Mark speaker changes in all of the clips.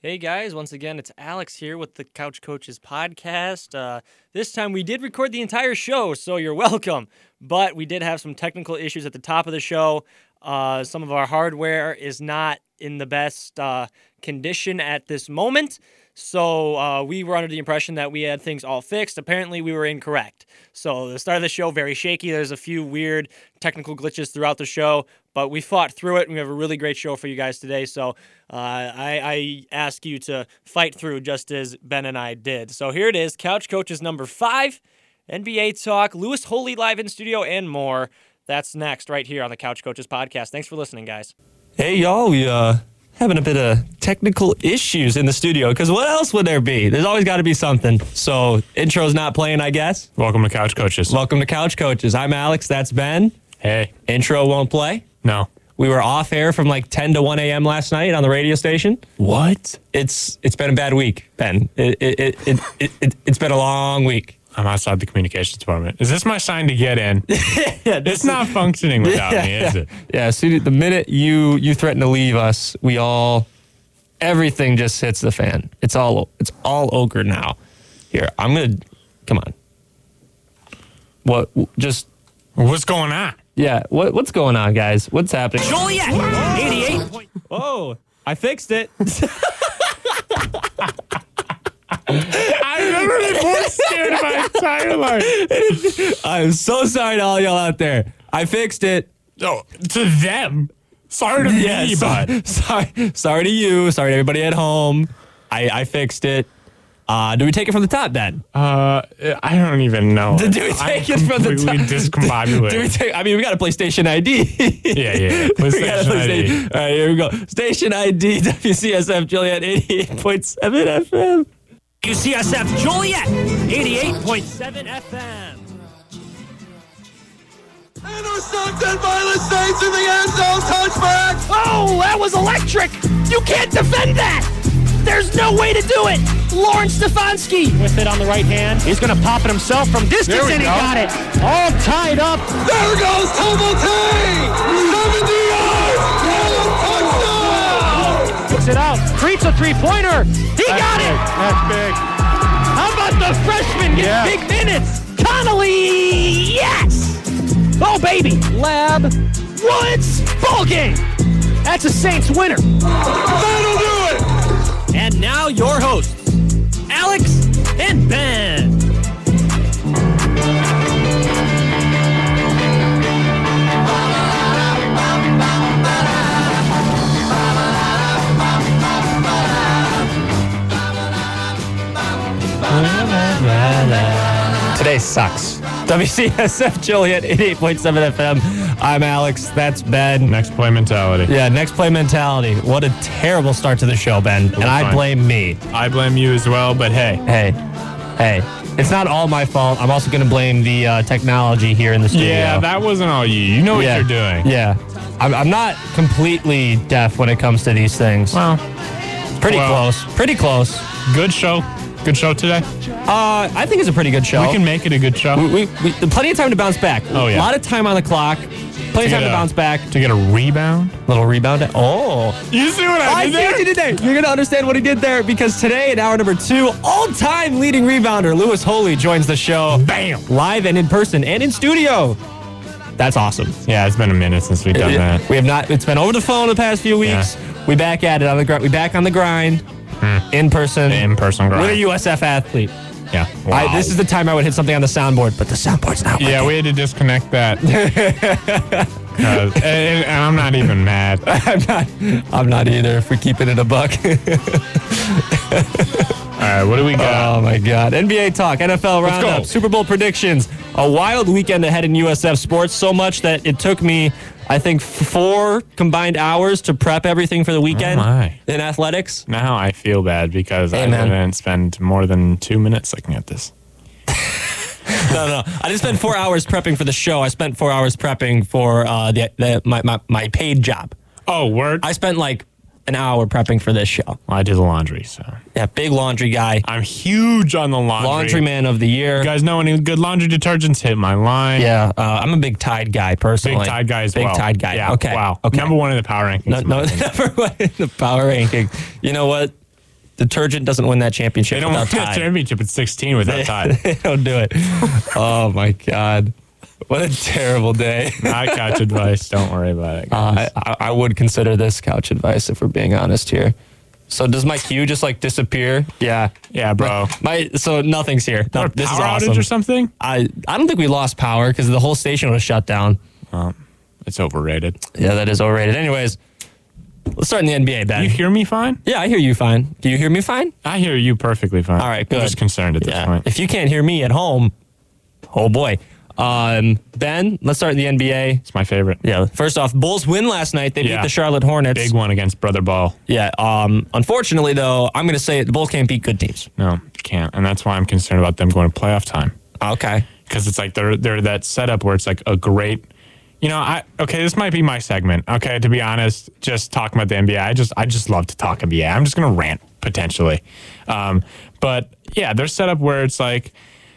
Speaker 1: Hey guys, once again, it's Alex here with the Couch Coaches podcast. Uh, this time we did record the entire show, so you're welcome. But we did have some technical issues at the top of the show. Uh, some of our hardware is not in the best uh, condition at this moment. So uh, we were under the impression that we had things all fixed. Apparently, we were incorrect. So the start of the show very shaky. There's a few weird technical glitches throughout the show, but we fought through it. And we have a really great show for you guys today. So uh, I, I ask you to fight through just as Ben and I did. So here it is, Couch Coaches number five, NBA talk, Lewis Holy live in studio, and more. That's next right here on the Couch Coaches podcast. Thanks for listening, guys.
Speaker 2: Hey y'all, we uh having a bit of technical issues in the studio because what else would there be? There's always got to be something. So intro's not playing, I guess.
Speaker 3: Welcome to Couch Coaches.
Speaker 2: Welcome to Couch Coaches. I'm Alex. That's Ben.
Speaker 3: Hey,
Speaker 2: Intro won't play.
Speaker 3: no.
Speaker 2: We were off air from like 10 to 1 a.m. last night on the radio station.
Speaker 3: What?
Speaker 2: It's it's been a bad week, Ben. It it it, it, it, it has been a long week.
Speaker 3: I'm outside the communications department. Is this my sign to get in? it's not functioning without me, is it?
Speaker 2: Yeah. See, the minute you you threaten to leave us, we all everything just hits the fan. It's all it's all ogre now. Here, I'm gonna come on. What? Just
Speaker 3: What's going on?
Speaker 2: yeah. What what's going on, guys? What's happening? Joliet, eighty-eight. Oh, I fixed it.
Speaker 3: I remember the voice scared my entire life.
Speaker 2: I'm so sorry to all y'all out there. I fixed it.
Speaker 3: No, to them. Sorry to me,
Speaker 2: sorry,
Speaker 3: but
Speaker 2: sorry, sorry to you. Sorry to everybody at home. I, I fixed it. Uh, do we take it from the top then?
Speaker 3: uh, I don't even know.
Speaker 2: Do we
Speaker 3: I'm
Speaker 2: take it from the
Speaker 3: completely
Speaker 2: top?
Speaker 3: discombobulated.
Speaker 2: Do we take? I mean, we got to play Station ID.
Speaker 3: yeah, yeah. yeah.
Speaker 2: We gotta
Speaker 3: PlayStation
Speaker 2: play
Speaker 3: ID.
Speaker 2: Station- All right, here we go. Station ID WCSF Juliet 88.7 FM.
Speaker 1: UCSF Joliet, 88.7 FM.
Speaker 4: Intercepted by Lesage in the end zone. Touchback.
Speaker 5: Oh, that was electric! You can't defend that! There's no way to do it! Lauren Stefanski! With it on the right hand. He's gonna pop it himself from distance and he got it. All tied up.
Speaker 4: There goes Tumblety. 70 yards. And a touchdown.
Speaker 5: Kicks it out. Creates a three-pointer. He got it! That's big. How about the freshman get big minutes? Connolly! Yes! Oh baby! Lab Woods ball game! That's a Saints winner!
Speaker 4: That'll do it.
Speaker 1: And now your hosts, Alex and Ben.
Speaker 2: Today sucks. WCSF Juliet 88.7 FM. I'm Alex. That's Ben.
Speaker 3: Next play mentality.
Speaker 2: Yeah, next play mentality. What a terrible start to the show, Ben. And I
Speaker 3: fine.
Speaker 2: blame me.
Speaker 3: I blame you as well, but hey.
Speaker 2: Hey, hey. It's not all my fault. I'm also going to blame the uh, technology here in the studio.
Speaker 3: Yeah, that wasn't all you. You know what
Speaker 2: yeah.
Speaker 3: you're doing.
Speaker 2: Yeah. I'm, I'm not completely deaf when it comes to these things.
Speaker 3: Well,
Speaker 2: pretty
Speaker 3: well.
Speaker 2: close. Pretty close.
Speaker 3: good show. Good show today.
Speaker 2: Uh, I think it's a pretty good show.
Speaker 3: We can make it a good show.
Speaker 2: We, we, we, plenty of time to bounce back.
Speaker 3: Oh, yeah.
Speaker 2: A lot of time on the clock. Plenty of
Speaker 3: Yeah.
Speaker 2: time to bounce back.
Speaker 3: to get a rebound.
Speaker 2: Little rebound. Oh.
Speaker 3: You see what
Speaker 2: I see what you did there. You're going to understand what he did there because today, in hour number two, all time leading rebounder Lewis Holy joins the show
Speaker 3: Bam.
Speaker 2: live and in person and in studio. That's awesome.
Speaker 3: Yeah, it's been a minute since we've done that.
Speaker 2: We have not, it's been over the phone the past few weeks. We back at it on the grind. We back on the grind in person.
Speaker 3: Hmm. In person grind.
Speaker 2: With a USF athlete.
Speaker 3: Yeah.
Speaker 2: I, this is the time I would hit something on the soundboard, but the soundboard's not
Speaker 3: yeah, we had to disconnect that. 'Cause- and, and- and I'm not even mad. All
Speaker 2: I'm not. I'm not either. If we keep it in a buck.
Speaker 3: right, what do we got?
Speaker 2: oh my God! NBA talk, NFL
Speaker 3: Let's go.
Speaker 2: roundup, Super Bowl predictions. A wild weekend ahead in USF sports. So much that it took me, I think, four combined hours to prep everything for the weekend
Speaker 3: Oh my.
Speaker 2: in athletics.
Speaker 3: now I feel bad because
Speaker 2: Hey,
Speaker 3: I
Speaker 2: man.
Speaker 3: didn't spend more than two minutes looking at this.
Speaker 2: No, no, I didn't spend four hours prepping for the show. I spent four hours prepping for uh, the, the my, my my paid job.
Speaker 3: Oh, word.
Speaker 2: I spent like an hour prepping for this show.
Speaker 3: Well, I do the laundry, so
Speaker 2: Yeah, big laundry guy,
Speaker 3: I'm huge on the laundry.
Speaker 2: laundryman of the year.
Speaker 3: You guys know any good laundry detergents? Hit my line.
Speaker 2: Yeah, uh, I'm a big Tide guy personally.
Speaker 3: Big Tide guy as
Speaker 2: big
Speaker 3: well.
Speaker 2: Tide guy.
Speaker 3: Yeah.
Speaker 2: Okay.
Speaker 3: Wow.
Speaker 2: Okay.
Speaker 3: Number one in the power rankings.
Speaker 2: No,
Speaker 3: in my
Speaker 2: no,
Speaker 3: opinion.
Speaker 2: number one in the power ranking. You know what? detergent doesn't win that championship.
Speaker 3: They don't
Speaker 2: without
Speaker 3: win that
Speaker 2: Tide.
Speaker 3: championship at 16 without Todd.
Speaker 2: they don't do it. Oh my god, what a terrible day.
Speaker 3: Not couch advice. Don't worry about it.
Speaker 2: Uh, I- I, I would consider this couch advice if we're being honest here. So does my cue just like disappear? Yeah,
Speaker 3: yeah, bro.
Speaker 2: My so nothing's here. No,
Speaker 3: Or
Speaker 2: this is
Speaker 3: power
Speaker 2: awesome.
Speaker 3: outage or something?
Speaker 2: I I don't think we lost power because the whole station was shut down. Um,
Speaker 3: It's overrated.
Speaker 2: Yeah, that is overrated. Anyways, let's start in the NBA, Ben.
Speaker 3: You hear me fine?
Speaker 2: yeah, I hear you fine. Do you hear me fine?
Speaker 3: I hear you perfectly fine.
Speaker 2: All right,
Speaker 3: I'm
Speaker 2: good.
Speaker 3: just concerned at this
Speaker 2: Yeah.
Speaker 3: point.
Speaker 2: If you can't hear me at home, oh boy. Um, ben, let's start in the NBA.
Speaker 3: It's my favorite.
Speaker 2: Yeah. First off, Bulls win last night. They beat
Speaker 3: Yeah.
Speaker 2: the Charlotte Hornets.
Speaker 3: Big one against Brother Ball.
Speaker 2: Yeah. Um. Unfortunately, though, I'm going to say the Bulls can't beat good teams.
Speaker 3: No, can't. And that's why I'm concerned about them going to playoff time.
Speaker 2: Okay.
Speaker 3: because it's like they're they're that setup where it's like a great you know i okay this might be my segment okay to be honest just talking about the nba i just i just love to talk nba i'm just gonna rant potentially um, but yeah they're set up where it's like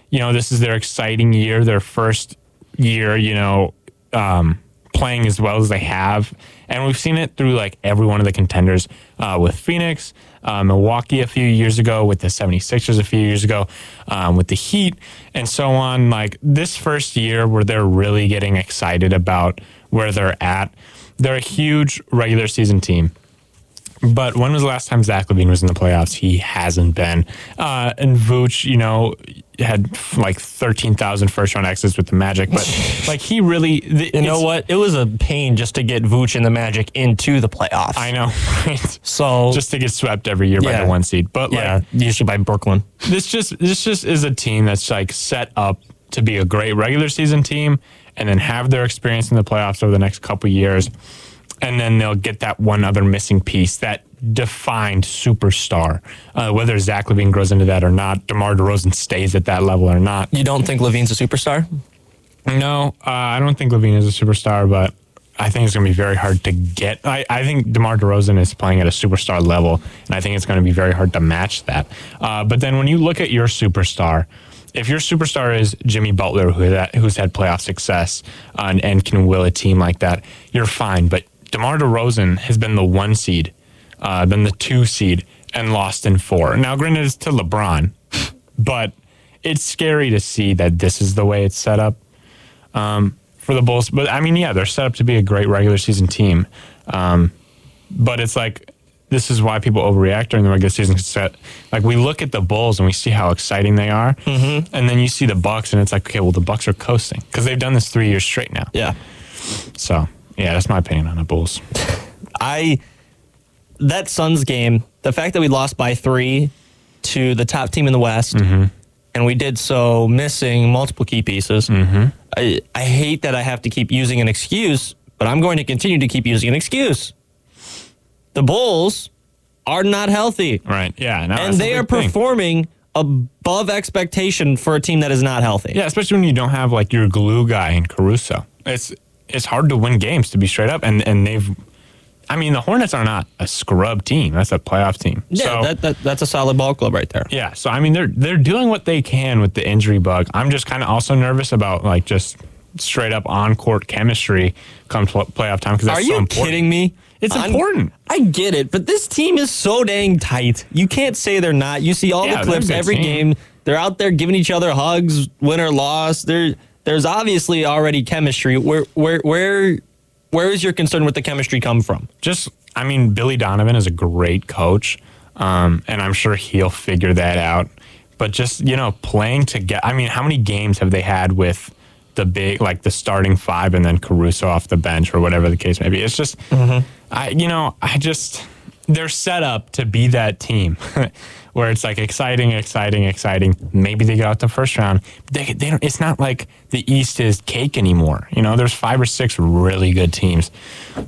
Speaker 3: you know this is their exciting year their first year you know um, playing as well as they have and we've seen it through like every one of the contenders uh, with phoenix uh, milwaukee a few years ago with the 76ers a few years ago um, with the heat and so on like this first year where they're really getting excited about where they're at they're a huge regular season team but when was the last time Zach Levine was in the playoffs? He hasn't been. Uh, and Vooch, you know, had like 13,000 first round exits with the Magic, but like he really. The,
Speaker 2: You know what? It was a pain just to get Vooch and the Magic into the playoffs.
Speaker 3: I know, right?
Speaker 2: So
Speaker 3: Just to get swept every year by
Speaker 2: Yeah.
Speaker 3: the one seed. But like,
Speaker 2: yeah, usually by Brooklyn.
Speaker 3: this just this just is a team that's like set up to be a great regular season team and then have their experience in the playoffs over the next couple years and then they'll get that one other missing piece that defined superstar uh, whether Zach Levine grows into that or not DeMar DeRozan stays at that level or not
Speaker 2: You don't think Levine's a superstar?
Speaker 3: no, uh, I don't think Levine is a superstar, but I think it's going to be very hard to get. I, I think DeMar DeRozan is playing at a superstar level, and I think it's going to be very hard to match that. Uh, but then when you look at your superstar, if your superstar is Jimmy Butler, who that, who's had playoff success uh, and, and can will a team like that, you're fine. But DeMar DeRozan has been the one seed, uh, then the two seed, and lost in four. Now, granted, it's to LeBron, but it's scary to see that this is the way it's set up um, for the Bulls. But I mean, yeah, they're set up to be a great regular season team. Um, but it's like this is why people overreact during the regular season. 'cause that- Like we look at the Bulls and we see how exciting they are,
Speaker 2: Mm-hmm.
Speaker 3: and then you see the Bucks and it's like, okay, well the Bucks are coasting because they've done this three years straight now.
Speaker 2: Yeah.
Speaker 3: So yeah, that's my opinion on the Bulls.
Speaker 2: I that Suns game, the fact that we lost by three to the top team in the West,
Speaker 3: Mm-hmm.
Speaker 2: and we did so missing multiple key pieces.
Speaker 3: Mm-hmm.
Speaker 2: I, I hate that I have to keep using an excuse, but I'm going to continue to keep using an excuse. The Bulls are not healthy,
Speaker 3: Right? Yeah, no, that's
Speaker 2: and
Speaker 3: a
Speaker 2: they
Speaker 3: big
Speaker 2: are
Speaker 3: thing.
Speaker 2: performing above expectation for a team that is not healthy.
Speaker 3: Yeah, especially when you don't have like your glue guy in Caruso. It's it's hard to win games to be straight up, and and they've. I mean, the Hornets are not a scrub team. That's a playoff team.
Speaker 2: Yeah,
Speaker 3: so,
Speaker 2: that, that, that's a solid ball club right there.
Speaker 3: Yeah, so I mean they're they're doing what they can with the injury bug. I'm just kind of also nervous about like just straight up on court chemistry come pl- playoff time because that's
Speaker 2: Are
Speaker 3: so
Speaker 2: you
Speaker 3: important.
Speaker 2: kidding me?
Speaker 3: It's
Speaker 2: I'm-
Speaker 3: important.
Speaker 2: I get it, but this team is so dang tight. You can't say they're not. You see all
Speaker 3: Yeah,
Speaker 2: the
Speaker 3: they're a
Speaker 2: clips
Speaker 3: good
Speaker 2: every
Speaker 3: team.
Speaker 2: game. They're out there giving each other hugs, win or loss. There, there's obviously already chemistry. Where, where, where, where is your concern with the chemistry come from?
Speaker 3: Just I mean Billy Donovan is a great coach, um, and I'm sure he'll figure that out. But just you know playing together. I mean, how many games have they had with? The big, like the starting five, and then Caruso off the bench, or whatever the case may be. It's just, I, you know, I just, they're set up to be that team where it's like exciting, exciting, exciting. Maybe they get out the first round. They, they don't, it's not like the East is cake anymore. You know, there's five or six really good teams.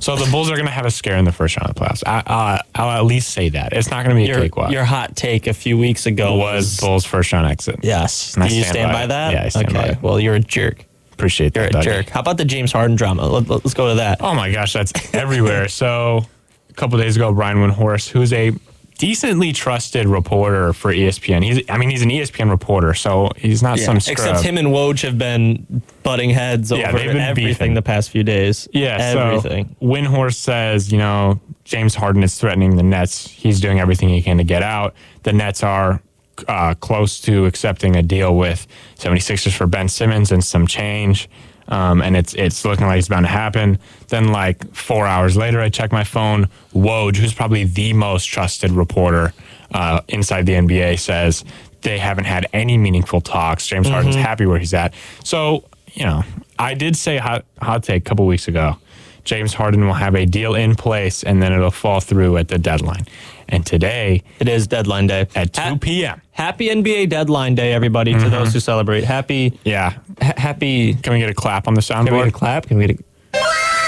Speaker 3: So the Bulls are going to have a scare in the first round of the playoffs. I, uh, I'll at least say that. It's not going to be a
Speaker 2: Your,
Speaker 3: cakewalk.
Speaker 2: your hot take a few weeks ago
Speaker 3: was Bulls first round exit.
Speaker 2: yes.
Speaker 3: And I
Speaker 2: Do you
Speaker 3: stand by
Speaker 2: stand by
Speaker 3: it.
Speaker 2: that?
Speaker 3: Yeah, I stand
Speaker 2: okay.
Speaker 3: by it.
Speaker 2: Well, you're a jerk.
Speaker 3: Appreciate
Speaker 2: You're
Speaker 3: that.
Speaker 2: a
Speaker 3: Dougie.
Speaker 2: jerk. How about the James Harden drama? Let, let's go to that.
Speaker 3: Oh my gosh, that's everywhere. so a couple days ago, Brian Windhorst, who's a decently trusted reporter for E ESPN. He's I mean, he's an E ESPN reporter, so he's not some scrub.
Speaker 2: Except him and Woj have been butting heads
Speaker 3: Yeah,
Speaker 2: over
Speaker 3: they've been
Speaker 2: everything
Speaker 3: beefing.
Speaker 2: the past few days.
Speaker 3: yeah,
Speaker 2: everything.
Speaker 3: so Windhorst says, you know, James Harden is threatening the Nets. He's doing everything he can to get out. The Nets are uh, close to accepting a deal with 76ers for Ben Simmons and some change. Um, and it's it's looking like it's bound to happen. Then, like four hours later, I check my phone. Woj, who's probably the most trusted reporter uh, inside the NBA, says they haven't had any meaningful talks. James Harden's happy where he's at. So, you know, I did say hot, hot take a couple weeks ago. James Harden will have a deal in place and then it'll fall through at the deadline. And today
Speaker 2: It is deadline day.
Speaker 3: at Mm-hmm. 2
Speaker 2: Ha-
Speaker 3: p.m.
Speaker 2: Happy NBA deadline day, everybody, to those who celebrate. Happy,
Speaker 3: Yeah.
Speaker 2: ha- happy.
Speaker 3: Can we get a clap on the
Speaker 2: Can we get a
Speaker 3: soundboard?
Speaker 2: clap? Can we get a.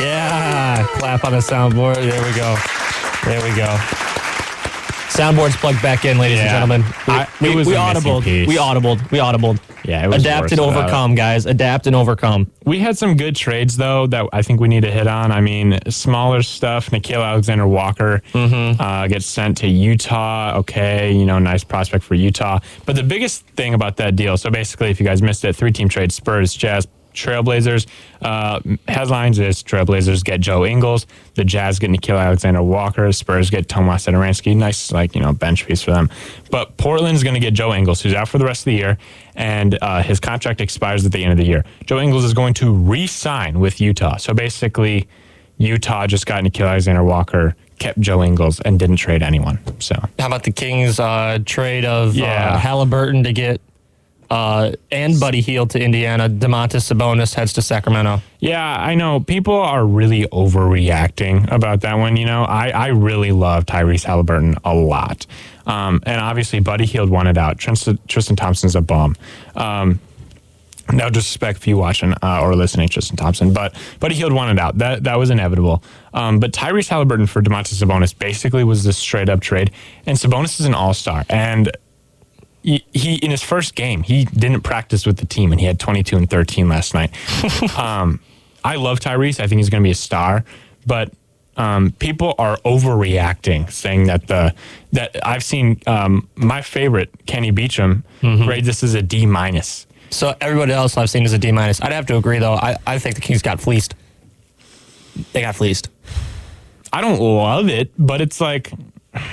Speaker 2: Yeah, clap on the soundboard. There we go. There we go. Soundboard's plugged back in, ladies
Speaker 3: Yeah.
Speaker 2: and gentlemen. We,
Speaker 3: I-
Speaker 2: we,
Speaker 3: it was
Speaker 2: we
Speaker 3: a missing
Speaker 2: audibled.
Speaker 3: piece.
Speaker 2: We audibled. We audibled.
Speaker 3: Yeah, it was
Speaker 2: Adapt
Speaker 3: worse
Speaker 2: and
Speaker 3: without it.
Speaker 2: overcome, guys. Adapt and overcome.
Speaker 3: We had some good trades though that I think we need to hit on. I mean, smaller stuff. Nikhil Alexander Walker uh, gets sent to Utah. Okay, you know, nice prospect for Utah. But the biggest thing about that deal, so basically, if you guys missed it, three-team trade: Spurs, Jazz, Trailblazers. Uh, headlines is Trailblazers get Joe Ingles. The Jazz get Nikhil Alexander Walker. Spurs get Tomas Adoransky. Nice, like you know, bench piece for them. But Portland's going to get Joe Ingles, who's out for the rest of the year, and uh, his contract expires at the end of the year. Joe Ingles is going to re-sign with Utah. So basically, Utah just got Nikhil Alexander Walker, kept Joe Ingles, and didn't trade anyone. So
Speaker 2: How about the Kings' uh, trade of
Speaker 3: Yeah.
Speaker 2: uh, Halliburton to get uh, and Buddy Heald to Indiana? Demontis Sabonis heads to Sacramento.
Speaker 3: Yeah, I know. People are really overreacting about that one. You know, I, I really love Tyrese Halliburton a lot. Um, and obviously, Buddy Heald wanted out. Tristan, Tristan Thompson's a bum. Um, no disrespect if you watching uh, or listening, Tristan Thompson, but Buddy Heald wanted out. That that was inevitable. Um, but Tyrese Halliburton for Demontis Sabonis basically was this straight up trade. And Sabonis is an all star. And he, he in his first game he didn't practice with the team and he had 22 and 13 last night um, i love tyrese i think he's going to be a star but um, people are overreacting saying that the that i've seen um, my favorite kenny beecham
Speaker 2: Mm-hmm.
Speaker 3: grade this as a d minus
Speaker 2: So everybody else I've seen is a D minus. I'd have to agree though. I, I think the Kings got fleeced. They got fleeced.
Speaker 3: i don't love it but it's like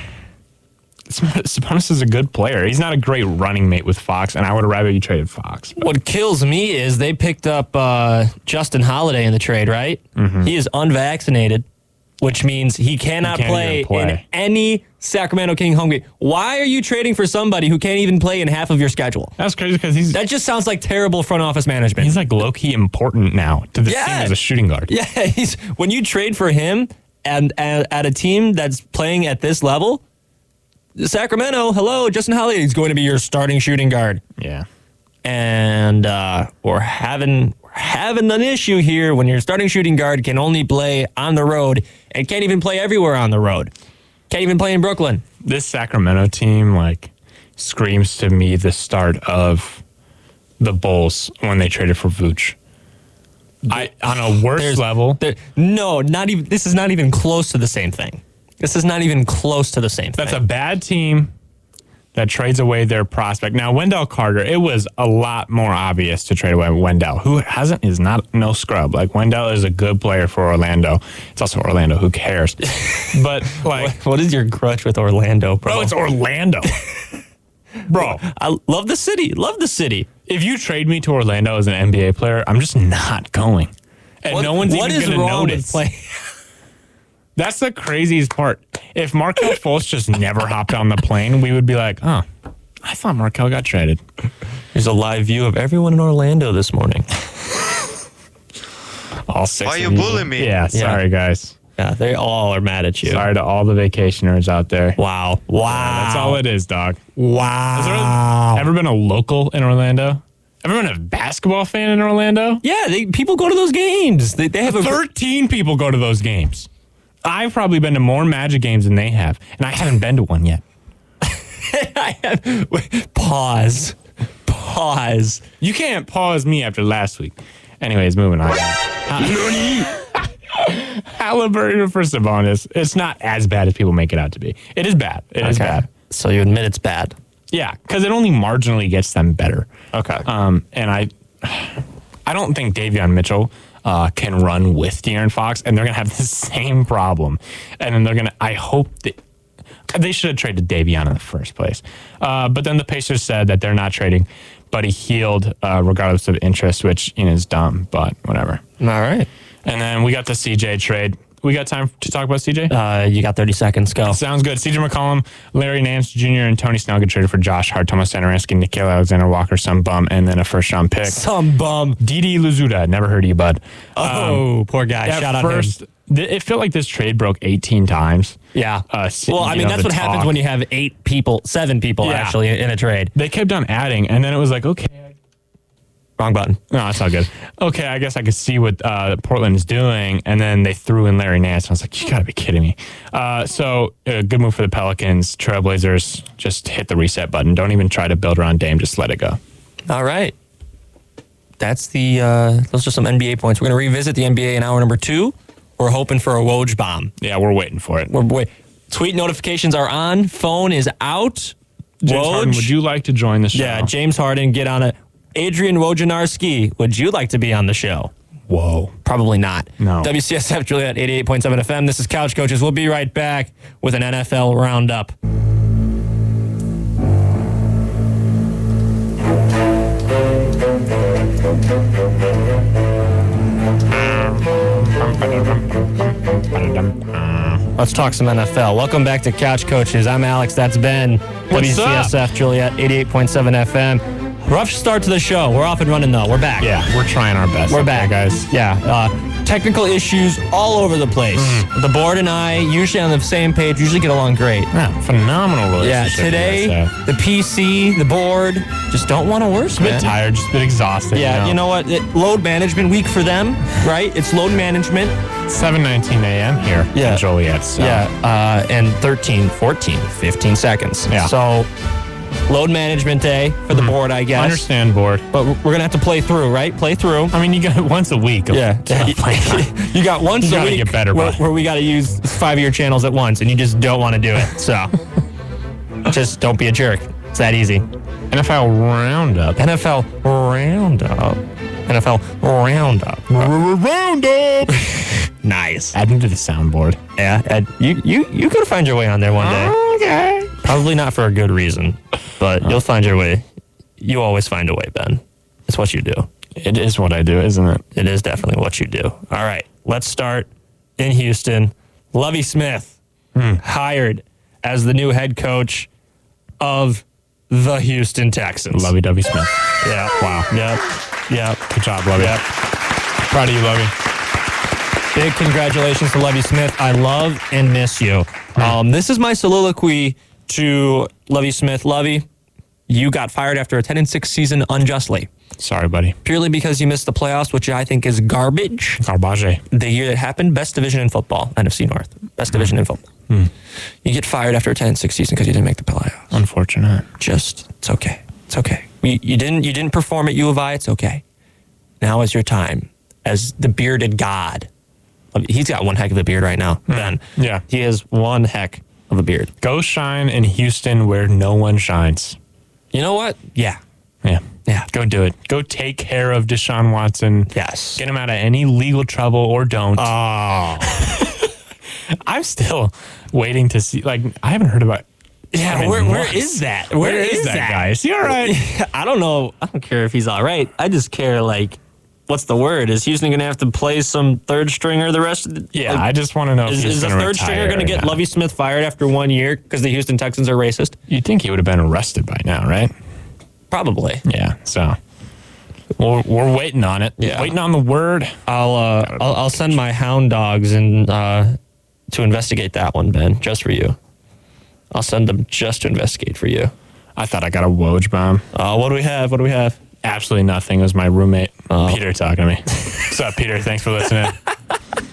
Speaker 3: Sabonis is a good player. He's not a great running mate with Fox, and I would have rather you traded Fox. But
Speaker 2: What kills me is they picked up uh, Justin Holiday in the trade, right?
Speaker 3: Mm-hmm.
Speaker 2: He is unvaccinated, which means he cannot
Speaker 3: can't
Speaker 2: play,
Speaker 3: even play.
Speaker 2: in any Sacramento King home game. Why are you trading for somebody who can't even play in half of your schedule?
Speaker 3: that's crazy because he's
Speaker 2: That just sounds like terrible front office management.
Speaker 3: he's like low key important now to this team
Speaker 2: Yeah.
Speaker 3: as a shooting guard.
Speaker 2: yeah, he's when you trade for him and, and at a team that's playing at this level, Sacramento, hello, Justin Holiday is going to be your starting shooting guard.
Speaker 3: Yeah.
Speaker 2: and uh, we're having we're having an issue here when your starting shooting guard can only play on the road and can't even play everywhere on the road. Can't even play in Brooklyn.
Speaker 3: This Sacramento team like screams to me the start of the Bulls when they traded for Vooch. I on a worse
Speaker 2: There's-
Speaker 3: level.
Speaker 2: There, no, not even. This is not even close to the same thing. This is not even close to the same
Speaker 3: That's
Speaker 2: thing.
Speaker 3: a bad team that trades away their prospect. Now Wendell Carter, it was a lot more obvious to trade away Wendell, who hasn't is not no scrub. Like Wendell is a good player for Orlando. It's also Orlando. Who cares? but like,
Speaker 2: what is your grudge with Orlando, bro?
Speaker 3: bro, it's Orlando, bro.
Speaker 2: I love the city. Love the city.
Speaker 3: if you trade me to Orlando as an NBA player, I'm just not going. And
Speaker 2: What-
Speaker 3: no one's
Speaker 2: what
Speaker 3: even
Speaker 2: is
Speaker 3: going to
Speaker 2: wrong with
Speaker 3: notice.
Speaker 2: playing-
Speaker 3: That's the craziest part. If Markel Fultz just never hopped on the plane, we would be like, oh, I thought Markel got traded.
Speaker 2: There's a live view of everyone in Orlando this morning.
Speaker 3: All six.
Speaker 6: Why you
Speaker 3: of
Speaker 6: bullying me?
Speaker 3: Yeah, sorry, guys.
Speaker 2: Yeah, they all are mad at you.
Speaker 3: Sorry to all the vacationers out there.
Speaker 2: Wow. Wow.
Speaker 3: That's all it is, dog.
Speaker 2: Wow.
Speaker 3: Has there ever been a local in Orlando? Ever been a basketball fan in Orlando?
Speaker 2: Yeah, they, people go to those games. They, they have a
Speaker 3: 13 people go to those games. I've probably been to more Magic games than they have, and I haven't been to one yet.
Speaker 2: I have- wait, pause, pause.
Speaker 3: You can't pause me after last week. Anyways, moving on. Halliburton for Sabonis. It's not as bad as people make it out to be. It is bad. It is bad.
Speaker 2: So you admit it's bad.
Speaker 3: Yeah, because it only marginally gets them better.
Speaker 2: Okay.
Speaker 3: Um, and I, I don't think Davion Mitchell uh, can run with De'Aaron Fox, and they're gonna have the same problem. And then they're gonna. I hope that they should have traded Davion in the first place. Uh, but then the Pacers said that they're not trading Buddy Healed, uh, regardless of interest, which you know is dumb, but whatever.
Speaker 2: All right.
Speaker 3: And then we got the CJ trade. We got time to talk about CJ.
Speaker 2: Uh, you got 30 seconds. Go.
Speaker 3: Sounds good. CJ McCollum, Larry Nance Jr., and Tony Snell get traded for Josh Hart, Thomas Santoransky, Nikhil Alexander Walker, some bum, and then a first round pick.
Speaker 2: Some bum.
Speaker 3: Didi Luzuda, never heard of you, bud.
Speaker 2: Oh, poor guy.
Speaker 3: At
Speaker 2: Shout out
Speaker 3: first,
Speaker 2: him.
Speaker 3: th- it felt like this trade broke 18 times.
Speaker 2: Yeah.
Speaker 3: Uh, s-
Speaker 2: well, I
Speaker 3: you
Speaker 2: mean,
Speaker 3: know,
Speaker 2: that's
Speaker 3: the
Speaker 2: what happens
Speaker 3: talk.
Speaker 2: when you have eight people, seven people
Speaker 3: Yeah.
Speaker 2: actually in a trade.
Speaker 3: They kept on adding, and then it was like, okay.
Speaker 2: Wrong button.
Speaker 3: No, that's not good. Okay, I guess I could see what uh, Portland is doing, and then they threw in Larry Nance. And I was like, you gotta be kidding me. Uh, so, uh, good move for the Pelicans. Trailblazers, just hit the reset button. Don't even try to build around Dame. Just let it go.
Speaker 2: All right. That's the, uh, those are some NBA points. We're going to revisit the NBA in hour number two. We're hoping for a Woj bomb.
Speaker 3: Yeah, we're waiting for it.
Speaker 2: We're, wait, tweet notifications are on. Phone is out.
Speaker 3: James Harden,
Speaker 2: Woj-
Speaker 3: would you like to join the show?
Speaker 2: Yeah, James Harden, get on it. Adrian Wojnarowski, would you like to be on the show?
Speaker 3: Whoa.
Speaker 2: Probably not.
Speaker 3: No.
Speaker 2: WCSF Juliet 88.7 FM. This is Couch Coaches. We'll be right back with an NFL roundup. Let's talk some NFL. Welcome back to Couch Coaches. I'm Alex. That's Ben.
Speaker 3: What's up?
Speaker 2: WCSF Juliet 88.7 FM. Rough start to the show. We're off and running though. We're back.
Speaker 3: Yeah, we're trying our best.
Speaker 2: We're
Speaker 3: okay,
Speaker 2: back,
Speaker 3: guys.
Speaker 2: Yeah. Uh, technical issues all over the place.
Speaker 3: Mm-hmm.
Speaker 2: The board and I, usually on the same page, usually get along great.
Speaker 3: Yeah, phenomenal
Speaker 2: Yeah.
Speaker 3: relationship.
Speaker 2: Today,
Speaker 3: I say.
Speaker 2: the PC, the board, just don't want to worse,
Speaker 3: a bit
Speaker 2: man.
Speaker 3: tired, just a bit exhausted.
Speaker 2: Yeah, you know what? It- load management week for them, right? It's load management.
Speaker 3: 7:19 a.m. here
Speaker 2: Yeah.
Speaker 3: in Joliet. So.
Speaker 2: Yeah, uh, and 13, 14, 15 seconds.
Speaker 3: Yeah.
Speaker 2: So, Mm-hmm. load management day for the board, I guess.
Speaker 3: understand board.
Speaker 2: But we're going to have to play through, right? Play through.
Speaker 3: I mean, you got it once a week. of-
Speaker 2: Yeah. you got once
Speaker 3: You
Speaker 2: a
Speaker 3: gotta
Speaker 2: week
Speaker 3: get better,
Speaker 2: where,
Speaker 3: bud.
Speaker 2: where we got to use five of your channels at once, and you just don't want to do it. So just don't be a jerk. It's that easy.
Speaker 3: NFL roundup.
Speaker 2: NFL Roundup. NFL Roundup.
Speaker 3: Roundup.
Speaker 2: Nice.
Speaker 3: Add me to the soundboard.
Speaker 2: Yeah, Ed, you, you, you could find your way on there one day.
Speaker 3: Okay.
Speaker 2: Probably not for a good reason, but you'll find your way. You always find a way, Ben. It's what you do.
Speaker 3: It is what I do, isn't it?
Speaker 2: It is definitely what you do. All right, let's start in Houston. Lovey Smith
Speaker 3: Hmm.
Speaker 2: hired as the new head coach of the Houston Texans.
Speaker 3: Lovey Dovey Smith.
Speaker 2: Yeah.
Speaker 3: Wow.
Speaker 2: Yep. Yep.
Speaker 3: Good job, Lovey.
Speaker 2: Yep.
Speaker 3: Proud of you, Lovey.
Speaker 2: Big congratulations to Lovey Smith. I love and miss you.
Speaker 3: Hmm.
Speaker 2: Um, this is my soliloquy to Lovey Smith. Lovey, you got fired after a 10 and 6 season unjustly,
Speaker 3: Sorry, buddy.
Speaker 2: purely because you missed the playoffs, which I think is garbage.
Speaker 3: Garbage.
Speaker 2: the year that happened, best division in football, NFC North,
Speaker 3: Hmm.
Speaker 2: best division in football. You get fired after a 10 6 season because you didn't make the playoffs.
Speaker 3: Unfortunate.
Speaker 2: Just, it's okay. It's okay. You, you, didn't, you didn't perform at U of I, it's okay. Now is your time as the bearded god. He's got one heck of a beard right now, Ben.
Speaker 3: Hmm. Yeah.
Speaker 2: He has one heck of a beard.
Speaker 3: Go shine in Houston where no one shines.
Speaker 2: You know what? Yeah.
Speaker 3: Yeah.
Speaker 2: Yeah.
Speaker 3: Go do it. Go take care of Deshaun Watson.
Speaker 2: Yes.
Speaker 3: Get him out of any legal trouble or don't. Oh. I'm still waiting to see. Like, I haven't heard about.
Speaker 2: Yeah,
Speaker 3: Kevin
Speaker 2: where, where
Speaker 3: Love.
Speaker 2: is that?
Speaker 3: Where is, that, guy? Is he all right?
Speaker 2: I don't know. I don't care if he's all right. I just care like, what's the word? Is Houston going to have to play some third stringer the rest of the?
Speaker 3: Yeah,
Speaker 2: like,
Speaker 3: I just want to know.
Speaker 2: is,
Speaker 3: if he's
Speaker 2: is the
Speaker 3: gonna
Speaker 2: third
Speaker 3: retire
Speaker 2: stringer going
Speaker 3: or
Speaker 2: to get
Speaker 3: not.
Speaker 2: Lovey Smith fired after one year because the Houston Texans are racist?
Speaker 3: You'd think he would have been arrested by now, right?
Speaker 2: Probably.
Speaker 3: Yeah. So we're, we're waiting on it.
Speaker 2: Yeah.
Speaker 3: Waiting on the word.
Speaker 2: I'll uh, I'll, I'll send my hound dogs and uh, to investigate that one, Ben, just for you. I'll send them just to investigate for you.
Speaker 3: I thought I got a Woj bomb.
Speaker 2: Uh, what do we have? What do we have?
Speaker 3: Absolutely nothing. It was my roommate, Peter, talking to me. What's up, Peter? Thanks for listening.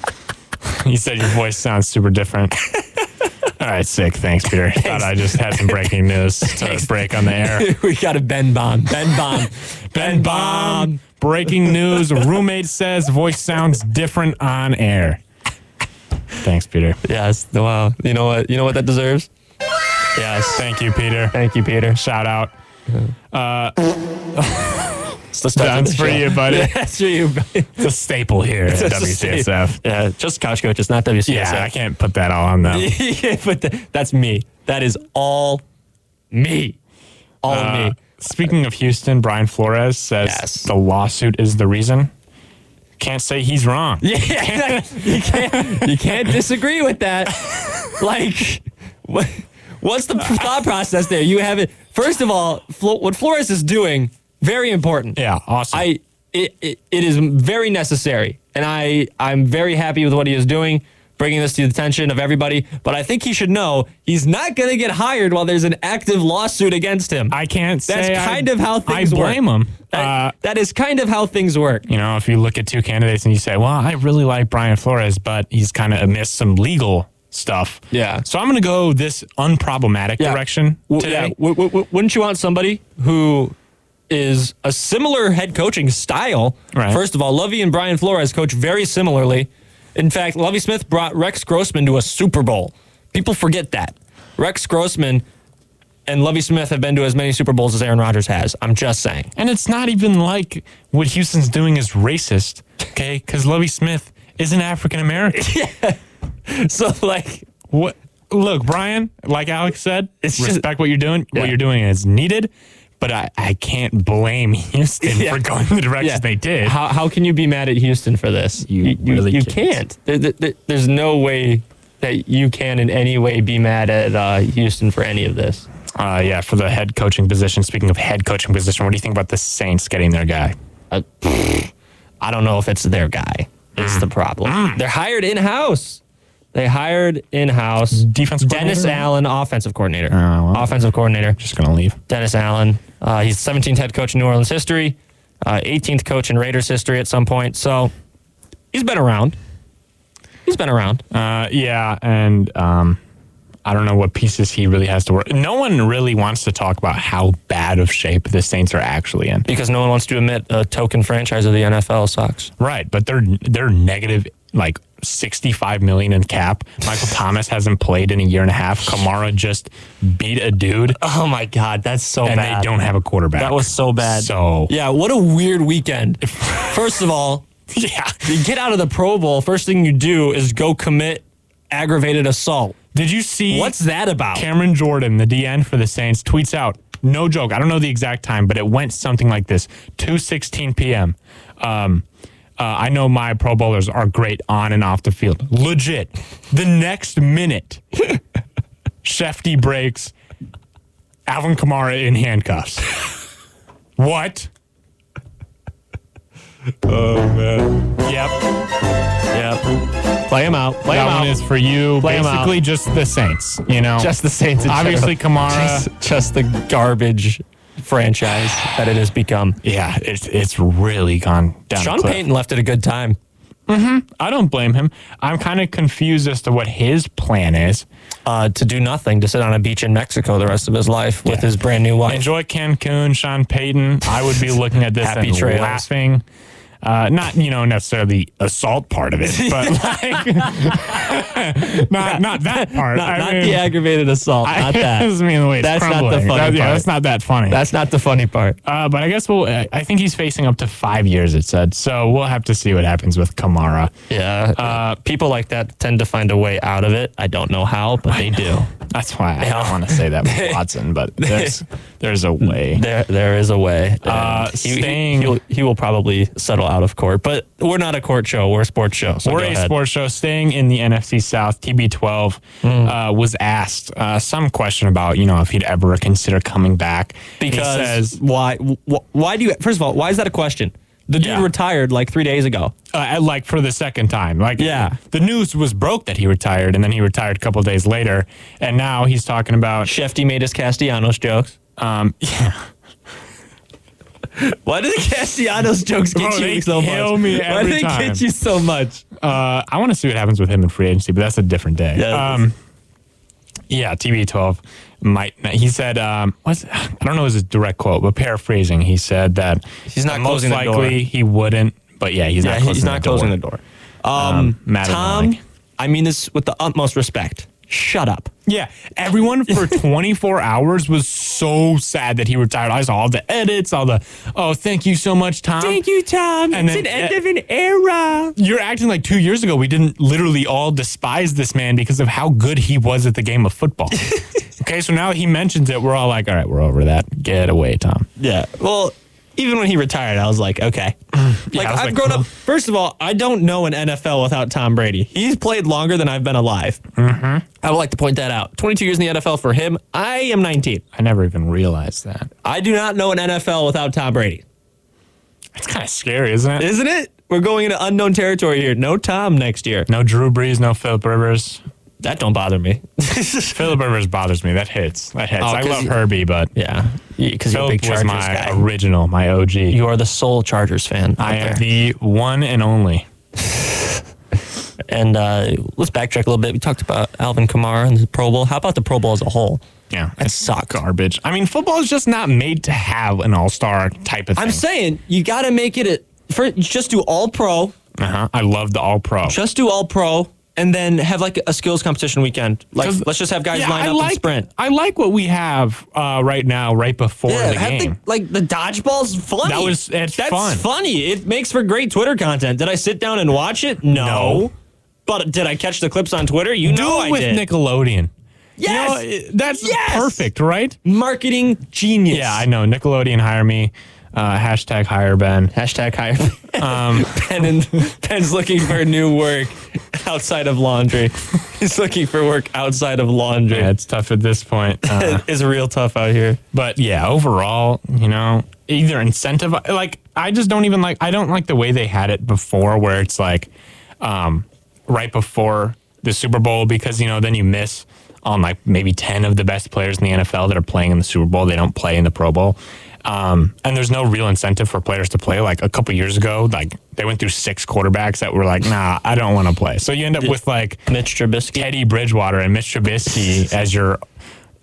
Speaker 3: you said your voice sounds super different. All right, sick. Thanks, Peter. Thought I just had some breaking news to break on the air.
Speaker 2: we got a Ben bomb. Ben bomb.
Speaker 3: Ben Bomb. Breaking news. Roommate says voice sounds different on air. Thanks, Peter.
Speaker 2: Yes. Wow. You know what? You know what that deserves? Yes.
Speaker 3: Thank you, Peter.
Speaker 2: Thank you, Peter.
Speaker 3: Shout out. Uh,
Speaker 2: It's the start of
Speaker 3: That's
Speaker 2: the
Speaker 3: for
Speaker 2: show.
Speaker 3: you, buddy.
Speaker 2: Yeah, that's for you, buddy.
Speaker 3: It's a staple here at
Speaker 2: That's the
Speaker 3: WCSF.
Speaker 2: same. Yeah, just couch coach. It's not WCSF.
Speaker 3: Yeah, I can't put that all on them.
Speaker 2: but th- that's me. That is all me. All
Speaker 3: Uh,
Speaker 2: me.
Speaker 3: speaking of Houston, Brian Flores says
Speaker 2: Yes.
Speaker 3: the lawsuit is the reason. Can't say he's wrong.
Speaker 2: Yeah, you can't you can't disagree with that. Like, what, what's the thought process there? You have it. First of all, Flo, what Flores is doing very important.
Speaker 3: Yeah, awesome.
Speaker 2: I it, it, it is very necessary, and I I'm very happy with what he is doing, bringing this to the attention of everybody. But I think he should know he's not going to get hired while there's an active lawsuit against him.
Speaker 3: I can't say
Speaker 2: That's
Speaker 3: I-
Speaker 2: kind of how things
Speaker 3: I
Speaker 2: work.
Speaker 3: blame him.
Speaker 2: That-
Speaker 3: Uh,
Speaker 2: that is kind of how things work.
Speaker 3: you know, if you look at two candidates and you say, "Well, I really like Brian Flores, but he's kind of missed some legal stuff."
Speaker 2: Yeah.
Speaker 3: So I'm going to go this unproblematic
Speaker 2: Yeah.
Speaker 3: direction
Speaker 2: W-
Speaker 3: today.
Speaker 2: yeah. W- w- w- wouldn't you want somebody who is a similar head coaching style?
Speaker 3: Right.
Speaker 2: First of all, Lovey and Brian Flores coach very similarly. In fact, Lovey Smith brought Rex Grossman to a Super Bowl. People forget that. Rex Grossman and Lovey Smith have been to as many Super Bowls as Aaron Rodgers has. I'm just saying.
Speaker 3: And it's not even like what Houston's doing is racist, okay? Because Lovey Smith is an African American.
Speaker 2: So, like,
Speaker 3: What? Look, Brian. Like Alex said,
Speaker 2: It's just-
Speaker 3: respect what you're doing.
Speaker 2: Yeah.
Speaker 3: What you're doing is needed, but I, I can't blame Houston
Speaker 2: Yeah.
Speaker 3: for going the direction
Speaker 2: yeah.
Speaker 3: they did.
Speaker 2: How, how can you be mad at Houston for this?
Speaker 3: You really
Speaker 2: you
Speaker 3: can't.
Speaker 2: can't. There- there- there- there's no way that you can in any way be mad at uh, Houston for any of this.
Speaker 3: Uh, yeah, for the head coaching position. Speaking of head coaching position, what do you think about the Saints getting their guy?
Speaker 2: I, I don't know if it's their guy. It's the problem. They're hired in house. They hired in house.
Speaker 3: Defensive
Speaker 2: Dennis
Speaker 3: coordinator?
Speaker 2: Allen, offensive coordinator.
Speaker 3: Oh, well.
Speaker 2: Offensive coordinator.
Speaker 3: Just gonna leave.
Speaker 2: Dennis Allen. Uh, he's 17th head coach in New Orleans history, uh, 18th coach in Raiders history at some point. So he's been around. He's been around.
Speaker 3: Uh, yeah, and um, I don't know what pieces he really has to work. No one really wants to talk about how bad of shape the Saints are actually in.
Speaker 2: because no one wants to admit a token franchise of the NFL sucks.
Speaker 3: Right, but they're they're negative like sixty five million in cap. Michael Thomas hasn't played in a year and a half. Kamara just beat a dude,
Speaker 2: Oh my god, that's so
Speaker 3: and they don't have a quarterback.
Speaker 2: That was so bad.
Speaker 3: So
Speaker 2: yeah, what a weird weekend. First of all,
Speaker 3: yeah.
Speaker 2: you get out of the Pro Bowl. First thing you do is go commit aggravated assault.
Speaker 3: Did you see
Speaker 2: What's that about?
Speaker 3: Cameron Jordan, the DN for the Saints, tweets out, no joke, I don't know the exact time, but it went something like this 2.16 p.m. Um, uh, I know my Pro Bowlers are great on and off the field. Legit. The next minute, Shefty breaks Alvin Kamara in handcuffs. what? Oh, man. Yep.
Speaker 2: Yep. Play him out. Play
Speaker 3: that
Speaker 2: him out.
Speaker 3: one is for you.
Speaker 2: Play 'em out.
Speaker 3: Basically, just the Saints, you know?
Speaker 2: just the Saints. in
Speaker 3: Obviously,
Speaker 2: general.
Speaker 3: Kamara-
Speaker 2: Just, just the garbage franchise that it has become.
Speaker 3: Yeah, it's it's really gone down.
Speaker 2: Sean
Speaker 3: a cliff.
Speaker 2: Payton left at a good time.
Speaker 3: I don't blame him. I'm kind of confused as to what his plan is.
Speaker 2: Uh, to do nothing, to sit on a beach in Mexico the rest of his life with
Speaker 3: Yeah.
Speaker 2: his brand new wife.
Speaker 3: Enjoy Cancun, Sean Payton. I would be looking at this
Speaker 2: Happy
Speaker 3: and
Speaker 2: trails.
Speaker 3: laughing. Uh, not you know necessarily the assault part of it, but like not not that part.
Speaker 2: Not,
Speaker 3: I
Speaker 2: not
Speaker 3: mean,
Speaker 2: the aggravated assault.
Speaker 3: I,
Speaker 2: not that.
Speaker 3: just mean the way it's
Speaker 2: That's not the
Speaker 3: crumbling.
Speaker 2: funny
Speaker 3: That- yeah,
Speaker 2: part.
Speaker 3: that's not that funny.
Speaker 2: That's not the funny part.
Speaker 3: Uh, but I guess we'll. I I think he's facing up to five years. It said so. We'll have to see what happens with Kamara.
Speaker 2: Yeah. Uh, people like that tend to find a way out of it. I don't know how, but they do.
Speaker 3: That's why I don't want to say that with Watson, but there's there's a way.
Speaker 2: There, there is a way.
Speaker 3: Uh,
Speaker 2: And
Speaker 3: staying-
Speaker 2: he'll- he will probably settle out of court, but we're not a court show. We're a sports show. So
Speaker 3: We're
Speaker 2: go
Speaker 3: a
Speaker 2: ahead.
Speaker 3: sports show staying in the NFC South. TB12
Speaker 2: Mm.
Speaker 3: uh, was asked uh, some question about you know if he'd ever consider coming back.
Speaker 2: Because
Speaker 3: he says
Speaker 2: why? wh- Why do you? First of all, why is that a question? The dude
Speaker 3: Yeah.
Speaker 2: retired like three days ago.
Speaker 3: uh, at- like for the second time, like
Speaker 2: Yeah.
Speaker 3: the news was broke that he retired, and then he retired a couple of days later, and now he's talking about
Speaker 2: Shefty made his Castellanos jokes.
Speaker 3: um,
Speaker 2: Why do the Castellanos jokes get
Speaker 3: Bro, they
Speaker 2: you so
Speaker 3: kill
Speaker 2: much?
Speaker 3: me
Speaker 2: why
Speaker 3: every
Speaker 2: do they
Speaker 3: time.
Speaker 2: get you so much?
Speaker 3: Uh, I want to see what happens with him in free agency, but that's a different day.
Speaker 2: Yeah, it is.
Speaker 3: um, yeah TB12 might. He said, um, what's, I don't know his direct quote, but paraphrasing, he said that
Speaker 2: He's not
Speaker 3: most
Speaker 2: closing the
Speaker 3: likely
Speaker 2: door.
Speaker 3: he wouldn't. But yeah, he's not.
Speaker 2: Yeah,
Speaker 3: Closing
Speaker 2: he's not
Speaker 3: the
Speaker 2: closing the
Speaker 3: door.
Speaker 2: door. Um,
Speaker 3: Matt and
Speaker 2: Tom,
Speaker 3: Malik.
Speaker 2: I mean this with the utmost respect. shut up.
Speaker 3: Yeah, everyone for 24 hours was so sad that he retired. I saw all the edits, all the oh, thank you so much, Tom.
Speaker 2: you, Tom.
Speaker 3: and It's then- an end of
Speaker 2: an era.
Speaker 3: You're acting like two years ago we didn't literally all despise this man because of how good he was at the game of football. okay, so now he mentions it, we're all like, all right, we're over that. Get away, Tom.
Speaker 2: Yeah. Well, even when he retired, I was like, okay. Like
Speaker 3: I was
Speaker 2: I've
Speaker 3: like,
Speaker 2: grown
Speaker 3: cool.
Speaker 2: up. First of all, I don't know an NFL without Tom Brady. He's played longer than I've been alive. I would like to point that out. 22 years in the NFL for him. I am 19.
Speaker 3: I never even realized that.
Speaker 2: I do not know an NFL without Tom Brady.
Speaker 3: It's kind of scary, isn't it?
Speaker 2: Isn't it? We're going into unknown territory here. No Tom next year.
Speaker 3: No Drew Brees, no Philip Rivers.
Speaker 2: That don't bother me.
Speaker 3: Philip Rivers bothers me. That hits. That hits.
Speaker 2: Oh,
Speaker 3: I
Speaker 2: 'cause
Speaker 3: love
Speaker 2: you-
Speaker 3: Herbie, but
Speaker 2: yeah. Because you're a big
Speaker 3: Philip was
Speaker 2: Chargers
Speaker 3: my
Speaker 2: guy.
Speaker 3: original, my OG.
Speaker 2: you are the sole Chargers fan. out
Speaker 3: I
Speaker 2: there.
Speaker 3: am the one and only.
Speaker 2: And uh, let's backtrack a little bit. We talked about Alvin Kamara and the Pro Bowl. How about the Pro Bowl as a whole?
Speaker 3: Yeah,
Speaker 2: It
Speaker 3: it's
Speaker 2: sucked.
Speaker 3: garbage. I mean, football is just not made to have an all-star type of thing.
Speaker 2: I'm saying you got to make it a, for just do all pro,
Speaker 3: uh-huh. I love the all-pro.
Speaker 2: just do all pro, and then have like a skills competition weekend. Like
Speaker 3: 'Cause-
Speaker 2: let's just have guys
Speaker 3: Yeah,
Speaker 2: line
Speaker 3: I
Speaker 2: up
Speaker 3: like,
Speaker 2: and sprint.
Speaker 3: I like what we have uh, right now, right before the
Speaker 2: have
Speaker 3: game.
Speaker 2: The, like the dodgeball's funny.
Speaker 3: That was- it's
Speaker 2: that's
Speaker 3: fun.
Speaker 2: funny. It makes for great Twitter content. Did I sit down and watch it? No.
Speaker 3: No.
Speaker 2: But did I catch the clips on Twitter? You
Speaker 3: Do
Speaker 2: know
Speaker 3: it
Speaker 2: Oh, I
Speaker 3: with
Speaker 2: did.
Speaker 3: Nickelodeon. You know,
Speaker 2: Yes!
Speaker 3: it- that's
Speaker 2: Yes!
Speaker 3: perfect, right?
Speaker 2: Marketing genius.
Speaker 3: Yeah, I know. Nickelodeon hire me. Uh, hashtag hire Ben.
Speaker 2: Hashtag hire. ben and, Ben's looking for new work outside of laundry. He's looking for work outside of laundry.
Speaker 3: Yeah, it's tough at this point. Uh,
Speaker 2: It's real tough out here.
Speaker 3: But yeah, overall, you know, either incentive like I just don't even like I don't like the way they had it before where it's like um right before the Super Bowl because you know, then you miss on like maybe 10 of the best players in the NFL that are playing in the Super Bowl, they don't play in the Pro Bowl. Um, and there's no real incentive for players to play. Like a couple years ago, like they went through six quarterbacks that were like, "Nah, I don't want to play." So you end up with like
Speaker 2: Mitch Trubisky.
Speaker 3: Teddy Bridgewater and Mitch Trubisky as your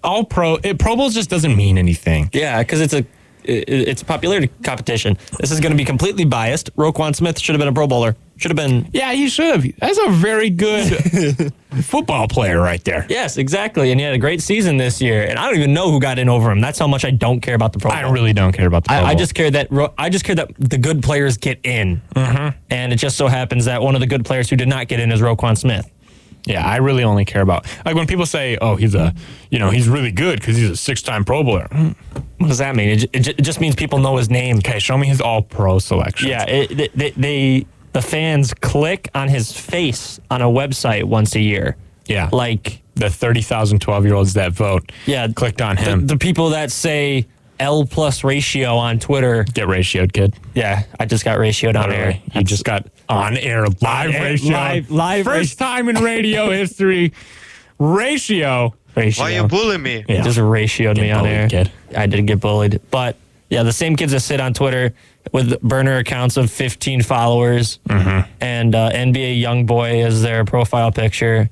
Speaker 3: all pro. It, pro Bowls just doesn't mean anything.
Speaker 2: Yeah, because it's a i- i- it's a popularity competition. This is going to be completely biased. Roquan Smith should have been a Pro Bowler. Should have been.
Speaker 3: Yeah, he should have. That's a very good football player right there.
Speaker 2: Yes, exactly. And he had a great season this year. And I don't even know who got in over him. That's how much I don't care about the Pro Bowl.
Speaker 3: I really don't care about the. Pro
Speaker 2: I, I
Speaker 3: Bowl.
Speaker 2: just care that ro- I just care that the good players get in, and it just so happens that one of the good players who did not get in is Roquan Smith.
Speaker 3: yeah, I really only care about like when people say, "Oh, he's a, you know, he's really good because he's a six-time Pro Bowler." Mm,
Speaker 2: What does that mean? It, ju- it, ju- it just means people know his name.
Speaker 3: Okay, show me his All-Pro selection.
Speaker 2: Yeah, it, they, they, they the fans click on his face on a website once a year.
Speaker 3: Yeah.
Speaker 2: like
Speaker 3: the 30,000 12-year-olds that vote.
Speaker 2: Yeah.
Speaker 3: clicked on
Speaker 2: the,
Speaker 3: him.
Speaker 2: the people that say L plus ratio on Twitter.
Speaker 3: Get ratioed, kid.
Speaker 2: Yeah, I just got ratioed on air.
Speaker 3: Literally, You just got on air live
Speaker 2: air,
Speaker 3: ratio.
Speaker 2: live- live
Speaker 3: First time in radio history. Ratio.
Speaker 2: Ratio.
Speaker 6: Why you bullying me?
Speaker 3: Yeah.
Speaker 2: Just ratioed me on
Speaker 3: bullied,
Speaker 2: air.
Speaker 3: kid.
Speaker 2: I did get bullied. But yeah, the same kids that sit on Twitter with burner accounts of 15 followers and uh, NBA young boy is their profile picture.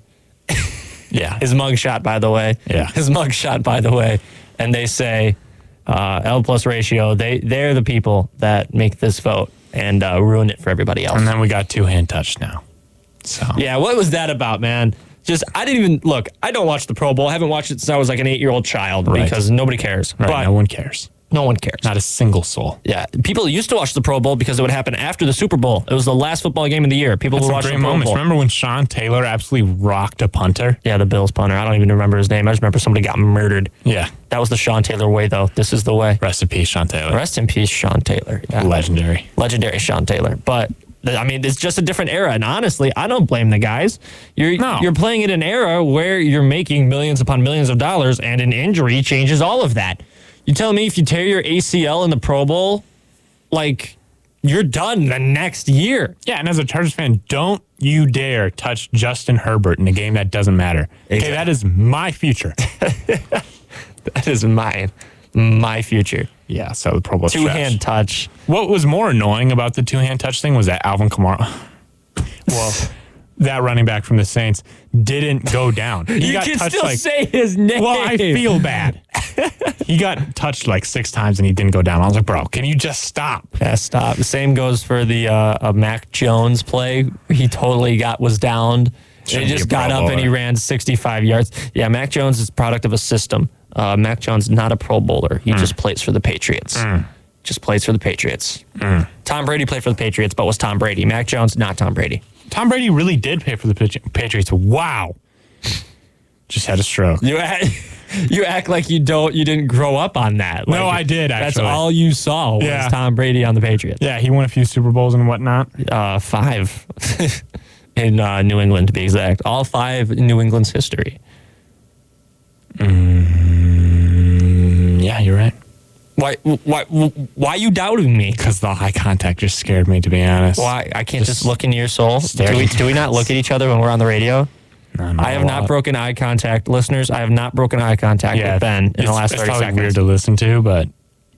Speaker 3: Yeah.
Speaker 2: His mugshot, by the way.
Speaker 3: Yeah.
Speaker 2: His mugshot, by the way. And they say uh, L plus ratio. They they're the people that make this vote and uh, ruin it for everybody else.
Speaker 3: And then we got two hand touch now. So
Speaker 2: Yeah, what was that about, man? Just I didn't even look. I don't watch the Pro Bowl. I haven't watched it since I was like an eight-year-old child
Speaker 3: Right.
Speaker 2: because nobody cares.
Speaker 3: right,
Speaker 2: but
Speaker 3: no one cares.
Speaker 2: no one cares.
Speaker 3: Not a single soul.
Speaker 2: Yeah, people used to watch the Pro Bowl because it would happen after the Super Bowl. It was the last football game of the year. People would
Speaker 3: Some
Speaker 2: watch the
Speaker 3: great
Speaker 2: Pro
Speaker 3: moments.
Speaker 2: Bowl.
Speaker 3: Remember when Sean Taylor absolutely rocked a punter?
Speaker 2: Yeah, the Bills punter. I don't even remember his name. I just remember somebody got murdered.
Speaker 3: Yeah.
Speaker 2: That was the Sean Taylor way, though. This is the way.
Speaker 3: Recipe Sean Taylor.
Speaker 2: Rest in peace, Sean Taylor. Yeah.
Speaker 3: Legendary.
Speaker 2: Legendary Sean Taylor. But th- I mean, it's just a different era. And honestly, I don't blame the guys. You're
Speaker 3: No.
Speaker 2: you're playing in an era where you're making millions upon millions of dollars, and an injury changes all of that. You tell me if you tear your ACL in the Pro Bowl, like you're done the next year.
Speaker 3: Yeah, and as a Chargers fan, don't you dare touch Justin Herbert in a game that doesn't matter. Okay,
Speaker 2: Exactly.
Speaker 3: that is my future.
Speaker 2: That is mine, my future.
Speaker 3: yeah, so the Pro Bowl
Speaker 2: Two hand touch.
Speaker 3: What was more annoying about the two hand touch thing was that Alvin Kamara. well, that running back from the Saints didn't go down. He
Speaker 2: You
Speaker 3: got
Speaker 2: can
Speaker 3: touched
Speaker 2: still
Speaker 3: like,
Speaker 2: say his name.
Speaker 3: Well, I feel bad. he got touched like six times and he didn't go down. I was like, bro, can you just stop?
Speaker 2: Yeah, stop. The same goes for the uh, uh, Mac Jones play. He totally got was downed. He
Speaker 3: Shouldn't be a
Speaker 2: just got
Speaker 3: Pro
Speaker 2: up and he
Speaker 3: Bowler.
Speaker 2: ran 65 yards. Yeah, Mac Jones is product of a system. Uh, Mac Jones not a Pro Bowler.
Speaker 3: Hmm.
Speaker 2: He just plays for the Patriots. Just plays for the Patriots.
Speaker 3: Hmm.
Speaker 2: Tom Brady played for the Patriots, but was Tom Brady. Mac Jones not Tom Brady.
Speaker 3: Tom Brady really did pay for the Patri- Patriots. Wow. Just had a stroke.
Speaker 2: You act, you act like you don't. You didn't grow up on that.
Speaker 3: No,
Speaker 2: Like,
Speaker 3: I did,
Speaker 2: That's
Speaker 3: actually.
Speaker 2: all you saw was
Speaker 3: Yeah.
Speaker 2: Tom Brady on the Patriots.
Speaker 3: Yeah, he won a few Super Bowls and whatnot.
Speaker 2: Uh, five in uh, New England, to be exact. All five in New England's history.
Speaker 3: Mm, Yeah, you're right.
Speaker 2: Why? Why? Why you doubting me?
Speaker 3: Because the eye contact just scared me, to be honest.
Speaker 2: Why I can't just, look into your soul?
Speaker 3: stare
Speaker 2: Do we,
Speaker 3: at you.
Speaker 2: do we not look at each other when we're on the radio?
Speaker 3: No,
Speaker 2: I have
Speaker 3: a
Speaker 2: not
Speaker 3: lot.
Speaker 2: broken eye contact, listeners. I have not broken eye contact with Ben in the
Speaker 3: it's-
Speaker 2: last
Speaker 3: it's
Speaker 2: thirty
Speaker 3: probably
Speaker 2: seconds.
Speaker 3: weird to listen to, but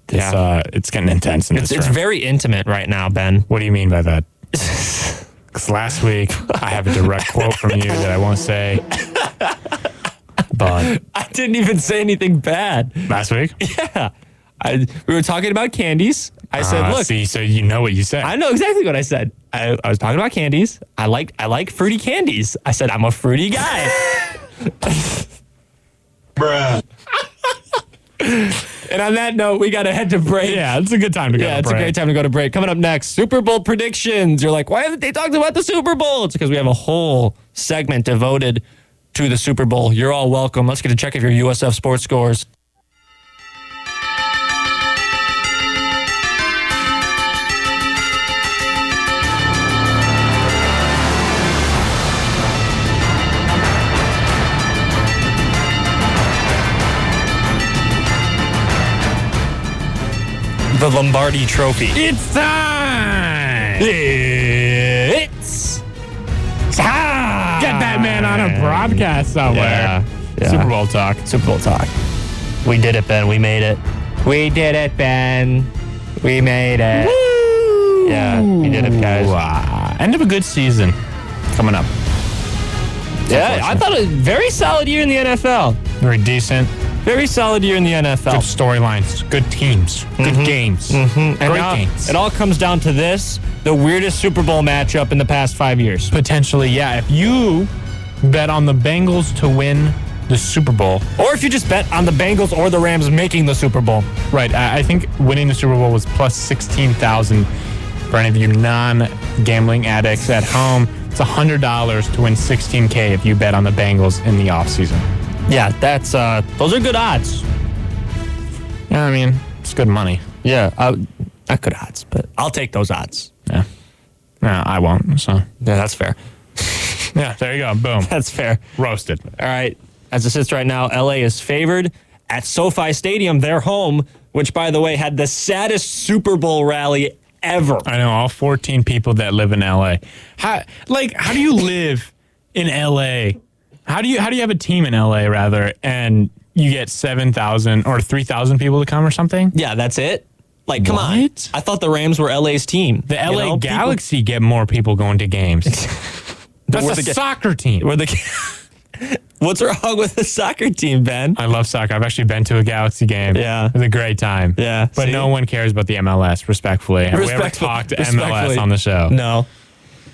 Speaker 3: it's,
Speaker 2: Yeah.
Speaker 3: uh, it's getting intense in
Speaker 2: it's,
Speaker 3: this
Speaker 2: it's
Speaker 3: room.
Speaker 2: very intimate right now, Ben.
Speaker 3: what do you mean by that? Because last week I have a direct quote from you that I won't say. But
Speaker 2: I didn't even say anything bad.
Speaker 3: last week,
Speaker 2: I, we were talking about candies. I said,
Speaker 3: Ah,
Speaker 2: "Look,
Speaker 3: see, so you know what you said.
Speaker 2: I know exactly what I said. I, I was talking about candies. I like I like fruity candies. I said I'm a fruity guy.
Speaker 4: Bruh.
Speaker 2: and on that note, we gotta head to break.
Speaker 3: yeah, it's a good time to go.
Speaker 2: Yeah,
Speaker 3: to
Speaker 2: it's a
Speaker 3: break.
Speaker 2: great time to go to break. Coming up next, Super Bowl predictions. You're like, why haven't they talked about the Super Bowl? It's because we have a whole segment devoted to the Super Bowl. You're all welcome. Let's get a check of your USF sports scores. The Lombardi Trophy.
Speaker 3: It's time.
Speaker 2: It's time.
Speaker 3: Get that man on a broadcast somewhere.
Speaker 2: Yeah, yeah.
Speaker 3: Super Bowl talk.
Speaker 2: Super Bowl talk. We did it, Ben. We made it. We did it, Ben. We made it. Yeah, we did it, guys.
Speaker 3: Wow. End of a good season coming up.
Speaker 2: Yeah, I thought a very solid year in the NFL.
Speaker 3: Very decent.
Speaker 2: Very solid year in the NFL.
Speaker 3: Good storylines. Good teams. Good games. Great
Speaker 2: And now,
Speaker 3: games.
Speaker 2: It all comes down to this the weirdest Super Bowl matchup in the past five years.
Speaker 3: potentially, yeah. If you bet on the Bengals to win the Super Bowl,
Speaker 2: Or if you just bet on the Bengals or the Rams making the Super Bowl.
Speaker 3: right? I, I think winning the Super Bowl was plus sixteen thousand. For any of you non-gambling addicts at home, it's hundred dollars to win sixteen k if you bet on the Bengals in the offseason.
Speaker 2: Yeah, that's uh those are good odds.
Speaker 3: Yeah, I mean, it's good money.
Speaker 2: Yeah, I, not good odds, but I'll take those odds.
Speaker 3: Yeah. No, I won't. So
Speaker 2: Yeah, that's fair.
Speaker 3: yeah, there you go. Boom.
Speaker 2: That's fair.
Speaker 3: Roasted.
Speaker 2: All right. As it sits right now, LA is favored at SoFi Stadium, their home, which, by the way, had the saddest Super Bowl rally ever.
Speaker 3: I know all 14 people that live in LA. How like how do you live in LA? How do you how do you have a team in LA rather and you get 7,000 or 3,000 people to come or something?
Speaker 2: Yeah, that's it. Like, come on.
Speaker 3: What?
Speaker 2: I thought the Rams were LA's team.
Speaker 3: The LA
Speaker 2: You know, people-
Speaker 3: Galaxy get more people going to games. That's
Speaker 2: We're
Speaker 3: a
Speaker 2: the ga-
Speaker 3: soccer team.
Speaker 2: Were the What's wrong with the soccer team, Ben?
Speaker 3: I love soccer. I've actually been to a Galaxy game.
Speaker 2: Yeah.
Speaker 3: It was a great time.
Speaker 2: Yeah,
Speaker 3: But
Speaker 2: see?
Speaker 3: no one cares about the MLS, respectfully. Have we ever
Speaker 2: Respectful-
Speaker 3: talked
Speaker 2: respectfully.
Speaker 3: MLS on the show?
Speaker 2: No.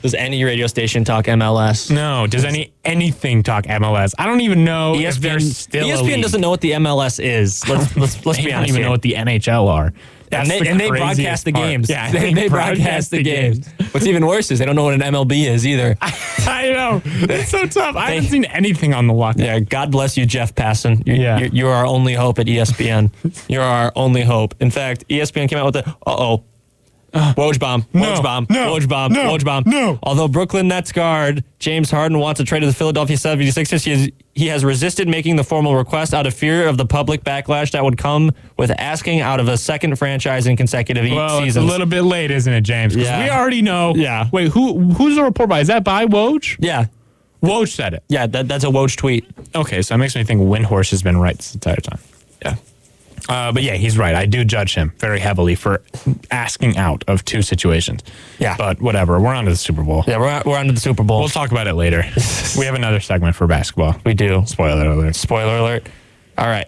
Speaker 2: Does any radio station talk MLS?
Speaker 3: No, does any anything talk MLS? I don't even know
Speaker 2: E
Speaker 3: if they're still. a
Speaker 2: ESPN
Speaker 3: league.
Speaker 2: doesn't know what the MLS is. Let's let's let's
Speaker 3: They
Speaker 2: be
Speaker 3: don't
Speaker 2: honest
Speaker 3: even
Speaker 2: here.
Speaker 3: know what the NHL are.
Speaker 2: and
Speaker 3: That's
Speaker 2: they,
Speaker 3: the
Speaker 2: and they
Speaker 3: craziest
Speaker 2: broadcast the
Speaker 3: part.
Speaker 2: games.
Speaker 3: Yeah,
Speaker 2: they, they broadcast the games. What's even worse is they don't know what an MLB is either.
Speaker 3: I know. It's so tough. I haven't
Speaker 2: They-
Speaker 3: seen anything on the lock.
Speaker 2: yeah, God bless you, Jeff Passon. You're,
Speaker 3: Yeah.
Speaker 2: you're, you're our only hope at E ESPN. you're our only hope. In fact, E ESPN came out with the uh oh. Woj bomb,
Speaker 3: No,
Speaker 2: Woj bomb,
Speaker 3: no,
Speaker 2: Woj bomb,
Speaker 3: no,
Speaker 2: Woj bomb.
Speaker 3: no.
Speaker 2: Although Brooklyn Nets guard James Harden wants a trade to the Philadelphia 76ers, he has, he has resisted making the formal request out of fear of the public backlash that would come with asking out of a second franchise in consecutive e-
Speaker 3: Well, it's a
Speaker 2: seasons.
Speaker 3: little bit late, isn't it, James? 'Cause
Speaker 2: Yeah.
Speaker 3: we already know.
Speaker 2: Yeah.
Speaker 3: Wait, who who's the report by? Is that by Woj?
Speaker 2: yeah,
Speaker 3: Woj said it.
Speaker 2: yeah, that, that's a Woj tweet.
Speaker 3: Okay, so that makes me think Windhorse has been right this entire time.
Speaker 2: Yeah.
Speaker 3: Uh, but yeah, he's right. I do judge him very heavily for asking out of two situations.
Speaker 2: Yeah.
Speaker 3: But whatever. We're on to the Super Bowl.
Speaker 2: Yeah, we're, we're on to the Super Bowl.
Speaker 3: We'll talk about it later. we have another segment for basketball.
Speaker 2: we do.
Speaker 3: Spoiler alert.
Speaker 2: Spoiler alert. All right.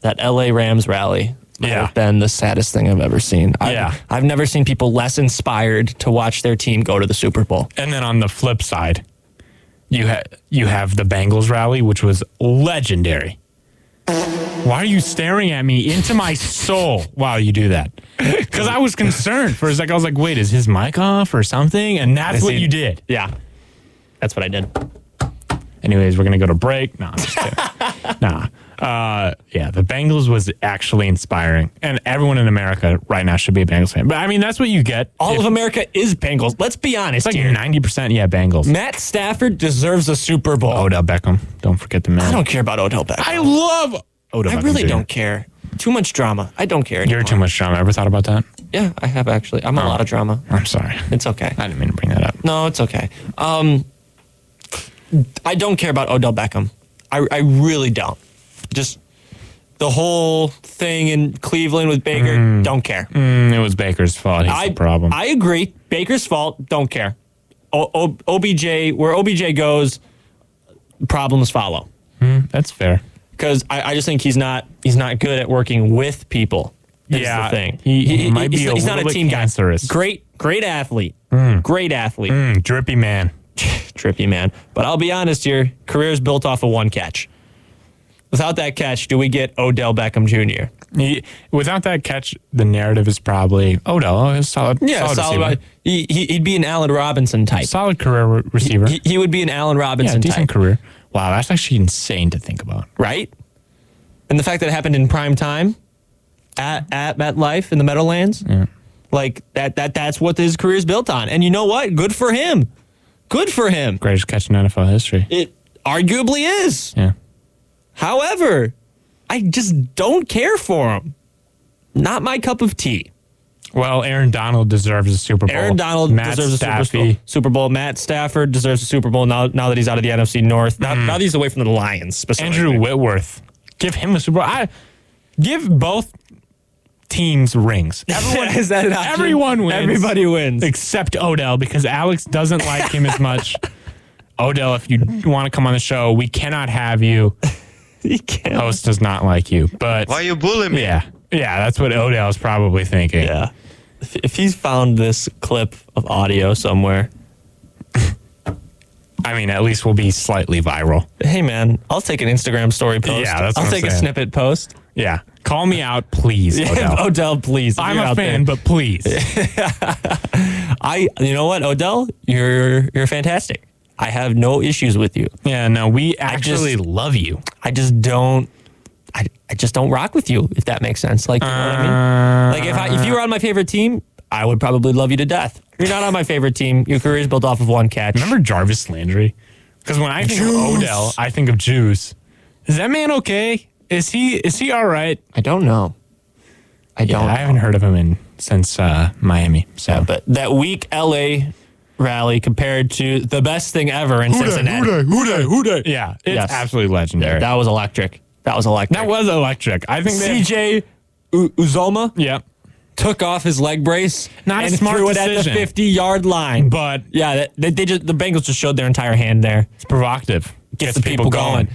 Speaker 2: That LA Rams rally might
Speaker 3: Yeah.
Speaker 2: have been the saddest thing I've ever seen. I've,
Speaker 3: Yeah.
Speaker 2: I've never seen people less inspired to watch their team go to the Super Bowl.
Speaker 3: And then on the flip side, You ha- you have the Bengals rally, which was legendary. Why are you staring at me into my soul while you do that? Because I was concerned for a second. I was like, "Wait, is his mic off or something?" And that's
Speaker 2: Is
Speaker 3: what
Speaker 2: he-
Speaker 3: you did.
Speaker 2: Yeah. That's what I did.
Speaker 3: Anyways, we're gonna go to break. No, I'm just kidding. nah. Uh, yeah, the Bengals was actually inspiring, and everyone in America right now should be a Bengals fan. But I mean, that's what you get.
Speaker 2: All
Speaker 3: if-
Speaker 2: of America is Bengals. Let's be honest
Speaker 3: it's like
Speaker 2: here.
Speaker 3: ninety percent. Yeah, Bengals.
Speaker 2: Matt Stafford deserves a Super Bowl.
Speaker 3: Odell Beckham. Don't forget the man.
Speaker 2: I don't care about Odell Beckham.
Speaker 3: Oh. I love Odell.
Speaker 2: I
Speaker 3: Beckham
Speaker 2: really
Speaker 3: Jr..
Speaker 2: don't care. Too much drama. I don't care.
Speaker 3: You're
Speaker 2: anymore.
Speaker 3: too much drama. Ever thought about that?
Speaker 2: Yeah, I have actually. I'm a lot of drama.
Speaker 3: I'm sorry.
Speaker 2: It's okay.
Speaker 3: I didn't mean to bring that up.
Speaker 2: No, it's okay. Um, I don't care about Odell Beckham. I, I really don't. Just the whole thing in Cleveland with Baker, don't care.
Speaker 3: Mm, it was Baker's fault. He's
Speaker 2: I
Speaker 3: the problem.
Speaker 2: I agree. Baker's fault. Don't care. O, o, OBJ, where OBJ goes, problems follow.
Speaker 3: That's fair.
Speaker 2: Because I, I just think he's not he's not good at working with people. Is
Speaker 3: Yeah,
Speaker 2: the thing.
Speaker 3: he- he might
Speaker 2: he's,
Speaker 3: be a
Speaker 2: he's not a
Speaker 3: little bit
Speaker 2: team guy.
Speaker 3: cancerous.
Speaker 2: Great, great athlete. Great athlete.
Speaker 3: Mm, drippy man.
Speaker 2: trippy man. But I'll be honest here, career's built off of one catch. Without that catch, do we get Odell Beckham Jr.?
Speaker 3: He, without that catch, the narrative is probably Odell is solid. solid,
Speaker 2: solid.
Speaker 3: receiver.
Speaker 2: he, he- he'd be an Allen Robinson type.
Speaker 3: solid career re- receiver.
Speaker 2: He, he would be an Allen
Speaker 3: yeah,
Speaker 2: Robinson
Speaker 3: decent
Speaker 2: type,
Speaker 3: career. Wow, that's actually insane to think about.
Speaker 2: right? And the fact that it happened in prime time at at MetLife in the Meadowlands, like that that that's what his career's built on. And you know what? Good for him. Good for him.
Speaker 3: Greatest catch in NFL history.
Speaker 2: It arguably is.
Speaker 3: Yeah.
Speaker 2: However, I just don't care for him. Not my cup of tea.
Speaker 3: Well, Aaron Donald deserves a Super Bowl.
Speaker 2: Aaron Donald
Speaker 3: Matt
Speaker 2: deserves a Super Bowl.
Speaker 3: Staffy.
Speaker 2: Super Bowl. Matt Stafford deserves a Super Bowl now, now that he's out of the NFC North. Now, now that he's away from the Lions specifically.
Speaker 3: Andrew Whitworth. Give him a Super Bowl. I give both teams rings.
Speaker 2: Everyone is that an option?
Speaker 3: Everyone wins.
Speaker 2: Everybody wins.
Speaker 3: except Odell because Alex doesn't like him as much. Odell, if you want to come on the show, we cannot have you.
Speaker 2: He can't.
Speaker 3: Host does not like you, but
Speaker 4: Why you bullying me?
Speaker 3: yeah, yeah, that's what Odell's probably thinking.
Speaker 2: Yeah. If, if he's found this clip of audio somewhere,
Speaker 3: I mean, at least we'll be slightly viral.
Speaker 2: hey man, I'll take an Instagram story post.
Speaker 3: Yeah, that's
Speaker 2: I'll
Speaker 3: what I'm
Speaker 2: take a
Speaker 3: saying.
Speaker 2: snippet post.
Speaker 3: Yeah, call me out, please, Odell.
Speaker 2: Odell, please. if
Speaker 3: I'm
Speaker 2: you're
Speaker 3: a
Speaker 2: out there.
Speaker 3: fan, but please.
Speaker 2: I you know what, Odell, you're you're fantastic. I have no issues with you.
Speaker 3: yeah, no, we
Speaker 2: just-
Speaker 3: actually love you.
Speaker 2: I just don't I, I just don't rock with you if that makes sense. Like you know what I mean? Like if I if you were on my favorite team, I would probably love you to death. You're not on my favorite team. Your career is built off of one catch.
Speaker 3: Remember Jarvis Landry? Because when I think of Odell, I think of Juice. Is that man okay? Is he is he all right?
Speaker 2: I don't know. I
Speaker 3: Yeah,
Speaker 2: don't
Speaker 3: I haven't heard of him in since uh, Miami. So,
Speaker 2: know. But that weak LA rally compared to the best thing ever in Cincinnati.
Speaker 3: yeah, it's
Speaker 2: Yes.
Speaker 3: absolutely legendary.
Speaker 2: That was electric. That was electric.
Speaker 3: That was electric. I think they.
Speaker 2: CJ U- Uzoma
Speaker 3: Yeah,
Speaker 2: took off his leg brace
Speaker 3: Not a
Speaker 2: and
Speaker 3: smart
Speaker 2: threw it at the
Speaker 3: decision.
Speaker 2: 50 yard line.
Speaker 3: but
Speaker 2: yeah, that- they, they just the Bengals just showed their entire hand there.
Speaker 3: it's provocative.
Speaker 2: Gets, the people, going.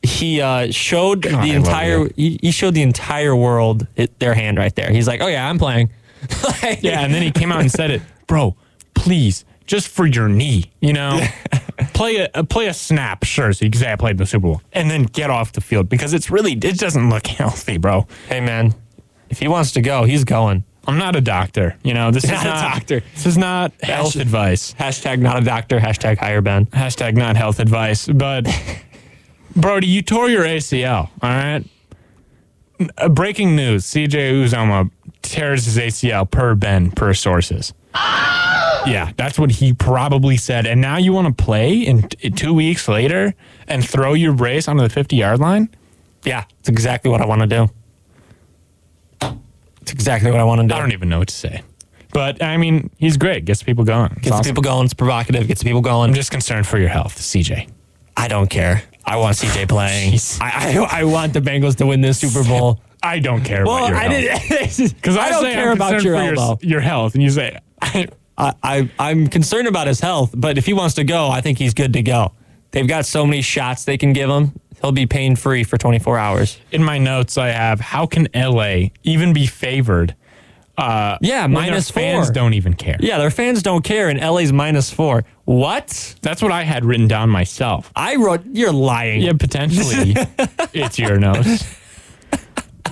Speaker 2: He uh, showed
Speaker 3: I love
Speaker 2: the entire
Speaker 3: you.
Speaker 2: he, he showed the entire world it, their hand right there. He's like, "Oh yeah, I'm playing." Like-
Speaker 3: Yeah, and then he came out and said it, bro. Please, just for your knee, you know, play a uh, play a snap, sure, so you can say I played in the Super Bowl, and then get off the field because it's really it doesn't look healthy, bro.
Speaker 2: hey man, if he wants to go, he's going.
Speaker 3: I'm not a doctor, you know. This is
Speaker 2: Not a doctor.
Speaker 3: This is not health
Speaker 2: Actually-
Speaker 3: advice.
Speaker 2: Hashtag not a doctor. Hashtag hire Ben.
Speaker 3: Hashtag not health advice, but Brody, you tore your ACL. All right. N- uh, breaking news: CJ Uzoma tears his ACL per Ben per sources. Yeah, that's what he probably said. And now you want to play in t- two weeks later and throw your brace onto the fifty-yard line?
Speaker 2: Yeah, it's exactly what I want to do. It's exactly what I want to do.
Speaker 3: I don't even know what to say. But I mean, he's great. Gets people going. It's
Speaker 2: gets the
Speaker 3: awesome.
Speaker 2: people going. It's provocative. Gets the people going.
Speaker 3: I'm just concerned for your health, CJ.
Speaker 2: I don't care. I want CJ playing.
Speaker 3: Jeez.
Speaker 2: I, I I want the Bengals to win this Super Bowl.
Speaker 3: I don't care about your health.
Speaker 2: didn't.
Speaker 3: Because I,
Speaker 2: don't
Speaker 3: say
Speaker 2: care
Speaker 3: I'm
Speaker 2: about
Speaker 3: concerned
Speaker 2: your
Speaker 3: for
Speaker 2: elbow.
Speaker 3: Your, health, and you say,
Speaker 2: I, I I'm concerned about his health, but if he wants to go, I think he's good to go. They've got so many shots they can give him. He'll be pain free for 24 hours.
Speaker 3: in my notes, I have how can LA even be favored uh,
Speaker 2: Yeah,
Speaker 3: when their
Speaker 2: minus four.
Speaker 3: Fans don't even care.
Speaker 2: Yeah, their fans don't care, and LA's minus four. What?
Speaker 3: That's what I had written down myself.
Speaker 2: I wrote, you're lying.
Speaker 3: Yeah, potentially it's your nose.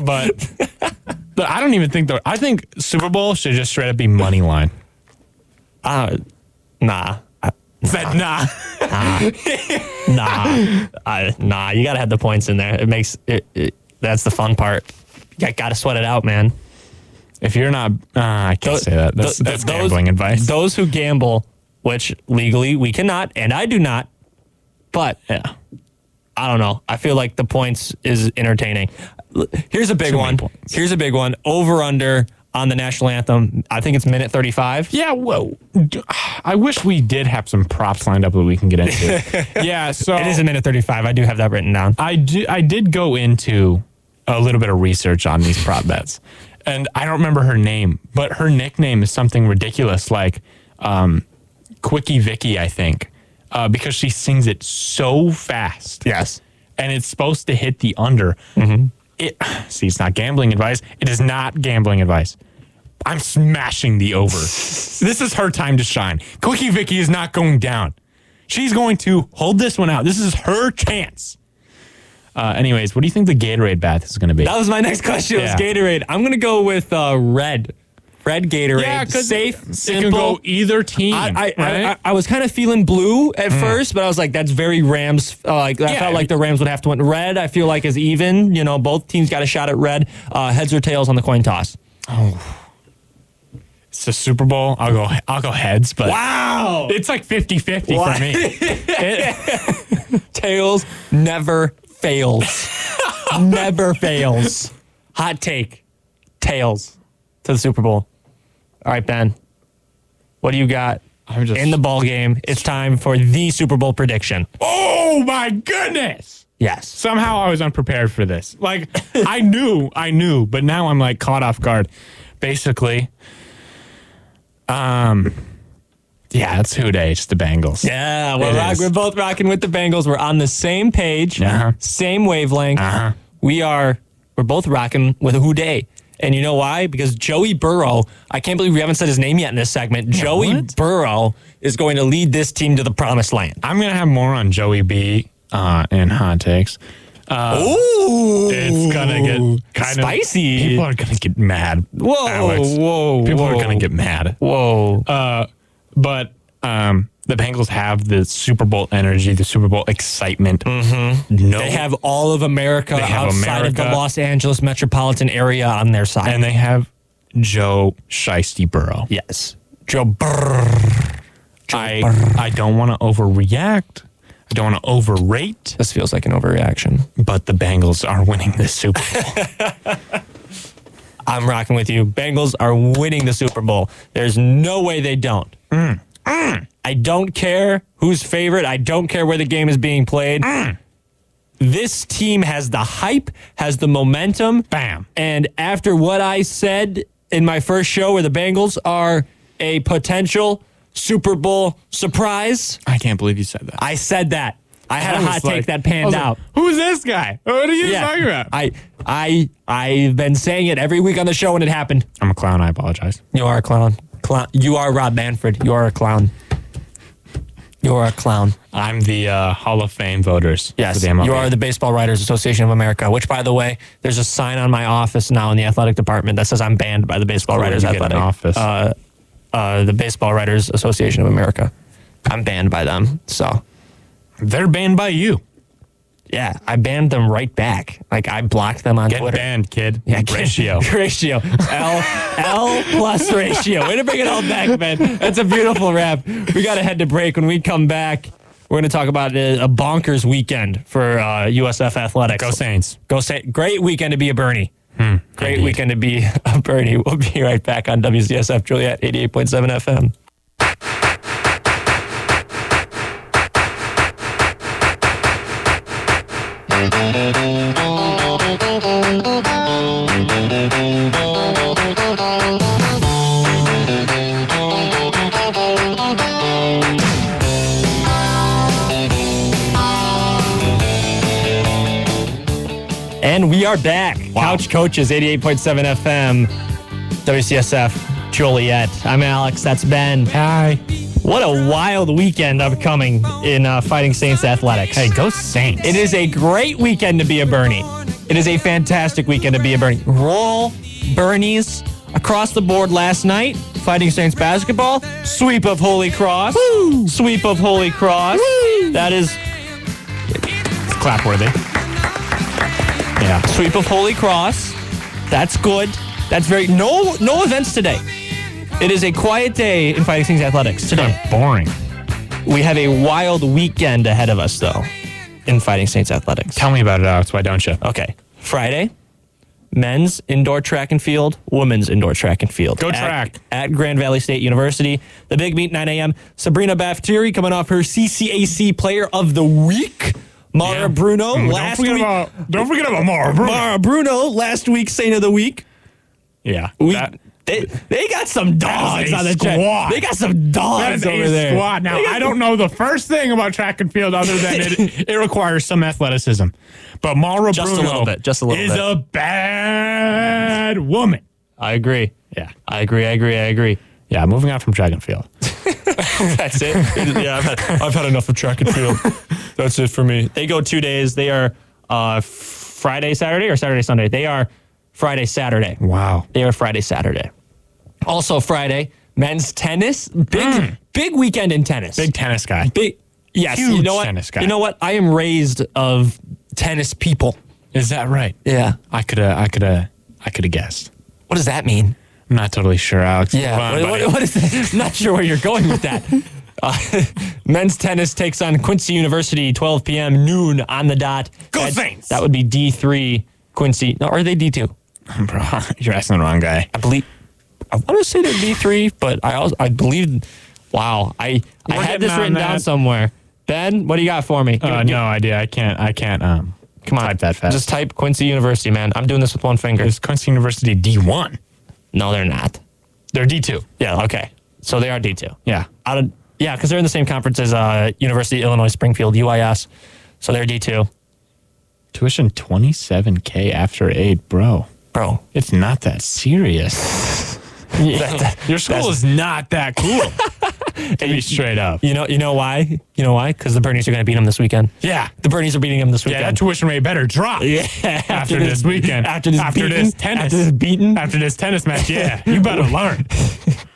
Speaker 3: But, but I don't even think though. I think Super Bowl should just straight up be money line.
Speaker 2: Uh, nah. Uh,
Speaker 3: That nah.
Speaker 2: Nah. uh, nah, you got to have the points in there. It makes it, it that's the fun part. You got to sweat it out, man.
Speaker 3: If you're not, uh, I can't
Speaker 2: Tho-
Speaker 3: say that. That's,
Speaker 2: tho-
Speaker 3: that's
Speaker 2: those-
Speaker 3: gambling advice.
Speaker 2: Those who gamble, which legally we cannot, and I do not, but
Speaker 3: yeah.
Speaker 2: I don't know. I feel like the points is entertaining. L- Here's a big
Speaker 3: Too many
Speaker 2: one.
Speaker 3: points.
Speaker 2: Here's a big one. Over under on the national anthem. I think it's minute 35.
Speaker 3: Yeah, whoa. D- I wish we did have some props lined up that we can get into. yeah, so
Speaker 2: It is a minute 35. I do have that written down.
Speaker 3: I do. I did go into a little bit of research on these prop bets, and I don't remember her name, but her nickname is something ridiculous like um, "Quickie Vicky," I think, uh, because she sings it so fast.
Speaker 2: Yes.
Speaker 3: and it's supposed to hit the under.
Speaker 2: Mm-hmm.
Speaker 3: It see, it's not gambling advice. It is not gambling advice. I'm smashing the over. this is her time to shine. Quickie Vicky is not going down. She's going to hold this one out. This is her chance. Uh, anyways, what do you think the Gatorade bath is going to be?
Speaker 2: That was my next question. Was
Speaker 3: Yeah.
Speaker 2: Gatorade? I'm gonna go with uh, red. Red Gatorade. safe,
Speaker 3: It can
Speaker 2: simple.
Speaker 3: go either team.
Speaker 2: I, I,
Speaker 3: right? Mm.
Speaker 2: I, I, I was kind of feeling blue at first, but I was like, that's very Rams. Uh, like, I
Speaker 3: Yeah.
Speaker 2: felt like the Rams would have to win. Red, I feel like, is even. You know, both teams got a shot at red. Uh, heads or tails on the coin toss.
Speaker 3: it's the Super Bowl. I'll go. I'll go heads. But
Speaker 2: Wow.
Speaker 3: it's like 50-50
Speaker 2: Why?
Speaker 3: for me. It-
Speaker 2: Tails never fails. never fails. Hot take. Tails to the Super Bowl. All right, Ben. What do you got?
Speaker 3: I'm just
Speaker 2: in the ball game. It's time for the Super Bowl prediction.
Speaker 3: Oh my goodness.
Speaker 2: Yes.
Speaker 3: somehow I was unprepared for this. Like I knew, I knew, but now I'm like caught off guard. Basically, um, yeah, it's who day. It's the Bengals.
Speaker 2: Yeah, we're,
Speaker 3: It
Speaker 2: rock,
Speaker 3: is.
Speaker 2: we're both rocking with the Bengals. We're on the same page,
Speaker 3: Uh-huh.
Speaker 2: same wavelength.
Speaker 3: Uh-huh.
Speaker 2: We are we're both rocking with a who day. And you know why? Because Joey Burrow, I can't believe we haven't said his name yet in this segment. Joey
Speaker 3: what?
Speaker 2: Burrow is going to lead this team to the promised land.
Speaker 3: I'm gonna have more on Joey B uh, in hot takes.
Speaker 2: Ooh.
Speaker 3: It's gonna get kind
Speaker 2: Spicy.
Speaker 3: Of, people are gonna get mad.
Speaker 2: Whoa,
Speaker 3: Alex.
Speaker 2: whoa,
Speaker 3: People are
Speaker 2: whoa.
Speaker 3: gonna get mad. Uh,
Speaker 2: Whoa.
Speaker 3: but um, the Bengals have the Super Bowl energy, the Super Bowl excitement. Mm-hmm. No,
Speaker 2: they have all of America
Speaker 3: have
Speaker 2: outside of the
Speaker 3: America.
Speaker 2: Los Angeles metropolitan area on their side.
Speaker 3: and they have Joe Shiesty Burrow.
Speaker 2: yes. Joe Burrow.
Speaker 3: I I don't want to overreact. I don't want to overrate.
Speaker 2: This feels like an overreaction.
Speaker 3: But the Bengals are winning this Super Bowl.
Speaker 2: I'm rocking with you. Bengals are winning the Super Bowl. There's no way they don't. I don't care who's favorite. I don't care where the game is being played. This team has the hype, has the momentum.
Speaker 3: Bam.
Speaker 2: And after what I said in my first show, where the Bengals are a potential Super Bowl surprise,
Speaker 3: I can't believe you said that.
Speaker 2: I said that. I had a
Speaker 3: was
Speaker 2: hot
Speaker 3: like-
Speaker 2: take that
Speaker 3: I
Speaker 2: panned
Speaker 3: was like,
Speaker 2: out.
Speaker 3: Who's this guy? What are you talking about? I,
Speaker 2: I I I've been saying it every week on the show, and it happened.
Speaker 3: am a clown. I apologize.
Speaker 2: You are a clown. clown. You are Rob Manfred. You are a clown. You are a clown.
Speaker 3: I'm the uh, Hall of Fame voters.
Speaker 2: Yes,
Speaker 3: for the MLB.
Speaker 2: you are the Baseball Writers Association of America. Which, by the way, there's a sign on my office now in the athletic department that says I'm banned by the Baseball
Speaker 3: Where
Speaker 2: Writers
Speaker 3: Oh, you get an office?
Speaker 2: Athletic Uh, uh, the Baseball Writers Association of America. I'm banned by them. So
Speaker 3: They're banned by you.
Speaker 2: yeah, I banned them right back. Like I blocked them on
Speaker 3: Get
Speaker 2: Twitter.
Speaker 3: banned, kid.
Speaker 2: Yeah, kid.
Speaker 3: Ratio.
Speaker 2: ratio. L L plus ratio. Way to bring it all back, man. That's a beautiful wrap. We got to head to break. When we come back, we're going to talk about a, a bonkers weekend for uh, USF athletics.
Speaker 3: Go Hmm, Saints.
Speaker 2: Go say. Great weekend to be a Bernie. Great weekend to be a Bernie. We'll be right back on WCSF Juliet 88.7 FM. And we are back. Couch Coaches 88.7 FM. WCSF Joliet. I'm Alex. That's Ben.
Speaker 3: Hi.
Speaker 2: What a wild weekend upcoming in uh, Fighting Saints athletics.
Speaker 3: Hey, go Saints.
Speaker 2: It is a great weekend to be a Bernie. It is a fantastic weekend to be a Bernie. Roll Bernies across the board last night. Fighting Saints basketball. Sweep of Holy Cross. Sweep of Holy Cross. That is
Speaker 3: clap worthy. Yeah.
Speaker 2: sweep of Holy Cross. That's good. That's very no no events today. It is a quiet day in Fighting Saints athletics today.
Speaker 3: Kind of boring.
Speaker 2: We have a wild weekend ahead of us though in Fighting Saints athletics.
Speaker 3: Tell me about it, Alex. Why don't you?
Speaker 2: Okay. Friday, men's indoor track and field, women's indoor track and field.
Speaker 3: Go
Speaker 2: At-
Speaker 3: track.
Speaker 2: At, Grand Valley State University. The big meet, 9 a.m. Sabrina Baftiri coming off her CCAC Player of the Week. Mara Bruno
Speaker 3: Mm, don't
Speaker 2: last
Speaker 3: forget
Speaker 2: week.
Speaker 3: about don't forget about Mara Bruno.
Speaker 2: Mara Bruno last week, Saint of the Week.
Speaker 3: Yeah.
Speaker 2: We,
Speaker 3: That-
Speaker 2: they, they got some dogs
Speaker 3: a
Speaker 2: on the track.
Speaker 3: squad.
Speaker 2: They got some
Speaker 3: that
Speaker 2: dogs
Speaker 3: is
Speaker 2: over
Speaker 3: a
Speaker 2: there.
Speaker 3: squad. Now
Speaker 2: They got
Speaker 3: I don't know the first thing about track and field other than it, it requires some athleticism. But Mara
Speaker 2: Just a
Speaker 3: Bruno
Speaker 2: little bit, just a little
Speaker 3: is
Speaker 2: bit.
Speaker 3: a bad woman.
Speaker 2: I agree.
Speaker 3: Yeah.
Speaker 2: I agree. I agree. I agree.
Speaker 3: Yeah, moving on from track and field.
Speaker 2: That's it. yeah, I've had, I've had enough of track and field. That's it for me. They go two days. They are uh, Friday, Saturday, or Saturday, Sunday. They are Friday, Saturday.
Speaker 3: Wow.
Speaker 2: They are Friday, Saturday. Also Friday, men's tennis. Big, big weekend in tennis.
Speaker 3: Big tennis guy.
Speaker 2: Mm. big. Yes, you
Speaker 3: Huge
Speaker 2: know what?
Speaker 3: tennis guy.
Speaker 2: You know what? I am raised of tennis people.
Speaker 3: Is that right?
Speaker 2: Yeah.
Speaker 3: I could have I could have I could have guessed.
Speaker 2: What does that mean?
Speaker 3: I'm not totally sure, Alex.
Speaker 2: Yeah.
Speaker 3: Come on,
Speaker 2: what,
Speaker 3: buddy.
Speaker 2: what- what is that? Not sure where you're going with that. Uh, men's tennis takes on Quincy University, 12 p.m. noon on the dot.
Speaker 3: Go
Speaker 2: That-
Speaker 3: Saints!
Speaker 2: That would be D3 Quincy. No, are they D2?
Speaker 3: Bro, you're asking the wrong guy.
Speaker 2: I believe. I want to say they're D3, but I also I believe. Wow, I I
Speaker 3: We're getting
Speaker 2: had this
Speaker 3: on
Speaker 2: written down
Speaker 3: that.
Speaker 2: somewhere. Ben, what do you got for me? Give
Speaker 3: Uh,
Speaker 2: me- give-
Speaker 3: no idea. I can't. I can't. Um,
Speaker 2: come on,
Speaker 3: type that fast.
Speaker 2: Just type Quincy University, man. I'm doing this with one finger.
Speaker 3: it's Quincy University D one.
Speaker 2: No, they're not.
Speaker 3: They're D two.
Speaker 2: Yeah, okay. So they are D2.
Speaker 3: Yeah.
Speaker 2: out of yeah, because they're in the same conference as uh, University of Illinois Springfield UIS, so they're D two.
Speaker 3: Tuition twenty seven k after eight, bro.
Speaker 2: Bro,
Speaker 3: It's not that serious. Your school is not that cool. to be straight up.
Speaker 2: you know you know why? You know why? Because the Bernies are going to beat them this weekend.
Speaker 3: Yeah.
Speaker 2: The Bernies are beating them this
Speaker 3: Yeah, that
Speaker 2: weekend.
Speaker 3: tuition rate better drop.
Speaker 2: after,
Speaker 3: After this weekend.
Speaker 2: after this
Speaker 3: After
Speaker 2: beating,
Speaker 3: this tennis.
Speaker 2: after this beating,
Speaker 3: After this tennis match, yeah, you better learn.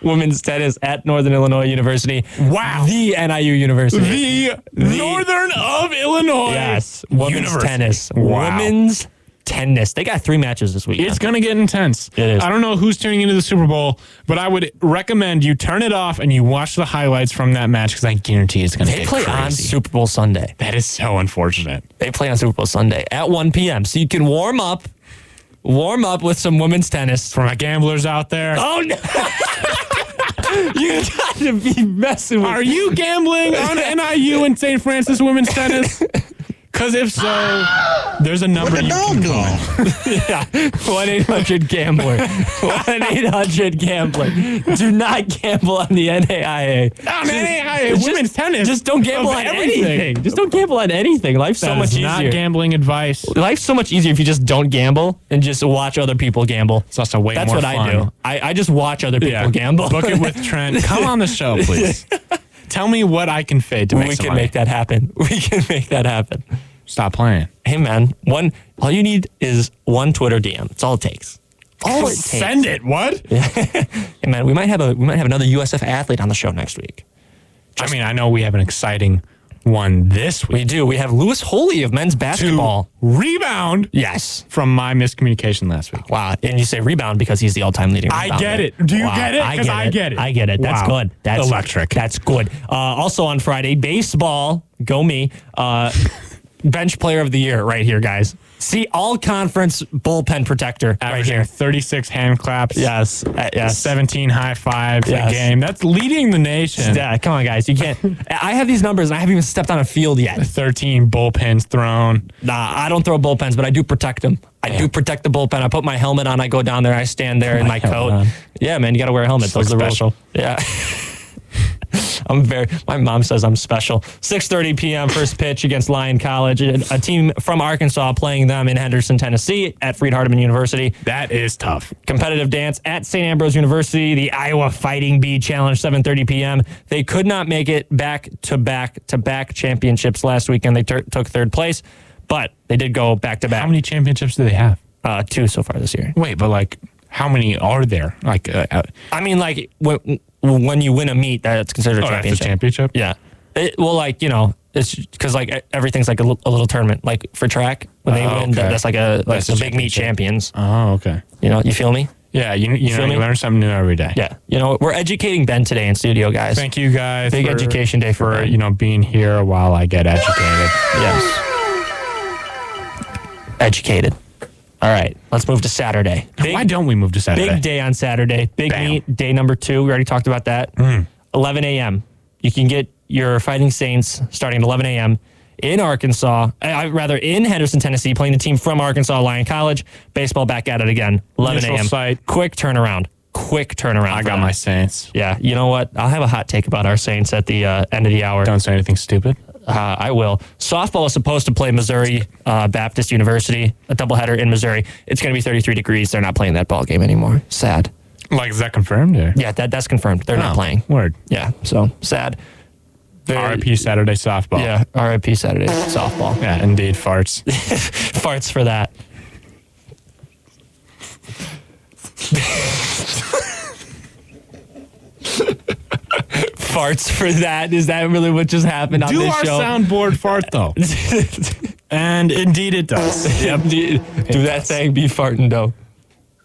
Speaker 2: women's tennis at Northern Illinois University,
Speaker 3: Wow.
Speaker 2: the NIU University.
Speaker 3: The, Northern of Illinois.
Speaker 2: yes, women's
Speaker 3: University.
Speaker 2: tennis,
Speaker 3: Wow.
Speaker 2: women's tennis. They got three matches this weekend.
Speaker 3: It's going to get intense.
Speaker 2: It is.
Speaker 3: I don't know who's tuning into the Super Bowl, but I would recommend you turn it off and you watch the highlights from that match because I guarantee it's going to
Speaker 2: they
Speaker 3: get
Speaker 2: play
Speaker 3: crazy.
Speaker 2: on Super Bowl Sunday.
Speaker 3: that is so unfortunate.
Speaker 2: They play on Super Bowl Sunday at 1 p.m. So you can warm up, warm up with some women's tennis.
Speaker 3: For my gamblers out there,
Speaker 2: Oh no! you got to be messing with.
Speaker 3: are you gambling on NIU and St. Francis women's tennis? Because if so, there's a number you can call.
Speaker 2: One eight hundred gambler. One eight hundred gambler. Do not gamble on the NAIA.
Speaker 3: On NAIA
Speaker 2: Just-
Speaker 3: women's tennis
Speaker 2: Just don't gamble
Speaker 3: of
Speaker 2: on
Speaker 3: everything.
Speaker 2: anything. Just don't gamble on anything. Life's so
Speaker 3: That
Speaker 2: much
Speaker 3: is not
Speaker 2: easier.
Speaker 3: gambling advice.
Speaker 2: Life's so much easier if you just don't gamble and just watch other people gamble.
Speaker 3: It's also way
Speaker 2: That's
Speaker 3: more
Speaker 2: what I
Speaker 3: fun.
Speaker 2: do. I, I just watch other people gamble.
Speaker 3: Book it with Trent. Come on the show, please. Tell me what I can fade to make
Speaker 2: we
Speaker 3: some
Speaker 2: can
Speaker 3: money.
Speaker 2: make that happen. We can make that happen.
Speaker 3: Stop playing.
Speaker 2: Hey man, one all you need is one Twitter DM. That's all it takes. All it takes.
Speaker 3: Send it. What?
Speaker 2: Hey man, we might have a we might have another USF athlete on the show next week.
Speaker 3: I mean, I know we have an exciting one this
Speaker 2: We
Speaker 3: week.
Speaker 2: do. We have Lewis Holy of men's
Speaker 3: To
Speaker 2: basketball.
Speaker 3: rebound
Speaker 2: Yes.
Speaker 3: from my miscommunication last week.
Speaker 2: Wow. And you say rebound because he's the all-time leading.
Speaker 3: I
Speaker 2: rebounder.
Speaker 3: get it. Do you
Speaker 2: Wow.
Speaker 3: get it? 'Cause I get it.
Speaker 2: I get it. That's
Speaker 3: Wow.
Speaker 2: good. That's
Speaker 3: Electric.
Speaker 2: That's good. Uh, also on Friday, baseball. Go me. Uh, bench player of the year, right here, guys. See all conference bullpen protector right
Speaker 3: Averaging
Speaker 2: here.
Speaker 3: 36 hand claps.
Speaker 2: Yes. Uh, yes.
Speaker 3: 17 high fives
Speaker 2: Yes.
Speaker 3: a game. That's leading the nation.
Speaker 2: Yeah, come on, guys. You can't. I have these numbers, and I haven't even stepped on a field yet.
Speaker 3: 13 bullpens thrown.
Speaker 2: Nah, I don't throw bullpens, but I do protect them. I do protect the bullpen. I put my helmet on. I go down there. I stand there in my
Speaker 3: helmet
Speaker 2: coat.
Speaker 3: on.
Speaker 2: Yeah, man, you got to wear a helmet.
Speaker 3: look
Speaker 2: Those are the rules.
Speaker 3: special.
Speaker 2: Yeah. I'm very. My mom says I'm special. 6:30 p.m. First pitch against Lyon College, a a team from Arkansas playing them in Henderson, Tennessee, at Freed Hardeman University.
Speaker 3: That is tough.
Speaker 2: competitive dance at St. Ambrose University, the Iowa Fighting Bee Challenge, 7:30 p.m. They could not make it back to back to back championships last weekend. They tur took third place, but they did go back to
Speaker 3: How
Speaker 2: back
Speaker 3: many championships do they have?
Speaker 2: uh, two so far this year.
Speaker 3: Wait, but like, how many are there? Like, uh, uh,
Speaker 2: I mean, like when, when you win a meet, that's considered a
Speaker 3: oh, that's
Speaker 2: championship.
Speaker 3: a championship.
Speaker 2: Yeah. It, well, like you know, it's because like e- everything's like a li- a little tournament. Like for track, when they
Speaker 3: Oh,
Speaker 2: win,
Speaker 3: okay.
Speaker 2: that's like a like
Speaker 3: That's a
Speaker 2: the big meet champions.
Speaker 3: Oh, okay.
Speaker 2: You know, you feel me?
Speaker 3: Yeah, you you, know,
Speaker 2: Feel me?
Speaker 3: you learn something new every day.
Speaker 2: Yeah. You know, we're educating Ben today in studio, guys.
Speaker 3: Thank you guys.
Speaker 2: Big
Speaker 3: for-
Speaker 2: education day for
Speaker 3: for
Speaker 2: Ben.
Speaker 3: you know being here while I get educated.
Speaker 2: Yes. Educated. All right, let's move to Saturday. Big,
Speaker 3: Why don't we move to Saturday?
Speaker 2: big day on Saturday. Big
Speaker 3: Bam. Hmm.
Speaker 2: meet, day number two. We already talked about that. 11 a.m. You can get your Fighting Saints starting at 11 a.m. in Arkansas, eh, I- I- rather in Henderson, Tennessee, playing the team from Arkansas, Lyon College. Baseball back at it again. 11
Speaker 3: Neutral
Speaker 2: a.m.
Speaker 3: site.
Speaker 2: Quick turnaround. Quick turnaround.
Speaker 3: I
Speaker 2: for
Speaker 3: got
Speaker 2: them.
Speaker 3: my Saints.
Speaker 2: Yeah, you know what? I'll have a hot take about our Saints at the uh, end of the hour.
Speaker 3: Don't say anything stupid.
Speaker 2: Uh, I will. Softball is supposed to play Missouri uh, Baptist University, a doubleheader in Missouri. It's going to be 33 degrees. They're not playing that ball game anymore. Sad.
Speaker 3: Like, is that confirmed? Or?
Speaker 2: Yeah, that, that's confirmed. They're not
Speaker 3: Oh,
Speaker 2: playing.
Speaker 3: Word.
Speaker 2: Yeah, so sad. They're-
Speaker 3: RIP Saturday softball.
Speaker 2: Yeah, RIP Saturday softball.
Speaker 3: Yeah, indeed, farts.
Speaker 2: Farts for that. Farts for that. Is that really what just happened on
Speaker 3: Do
Speaker 2: this
Speaker 3: our
Speaker 2: show?
Speaker 3: soundboard fart though, and indeed it does.
Speaker 2: Yep. Do, do that thing be farting though.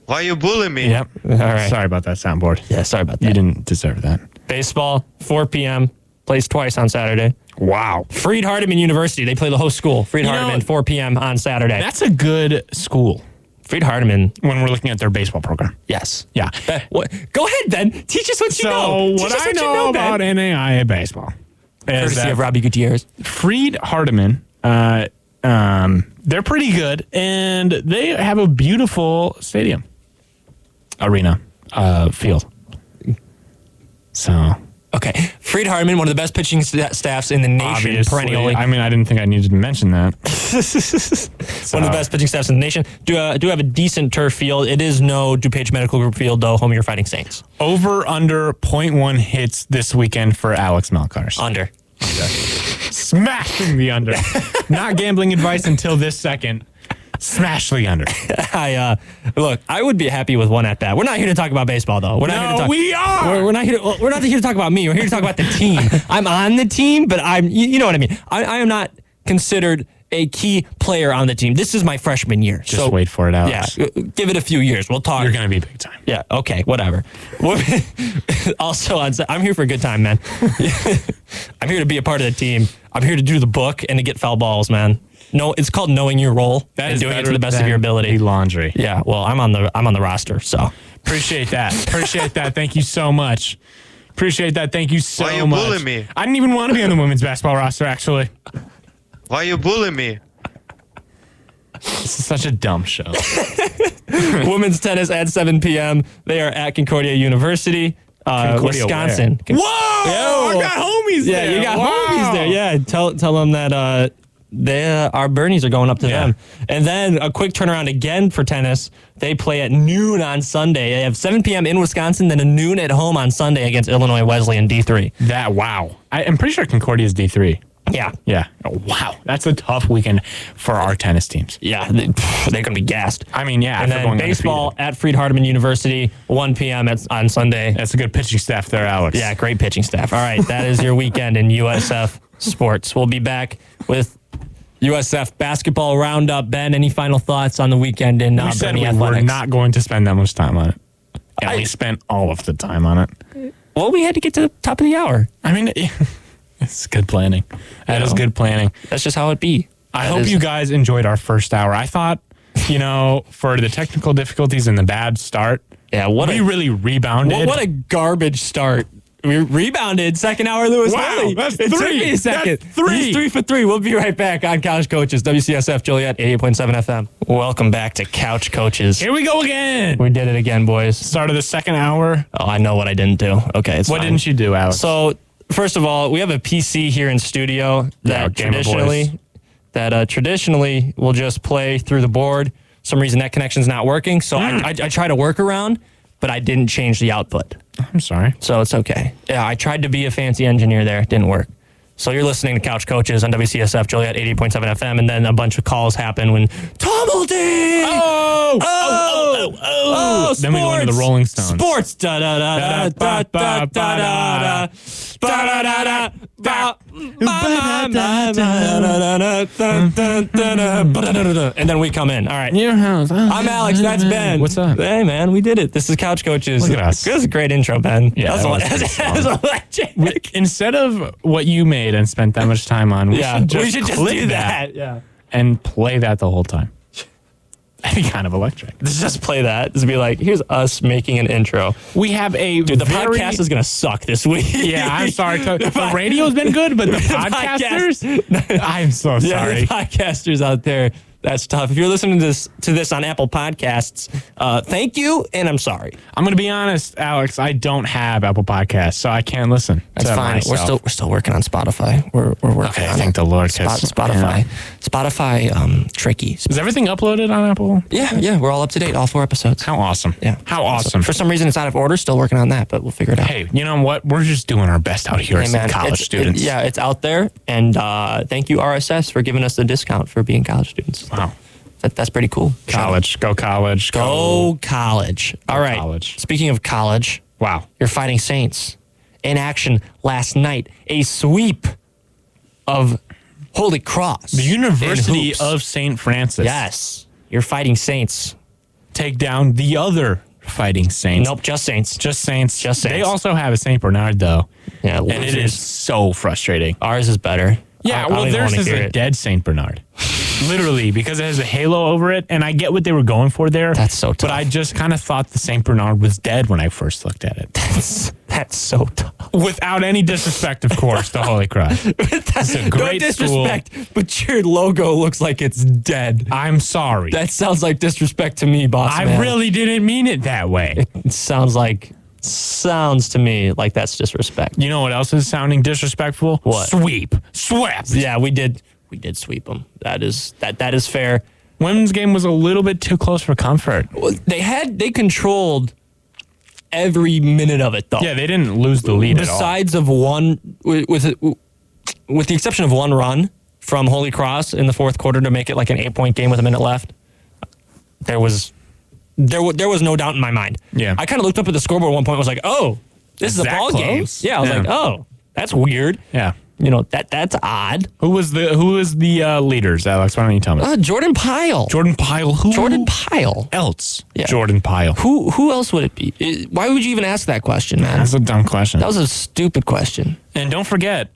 Speaker 6: Why you bullying me?
Speaker 3: Yep. All
Speaker 2: right.
Speaker 3: Sorry about that soundboard.
Speaker 2: Yeah, sorry about that.
Speaker 3: You didn't deserve that.
Speaker 2: Baseball, 4 p.m. Plays twice on Saturday.
Speaker 3: Wow.
Speaker 2: Freed Hardeman University. They play the whole school. Freed
Speaker 3: You know-
Speaker 2: Hardeman, 4 p.m. on Saturday.
Speaker 3: That's a good school
Speaker 2: Freed Hardeman.
Speaker 3: when we're looking at their baseball program.
Speaker 2: Yes.
Speaker 3: Yeah.
Speaker 2: Ben, what? Go ahead, Ben. Teach us what you
Speaker 3: Eh. So
Speaker 2: know. Teach
Speaker 3: what
Speaker 2: us
Speaker 3: I
Speaker 2: what
Speaker 3: know,
Speaker 2: you know Ben.
Speaker 3: about NAIA baseball is
Speaker 2: Courtesy
Speaker 3: that
Speaker 2: of Robbie Gutierrez.
Speaker 3: Freed Hardeman, uh, um, they're pretty good, and they have a beautiful stadium, arena, uh, field. So
Speaker 2: Okay. Freed Hardeman, one of the best pitching sta- staffs in the nation,
Speaker 3: obviously,
Speaker 2: perennially.
Speaker 3: I mean, I didn't think I needed to mention that.
Speaker 2: One of the best pitching staffs in the nation. Do, uh, do have a decent turf field. It is no DuPage Medical Group field, though, home of your Fighting Saints.
Speaker 3: Over under 0.1 hits this weekend for Alex Malcars.
Speaker 2: Under.
Speaker 3: Smashing the under. Not gambling advice until this second. Smash the under.
Speaker 2: I uh, look. I would be happy with one at bat. We're not here to talk about baseball, though. We're not here to
Speaker 3: no,
Speaker 2: talk.
Speaker 3: we are.
Speaker 2: We're, we're not here. To, well, we're not here to talk about me. We're here to talk about the team. I'm on the team, but I'm. You, you know what I mean. I, I am not considered a key player on the team. This is my freshman year.
Speaker 3: Just
Speaker 2: so
Speaker 3: wait for it,
Speaker 2: Yeah,
Speaker 3: Alex.
Speaker 2: uh, give it a few years. We'll talk.
Speaker 3: You're gonna be big time.
Speaker 2: Yeah. Okay. Whatever. We're- also, on, I'm here for a good time, man. I'm here to be a part of the team. I'm here to do the book and to get foul balls, man. No, it's called knowing your role
Speaker 3: That
Speaker 2: and
Speaker 3: is
Speaker 2: doing it to
Speaker 3: better
Speaker 2: the best of
Speaker 3: than
Speaker 2: your ability.
Speaker 3: the laundry.
Speaker 2: Yeah, well, I'm on the I'm on the roster, so
Speaker 3: Appreciate that. Appreciate that. Thank you so much. Appreciate that. Thank you so
Speaker 6: Why you
Speaker 3: much.
Speaker 6: bullying me?
Speaker 3: I didn't even want to be on the women's basketball roster. Actually,
Speaker 6: Why you bullying me?
Speaker 3: this is such a dumb show.
Speaker 2: women's tennis at 7 p.m. They are at Concordia University, uh,
Speaker 3: Concordia
Speaker 2: Wisconsin.
Speaker 3: where?
Speaker 2: Con-
Speaker 3: Whoa!
Speaker 2: Yo.
Speaker 3: I got homies
Speaker 2: Yeah,
Speaker 3: there.
Speaker 2: you got
Speaker 3: Wow.
Speaker 2: homies there. Yeah, tell tell them that uh, they uh, our Bernies are going up to
Speaker 3: Yeah.
Speaker 2: them, and then a quick turnaround again for tennis. They play at noon on Sunday. They have 7 p.m. in Wisconsin, then a noon at home on Sunday against Illinois Wesleyan D3.
Speaker 3: That wow. I, I'm pretty sure Concordia's D three.
Speaker 2: Yeah,
Speaker 3: Yeah. Oh, wow. That's a tough weekend for our tennis teams.
Speaker 2: yeah, they, they're gonna be gassed.
Speaker 3: I mean, yeah. after
Speaker 2: and
Speaker 3: going
Speaker 2: then baseball
Speaker 3: undefeated.
Speaker 2: at Freed Hardeman University, 1 p.m. At, on Sunday.
Speaker 3: That's a good pitching staff there, Alex.
Speaker 2: Yeah, great pitching staff. All right, that is your weekend in USF sports. We'll be back with USF basketball roundup. Ben, any final thoughts on the weekend in uh,
Speaker 3: We said
Speaker 2: Bernie
Speaker 3: we were
Speaker 2: athletics?
Speaker 3: not going to spend that much time on it. And we spent all of the time on it.
Speaker 2: well, we had to get to the top of the hour.
Speaker 3: I mean, it's good planning. That is
Speaker 2: know.
Speaker 3: good planning.
Speaker 2: That's just how it be.
Speaker 3: I
Speaker 2: That
Speaker 3: hope
Speaker 2: is-
Speaker 3: you guys enjoyed our first hour. I thought, you know, for the technical difficulties and the bad start,
Speaker 2: Yeah, what
Speaker 3: we
Speaker 2: a
Speaker 3: really rebounded.
Speaker 2: what, what a garbage start. We rebounded second hour Lewis
Speaker 3: Wow,
Speaker 2: Riley.
Speaker 3: that's
Speaker 2: it took
Speaker 3: three.
Speaker 2: me a second.
Speaker 3: That's three.
Speaker 2: He's three for three. We'll be right back on Couch Coaches, WCSF Joliet, 88.7 FM. Welcome back to Couch Coaches.
Speaker 3: Here we go again.
Speaker 2: We did it again, boys.
Speaker 3: Start of the second hour.
Speaker 2: Oh, I know what I didn't do. Okay, it's
Speaker 3: What
Speaker 2: fine.
Speaker 3: didn't you do, Alex?
Speaker 2: So first of all, we have a PC here in studio
Speaker 3: Yeah,
Speaker 2: that
Speaker 3: Game of Boys.
Speaker 2: traditionally that uh, traditionally will just play through the board. For some reason that connection's not working, so
Speaker 3: Hmm.
Speaker 2: I, I, I try to work around, but I didn't change the output,
Speaker 3: I'm sorry.
Speaker 2: so it's okay. Yeah, I tried to be a fancy engineer there, it didn't work. So you're listening to Couch Coaches on WCSF Joliet 80.7 FM, and then a bunch of calls happen when Tomaldine.
Speaker 3: Oh!
Speaker 2: Oh, oh, oh,
Speaker 3: Then we go into the
Speaker 2: sports.
Speaker 3: Rolling Stones.
Speaker 2: Sports. Da da da da da da da da da da da da da. And then we come in. All right.
Speaker 3: Your house.
Speaker 2: I'm Alex. That's Ben.
Speaker 3: What's up?
Speaker 2: Hey, man. We did it. This is Couch Coaches.
Speaker 3: Look at us.
Speaker 2: This is a great intro, Ben.
Speaker 3: Yeah,
Speaker 2: That's
Speaker 3: that
Speaker 2: all.
Speaker 3: was pretty
Speaker 2: That's
Speaker 3: strong.
Speaker 2: all I check.
Speaker 3: Instead of what you made and spent that much time on, we
Speaker 2: Yeah.
Speaker 3: should just,
Speaker 2: We should just
Speaker 3: clip
Speaker 2: do that. Yeah.
Speaker 3: and play that the whole time. That'd be kind of electric.
Speaker 2: Just play that. Just be like, here's us making an intro.
Speaker 3: We have a
Speaker 2: Dude, the podcast is gonna suck this week.
Speaker 3: Yeah, I'm sorry. To,
Speaker 2: The
Speaker 3: the
Speaker 2: pod-
Speaker 3: radio's been good, but the,
Speaker 2: podcast-
Speaker 3: podcasters. I'm so
Speaker 2: Yeah,
Speaker 3: sorry.
Speaker 2: the podcasters out there, that's tough. If you're listening to this to this on Apple Podcasts, uh, thank you, and I'm sorry.
Speaker 3: I'm gonna be honest, Alex. I don't have Apple Podcasts, so I can't listen.
Speaker 2: That's
Speaker 3: to
Speaker 2: fine. We're
Speaker 3: myself.
Speaker 2: still we're still working on Spotify. We're we're working
Speaker 3: Okay,
Speaker 2: on
Speaker 3: thank
Speaker 2: it.
Speaker 3: the Lord,
Speaker 2: Spot,
Speaker 3: 'cause,
Speaker 2: Spotify, Spotify, um, tricky.
Speaker 3: Is everything uploaded on Apple?
Speaker 2: Yeah, yeah, we're all up to date. All four episodes.
Speaker 3: How awesome!
Speaker 2: yeah,
Speaker 3: How
Speaker 2: So,
Speaker 3: awesome!
Speaker 2: for some reason, it's out of order. Still working on that, but we'll figure it out.
Speaker 3: hey, you know what? We're just doing our best out here
Speaker 2: Hey,
Speaker 3: as
Speaker 2: man,
Speaker 3: college
Speaker 2: it's- it-
Speaker 3: students.
Speaker 2: yeah, it's out there, and uh, thank you RSS for giving us the discount for being college students.
Speaker 3: Wow.
Speaker 2: That, that's pretty cool.
Speaker 3: College, go college,
Speaker 2: Go college. All right.
Speaker 3: college.
Speaker 2: Speaking of college,
Speaker 3: Wow.
Speaker 2: your Fighting Saints in action last night. A sweep of Holy Cross.
Speaker 3: The
Speaker 2: in
Speaker 3: University
Speaker 2: hoops.
Speaker 3: of St. Francis.
Speaker 2: Yes. Your Fighting Saints.
Speaker 3: Take down the other fighting saints.
Speaker 2: Nope, just Saints.
Speaker 3: Just saints.
Speaker 2: Just
Speaker 3: They
Speaker 2: Saints.
Speaker 3: also have a Saint Bernard though.
Speaker 2: Yeah,
Speaker 3: And it
Speaker 2: losers.
Speaker 3: is so frustrating.
Speaker 2: Ours is better. I- I
Speaker 3: Yeah,
Speaker 2: don't
Speaker 3: well,
Speaker 2: even
Speaker 3: theirs
Speaker 2: wanna
Speaker 3: is
Speaker 2: hear
Speaker 3: a
Speaker 2: it.
Speaker 3: dead Saint Bernard, literally, because it has a halo over it. And I get what they were going for there.
Speaker 2: That's so
Speaker 3: But
Speaker 2: tough.
Speaker 3: I just kind of thought the Saint Bernard was dead when I first looked at it.
Speaker 2: That's so tough.
Speaker 3: Without any disrespect, of course, to Holy Cross.
Speaker 2: That's
Speaker 3: a great
Speaker 2: no
Speaker 3: school.
Speaker 2: disrespect, but your logo looks like it's dead.
Speaker 3: I'm sorry.
Speaker 2: That sounds like disrespect to me, boss.
Speaker 3: I
Speaker 2: man.
Speaker 3: really didn't mean it that way.
Speaker 2: It sounds like sounds to me like that's disrespect.
Speaker 3: You know what else is sounding disrespectful?
Speaker 2: What?
Speaker 3: Sweep. Swept.
Speaker 2: Yeah, we did we did sweep them. That is that that is fair.
Speaker 3: Women's game was a little bit too close for comfort.
Speaker 2: Well, They had they controlled every minute of it though.
Speaker 3: Yeah, they didn't lose the lead at all.
Speaker 2: Besides of one with with with the exception of one run from Holy Cross in the fourth quarter to make it like an 8-point game with a minute left. There was there, wa- there was no doubt in my mind.
Speaker 3: Yeah.
Speaker 2: I kind of looked up at the scoreboard at one point and was like, "Oh, this is,
Speaker 3: Is
Speaker 2: a
Speaker 3: that
Speaker 2: ball game."
Speaker 3: close?
Speaker 2: Yeah, I was
Speaker 3: Yeah.
Speaker 2: like, "Oh, that's weird."
Speaker 3: Yeah.
Speaker 2: You know, that that's odd.
Speaker 3: Who was the Who was the uh, leaders, Alex? Why don't you tell me?
Speaker 2: Uh, Jordan Pyle.
Speaker 3: Jordan Pyle. Who
Speaker 2: Jordan Pyle.
Speaker 3: else?
Speaker 2: Yeah.
Speaker 3: Jordan Pyle.
Speaker 2: Who who else would it be? I- Why would you even ask that question, man?
Speaker 3: That's a dumb question.
Speaker 2: That was a stupid question.
Speaker 3: and don't forget,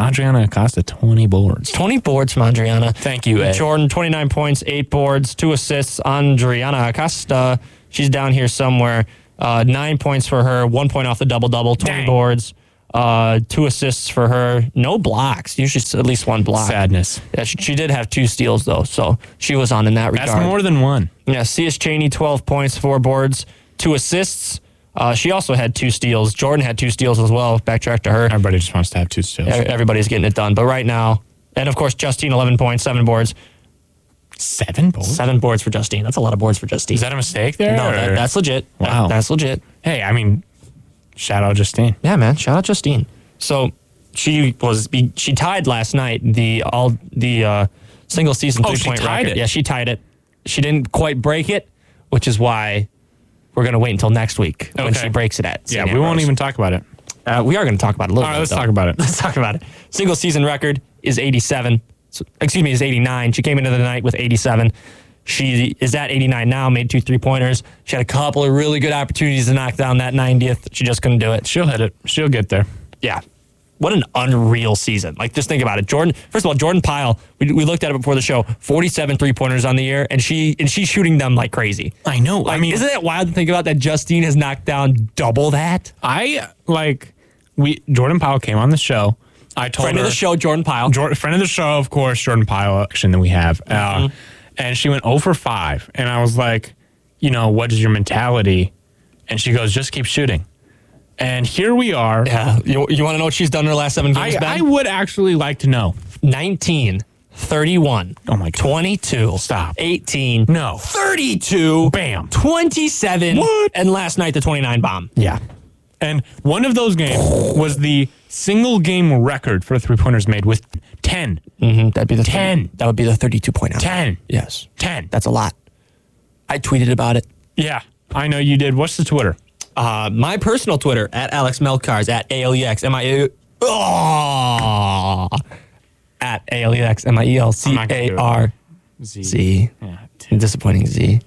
Speaker 3: Adriana Acosta, 20 boards.
Speaker 2: 20 boards from Adriana.
Speaker 3: Thank you, Ed.
Speaker 2: Jordan, 29 points, 8 boards, 2 assists. Adriana Acosta, she's down here somewhere. Uh, 9 points for her, 1 point off the double double, 20
Speaker 3: Dang.
Speaker 2: boards, uh, 2 assists for her. No blocks. Usually it's at least one block.
Speaker 3: Sadness.
Speaker 2: Yeah, she, she did have two steals, though, so she was on in that regard.
Speaker 3: That's more than one.
Speaker 2: Yeah, C.S. Cheney, 12 points, four boards, two assists. Uh, she also had two steals. Jordan had two steals as well. Backtrack to her.
Speaker 3: Everybody just wants to have two steals.
Speaker 2: E- Everybody's getting it done. But right now, and of course, Justine, 11 points, seven boards.
Speaker 3: Seven boards?
Speaker 2: Seven boards for Justine. That's a lot of boards for Justine.
Speaker 3: Is that a mistake there?
Speaker 2: no,
Speaker 3: or-
Speaker 2: that, that's legit. That-
Speaker 3: Wow.
Speaker 2: that's legit.
Speaker 3: Hey, I mean, shout out Justine.
Speaker 2: Yeah, man. Shout out Justine. So she was be- she tied last night the all the uh, single season
Speaker 3: Oh,
Speaker 2: three
Speaker 3: she
Speaker 2: point
Speaker 3: tied
Speaker 2: record.
Speaker 3: it.
Speaker 2: Yeah, she tied it. She didn't quite break it, which is why we're gonna wait until next week when
Speaker 3: Okay.
Speaker 2: she breaks it at.
Speaker 3: Yeah,
Speaker 2: St.
Speaker 3: we won't
Speaker 2: Ambrose.
Speaker 3: even talk about it.
Speaker 2: Uh, we are going to talk about it a little.
Speaker 3: All right,
Speaker 2: bit,
Speaker 3: let's
Speaker 2: though.
Speaker 3: talk about it.
Speaker 2: Let's talk about it. Single season record is 87. So- excuse me, is 89. She came into the night with 87. She is at 89 now. Made two three pointers. She had a couple of really good opportunities to knock down that 90th. She just couldn't do it.
Speaker 3: She'll hit it. She'll get there.
Speaker 2: Yeah. What an unreal season. Like, just think about it. Jordan, first of all, Jordan Pyle, we, we looked at it before the show, 47 three pointers on the year, and she and she's shooting them like crazy.
Speaker 3: I know.
Speaker 2: Like,
Speaker 3: I mean,
Speaker 2: isn't that wild to think about that Justine has knocked down double that?
Speaker 3: I like we Jordan Powell came on the show. I told
Speaker 2: Friend
Speaker 3: her
Speaker 2: of the show, Jordan Pyle.
Speaker 3: Jor- friend of the show, of course, Jordan Pyle action that we have. Uh, And she went 0 for 5. And I was like, you know, what is your mentality? And she goes, just keep shooting. And here we are.
Speaker 2: Yeah. You, you want to know what she's done in her last seven games,
Speaker 3: I,
Speaker 2: Ben?
Speaker 3: I would actually like to know.
Speaker 2: 19, 31.
Speaker 3: Oh my God.
Speaker 2: 22.
Speaker 3: Stop.
Speaker 2: 18.
Speaker 3: No.
Speaker 2: 32.
Speaker 3: Bam.
Speaker 2: 27.
Speaker 3: What?
Speaker 2: And last night, the 29 bomb.
Speaker 3: Yeah. And one of those games was the single game record for three pointers made with 10.
Speaker 2: Mm-hmm. That'd be the
Speaker 3: 10.
Speaker 2: that would be the 32 point out.
Speaker 3: 10.
Speaker 2: Yes.
Speaker 3: 10.
Speaker 2: That's a lot. I tweeted about it.
Speaker 3: yeah. I know you did. What's the Twitter?
Speaker 2: Uh, my personal Twitter at Alex Melcars at ALEX. Am I. E Oh. At ALEX. M I E L C
Speaker 3: not gonna
Speaker 2: A
Speaker 3: do it.
Speaker 2: R Z. Disappointing Z.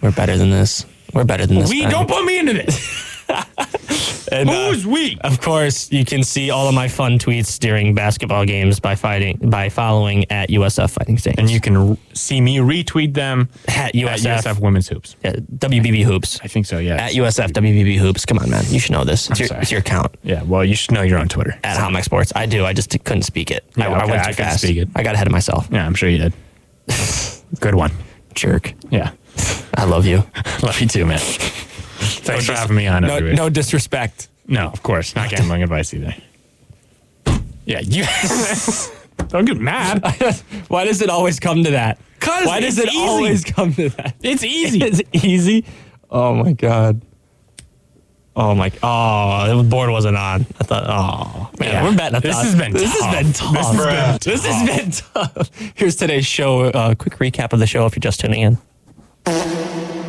Speaker 2: We're better than this. We're better than this.
Speaker 3: We
Speaker 2: Ben.
Speaker 3: don't put me into this.
Speaker 2: And, uh,
Speaker 3: Who's we?
Speaker 2: Of course, you can see all of my fun tweets during basketball games by fighting by following at USF Fighting Saints
Speaker 3: And you can r- see me retweet them
Speaker 2: at
Speaker 3: at
Speaker 2: USF,
Speaker 3: USF Women's Hoops.
Speaker 2: yeah, WBB Hoops
Speaker 3: I think so, yeah.
Speaker 2: at USF WBB Hoops. Come on, man, you should know this. It's, your,
Speaker 3: sorry.
Speaker 2: it's your account
Speaker 3: Yeah, well, you should know you're on Twitter.
Speaker 2: at Homic Sports. I do. I just couldn't speak it. I,
Speaker 3: Yeah,
Speaker 2: I
Speaker 3: okay,
Speaker 2: went
Speaker 3: I
Speaker 2: too
Speaker 3: can
Speaker 2: fast.
Speaker 3: speak it.
Speaker 2: I got ahead of myself.
Speaker 3: Yeah, I'm sure you did. Good one.
Speaker 2: Jerk.
Speaker 3: Yeah.
Speaker 2: I love you.
Speaker 3: Love you too, man. Thanks for having me on.
Speaker 2: No,
Speaker 3: everybody.
Speaker 2: no disrespect.
Speaker 3: No, of course. Not gambling advice either. Yeah, you. Don't get mad.
Speaker 2: Why does it always come to that?
Speaker 3: 'Cause
Speaker 2: Why does
Speaker 3: it's
Speaker 2: it
Speaker 3: easy.
Speaker 2: always come to that?
Speaker 3: It's easy.
Speaker 2: It's easy. Oh my god. Oh my. Oh, the board wasn't on. I thought. Oh man,
Speaker 3: Yeah.
Speaker 2: we're betting. A
Speaker 3: This
Speaker 2: thousand-
Speaker 3: has been
Speaker 2: This
Speaker 3: tough.
Speaker 2: has been tough.
Speaker 3: This has been
Speaker 2: This has been tough. Here's today's show. Uh, quick recap of the show if you're just tuning in.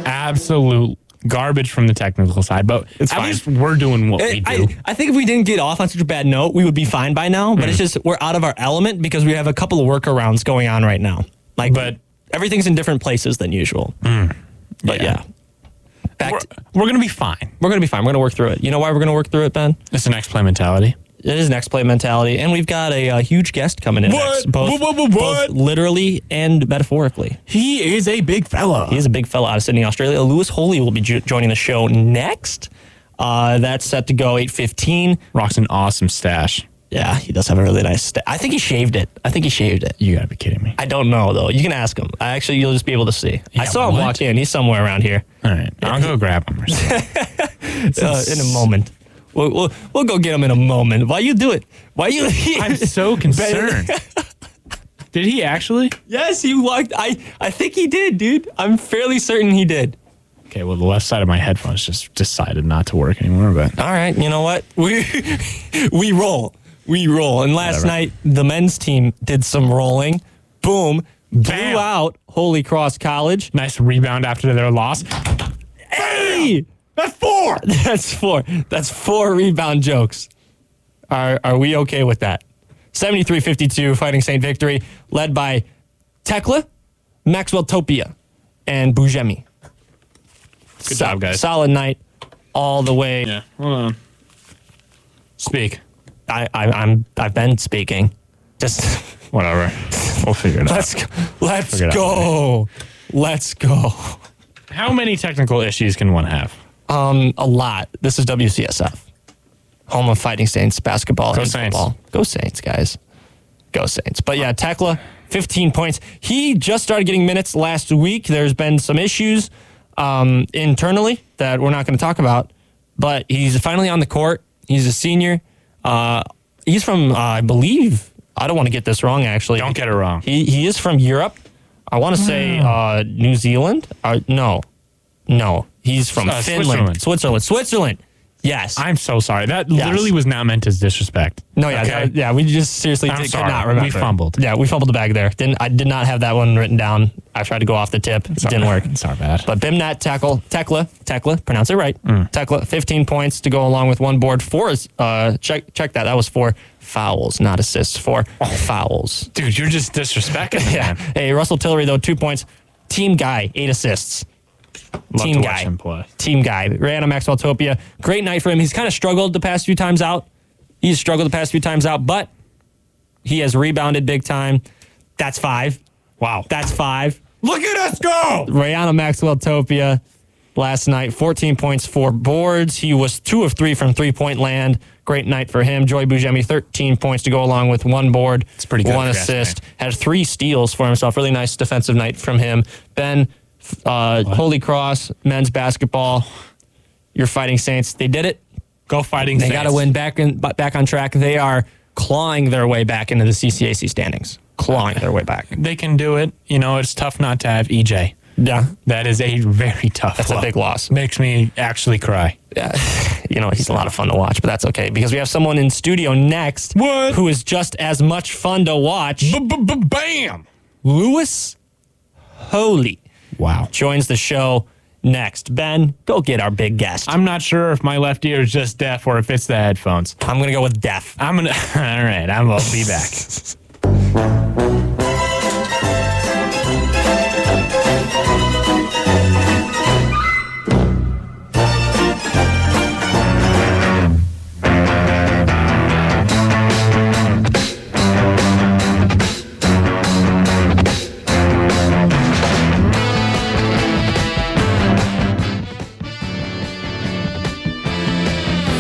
Speaker 3: Absolute garbage from the technical side, but
Speaker 2: It's
Speaker 3: at
Speaker 2: fine.
Speaker 3: least we're doing what we do.
Speaker 2: Uh, I, I think if we didn't get off on such a bad note, we would be fine by now. But it's
Speaker 3: Mm.
Speaker 2: just we're out of our element because we have a couple of workarounds going on right now. Like,
Speaker 3: But- Mm.
Speaker 2: everything's in different places than usual. But yeah,
Speaker 3: Yeah.
Speaker 2: Back
Speaker 3: we're
Speaker 2: to-
Speaker 3: we're gonna be fine.
Speaker 2: we're gonna be fine. We're gonna work through it. You know why we're gonna work through it, Ben?
Speaker 3: It's an X play mentality.
Speaker 2: It is next play mentality, and we've got a, uh huge guest coming in.
Speaker 3: What?
Speaker 2: next, both,
Speaker 3: What, what, what, what?
Speaker 2: both literally and metaphorically.
Speaker 3: He is a big fella.
Speaker 2: He is a big fella out of Sydney, Australia. Lewis Holy will be jo- joining the show next. Uh, that's set to go eight fifteen.
Speaker 3: Rocks an awesome stash.
Speaker 2: Yeah, he does have a really nice. St- I think he shaved it. I think he shaved it.
Speaker 3: You gotta be kidding me.
Speaker 2: I don't know though. You can ask him. I actually, you'll just be able to see.
Speaker 3: Yeah,
Speaker 2: I saw him
Speaker 3: what?
Speaker 2: walk in. He's somewhere around here.
Speaker 3: All right, I'll go grab him. Or something.
Speaker 2: Uh, in a moment. We'll, we'll, we'll go get him in a moment. Why you do it? Why you?
Speaker 3: I'm so concerned. Did he actually?
Speaker 2: Yes, he walked. I I think he did, dude. I'm fairly certain he did.
Speaker 3: Okay, well, the left side of my headphones just decided not to work anymore, but
Speaker 2: All right, you know what? We we roll, we roll. And last
Speaker 3: Whatever.
Speaker 2: night the men's team did some rolling. Boom,
Speaker 3: Bam.
Speaker 2: blew out Holy Cross College.
Speaker 3: nice rebound after their loss.
Speaker 2: Hey,
Speaker 3: That's four.
Speaker 2: that's four. That's four rebound jokes. Are are we okay with that? 73-52 Fighting Saint victory led by Tekla, Maxwell Topia, and Bujemi.
Speaker 3: Good job, guys.
Speaker 2: Solid night all the way.
Speaker 3: Yeah, hold on. Speak.
Speaker 2: I, I I'm I've been speaking. Just
Speaker 3: Whatever. We'll figure it out.
Speaker 2: let's go- let's
Speaker 3: Figure it out
Speaker 2: go. Let's go.
Speaker 3: How many technical issues can one have?
Speaker 2: Um, a lot. This is WCSF, home of Fighting Saints basketball
Speaker 3: Go
Speaker 2: and
Speaker 3: Saints.
Speaker 2: football. Go Saints, guys. Go Saints. But yeah, Tekla, 15 points. He just started getting minutes last week. There's been some issues um, internally that we're not going to talk about, but he's finally on the court. He's a senior. Uh, he's from, uh, I believe, I don't want to get this wrong, actually.
Speaker 3: Don't get it wrong.
Speaker 2: He, he is from Europe. I want to say uh, New Zealand. Uh, no, no, he's from
Speaker 3: Uh,
Speaker 2: Finland, Switzerland.
Speaker 3: Switzerland.
Speaker 2: Switzerland. Yes.
Speaker 3: I'm so sorry. That literally was not meant as disrespect.
Speaker 2: no, yeah,
Speaker 3: Okay?
Speaker 2: that- yeah. We just seriously
Speaker 3: I'm
Speaker 2: did, could
Speaker 3: sorry.
Speaker 2: not remember.
Speaker 3: We fumbled.
Speaker 2: Yeah, we fumbled the bag there. Didn't I? Did not have that one written down. I tried to go off the tip. It didn't work.
Speaker 3: It's our bad.
Speaker 2: But Bimnat tackle Tekla Tekla, pronounce it right.
Speaker 3: Mm.
Speaker 2: Tekla, 15 points to go along with one board. Four is uh, check check that. That was four fouls, not assists. Four
Speaker 3: Oh.
Speaker 2: fouls.
Speaker 3: dude, you're just disrespecting.
Speaker 2: Yeah.
Speaker 3: yeah.
Speaker 2: Hey, Russell Tillery though, two points. Team guy, eight assists.
Speaker 3: Love
Speaker 2: Team
Speaker 3: to
Speaker 2: guy.
Speaker 3: watch him play.
Speaker 2: Team guy. Ran on Maxwell Topia. Great night for him. He's kind of struggled the past few times out. He's struggled the past few times out, but he has rebounded big time. That's five.
Speaker 3: Wow.
Speaker 2: That's five.
Speaker 3: Look at us go.
Speaker 2: Rihanna Maxwell Topia last night, 14 points, four boards. He was two of three from three point land. Great night for him. Joy Bujemi, 13 points to go along with one board. It's
Speaker 3: pretty good
Speaker 2: One
Speaker 3: for Jasper.
Speaker 2: assist. Had three steals for himself. Really nice defensive night from him. Ben, uh, Holy Cross, men's basketball. You're fighting Saints. They did it.
Speaker 3: Go fighting.
Speaker 2: They got to
Speaker 3: Saints.
Speaker 2: win back in, bu- back on track. They are clawing their way back into the CCAC standings. Clawing their way back.
Speaker 3: They can do it. You know, it's tough not to have E EJ.
Speaker 2: Yeah,
Speaker 3: That is a very tough.
Speaker 2: that's a big loss.
Speaker 3: Makes me actually cry.
Speaker 2: You know, he's a lot of fun to watch, but that's okay because we have someone in studio next
Speaker 3: What?
Speaker 2: who is just as much fun to watch.
Speaker 3: Bam!
Speaker 2: Lewis Holy
Speaker 3: Wow.
Speaker 2: joins the show next. Ben, go get our big guest. I'm,
Speaker 3: I'm not sure if my left ear is just deaf or if it's the headphones.
Speaker 2: going to go with Death.
Speaker 3: I'm gonna. All right, I'm gonna be back.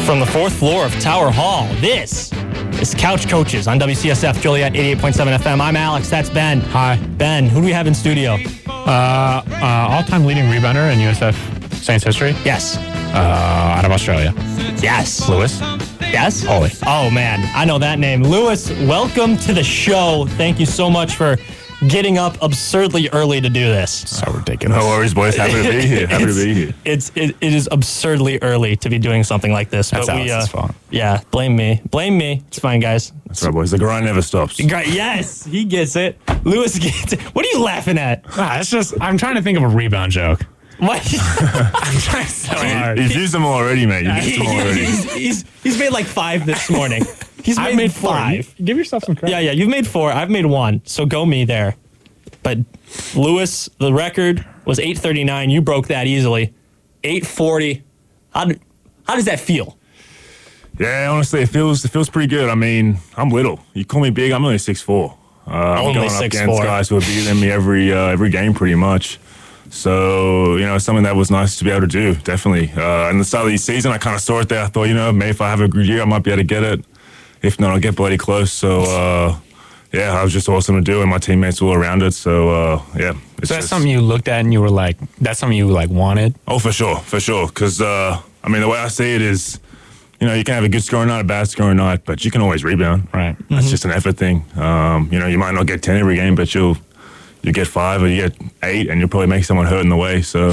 Speaker 2: From the fourth floor of Tower Hall, this is Couch Coaches on WCSF Joliet 88.7 FM. I'm Alex. That's Ben.
Speaker 3: Hi.
Speaker 2: Ben, who do we have in studio?
Speaker 3: Uh, uh, all-time leading rebounder in USF Saints history.
Speaker 2: Yes.
Speaker 3: Uh, out of Australia,
Speaker 2: Yes.
Speaker 3: Lewis.
Speaker 2: Yes.
Speaker 3: Holy.
Speaker 2: Oh man, I know that name. Lewis, welcome to the show. Thank you so much for getting up absurdly early to do this.
Speaker 3: So ridiculous.
Speaker 7: No worries, boys. Happy to be here. Happy to be here.
Speaker 2: It's it, it is absurdly early to be doing something like this.
Speaker 7: That's
Speaker 2: but we,
Speaker 7: Alex's
Speaker 2: uh,
Speaker 7: fault.
Speaker 2: Yeah, blame me. Blame me. It's fine, guys.
Speaker 7: That's right, boys. The grind never stops.
Speaker 2: Great. Yes, he gets it. Lewis gets it. What are you laughing at?
Speaker 3: Nah, it's just I'm trying to think of a rebound joke.
Speaker 2: What?
Speaker 3: I'm trying so hard.
Speaker 7: You've used them already, mate. You've used them already.
Speaker 2: he's, he's, he's made like five this morning. He's made,
Speaker 3: I made four.
Speaker 2: five.
Speaker 3: Give yourself some credit.
Speaker 2: Yeah, yeah. You've made four. I've made one. So go me there. But Lewis, the record was 839. You broke that easily. 840. How, do, how does that feel?
Speaker 7: Yeah, honestly, it feels it feels pretty good. I mean, I'm little. You call me big. I'm only six four. Uh, I'm
Speaker 2: Only
Speaker 7: going up
Speaker 2: 6'4".
Speaker 7: against guys who are bigger than me every uh, every game, pretty much. So you know, it's something that was nice to be able to do, definitely. Uh, and the start of the season, I kind of saw it there. I thought, you know, maybe if I have a good year, I might be able to get it. If not, I'll get bloody close. So uh, yeah, I was just awesome to do, and my teammates all around it. So uh, yeah, it's
Speaker 3: So that's
Speaker 7: just-
Speaker 3: something you looked at and you were like, that's something you like wanted.
Speaker 7: Oh, for sure, for sure. Because uh, I mean, the way I see it is, you know, you can have a good scoring night, a bad scoring night, but you can always rebound.
Speaker 3: Right.
Speaker 7: That's just an effort thing. Um, you know, you might not get ten every game, but you'll you get five or you get eight, and you'll probably make someone hurt in the way. So,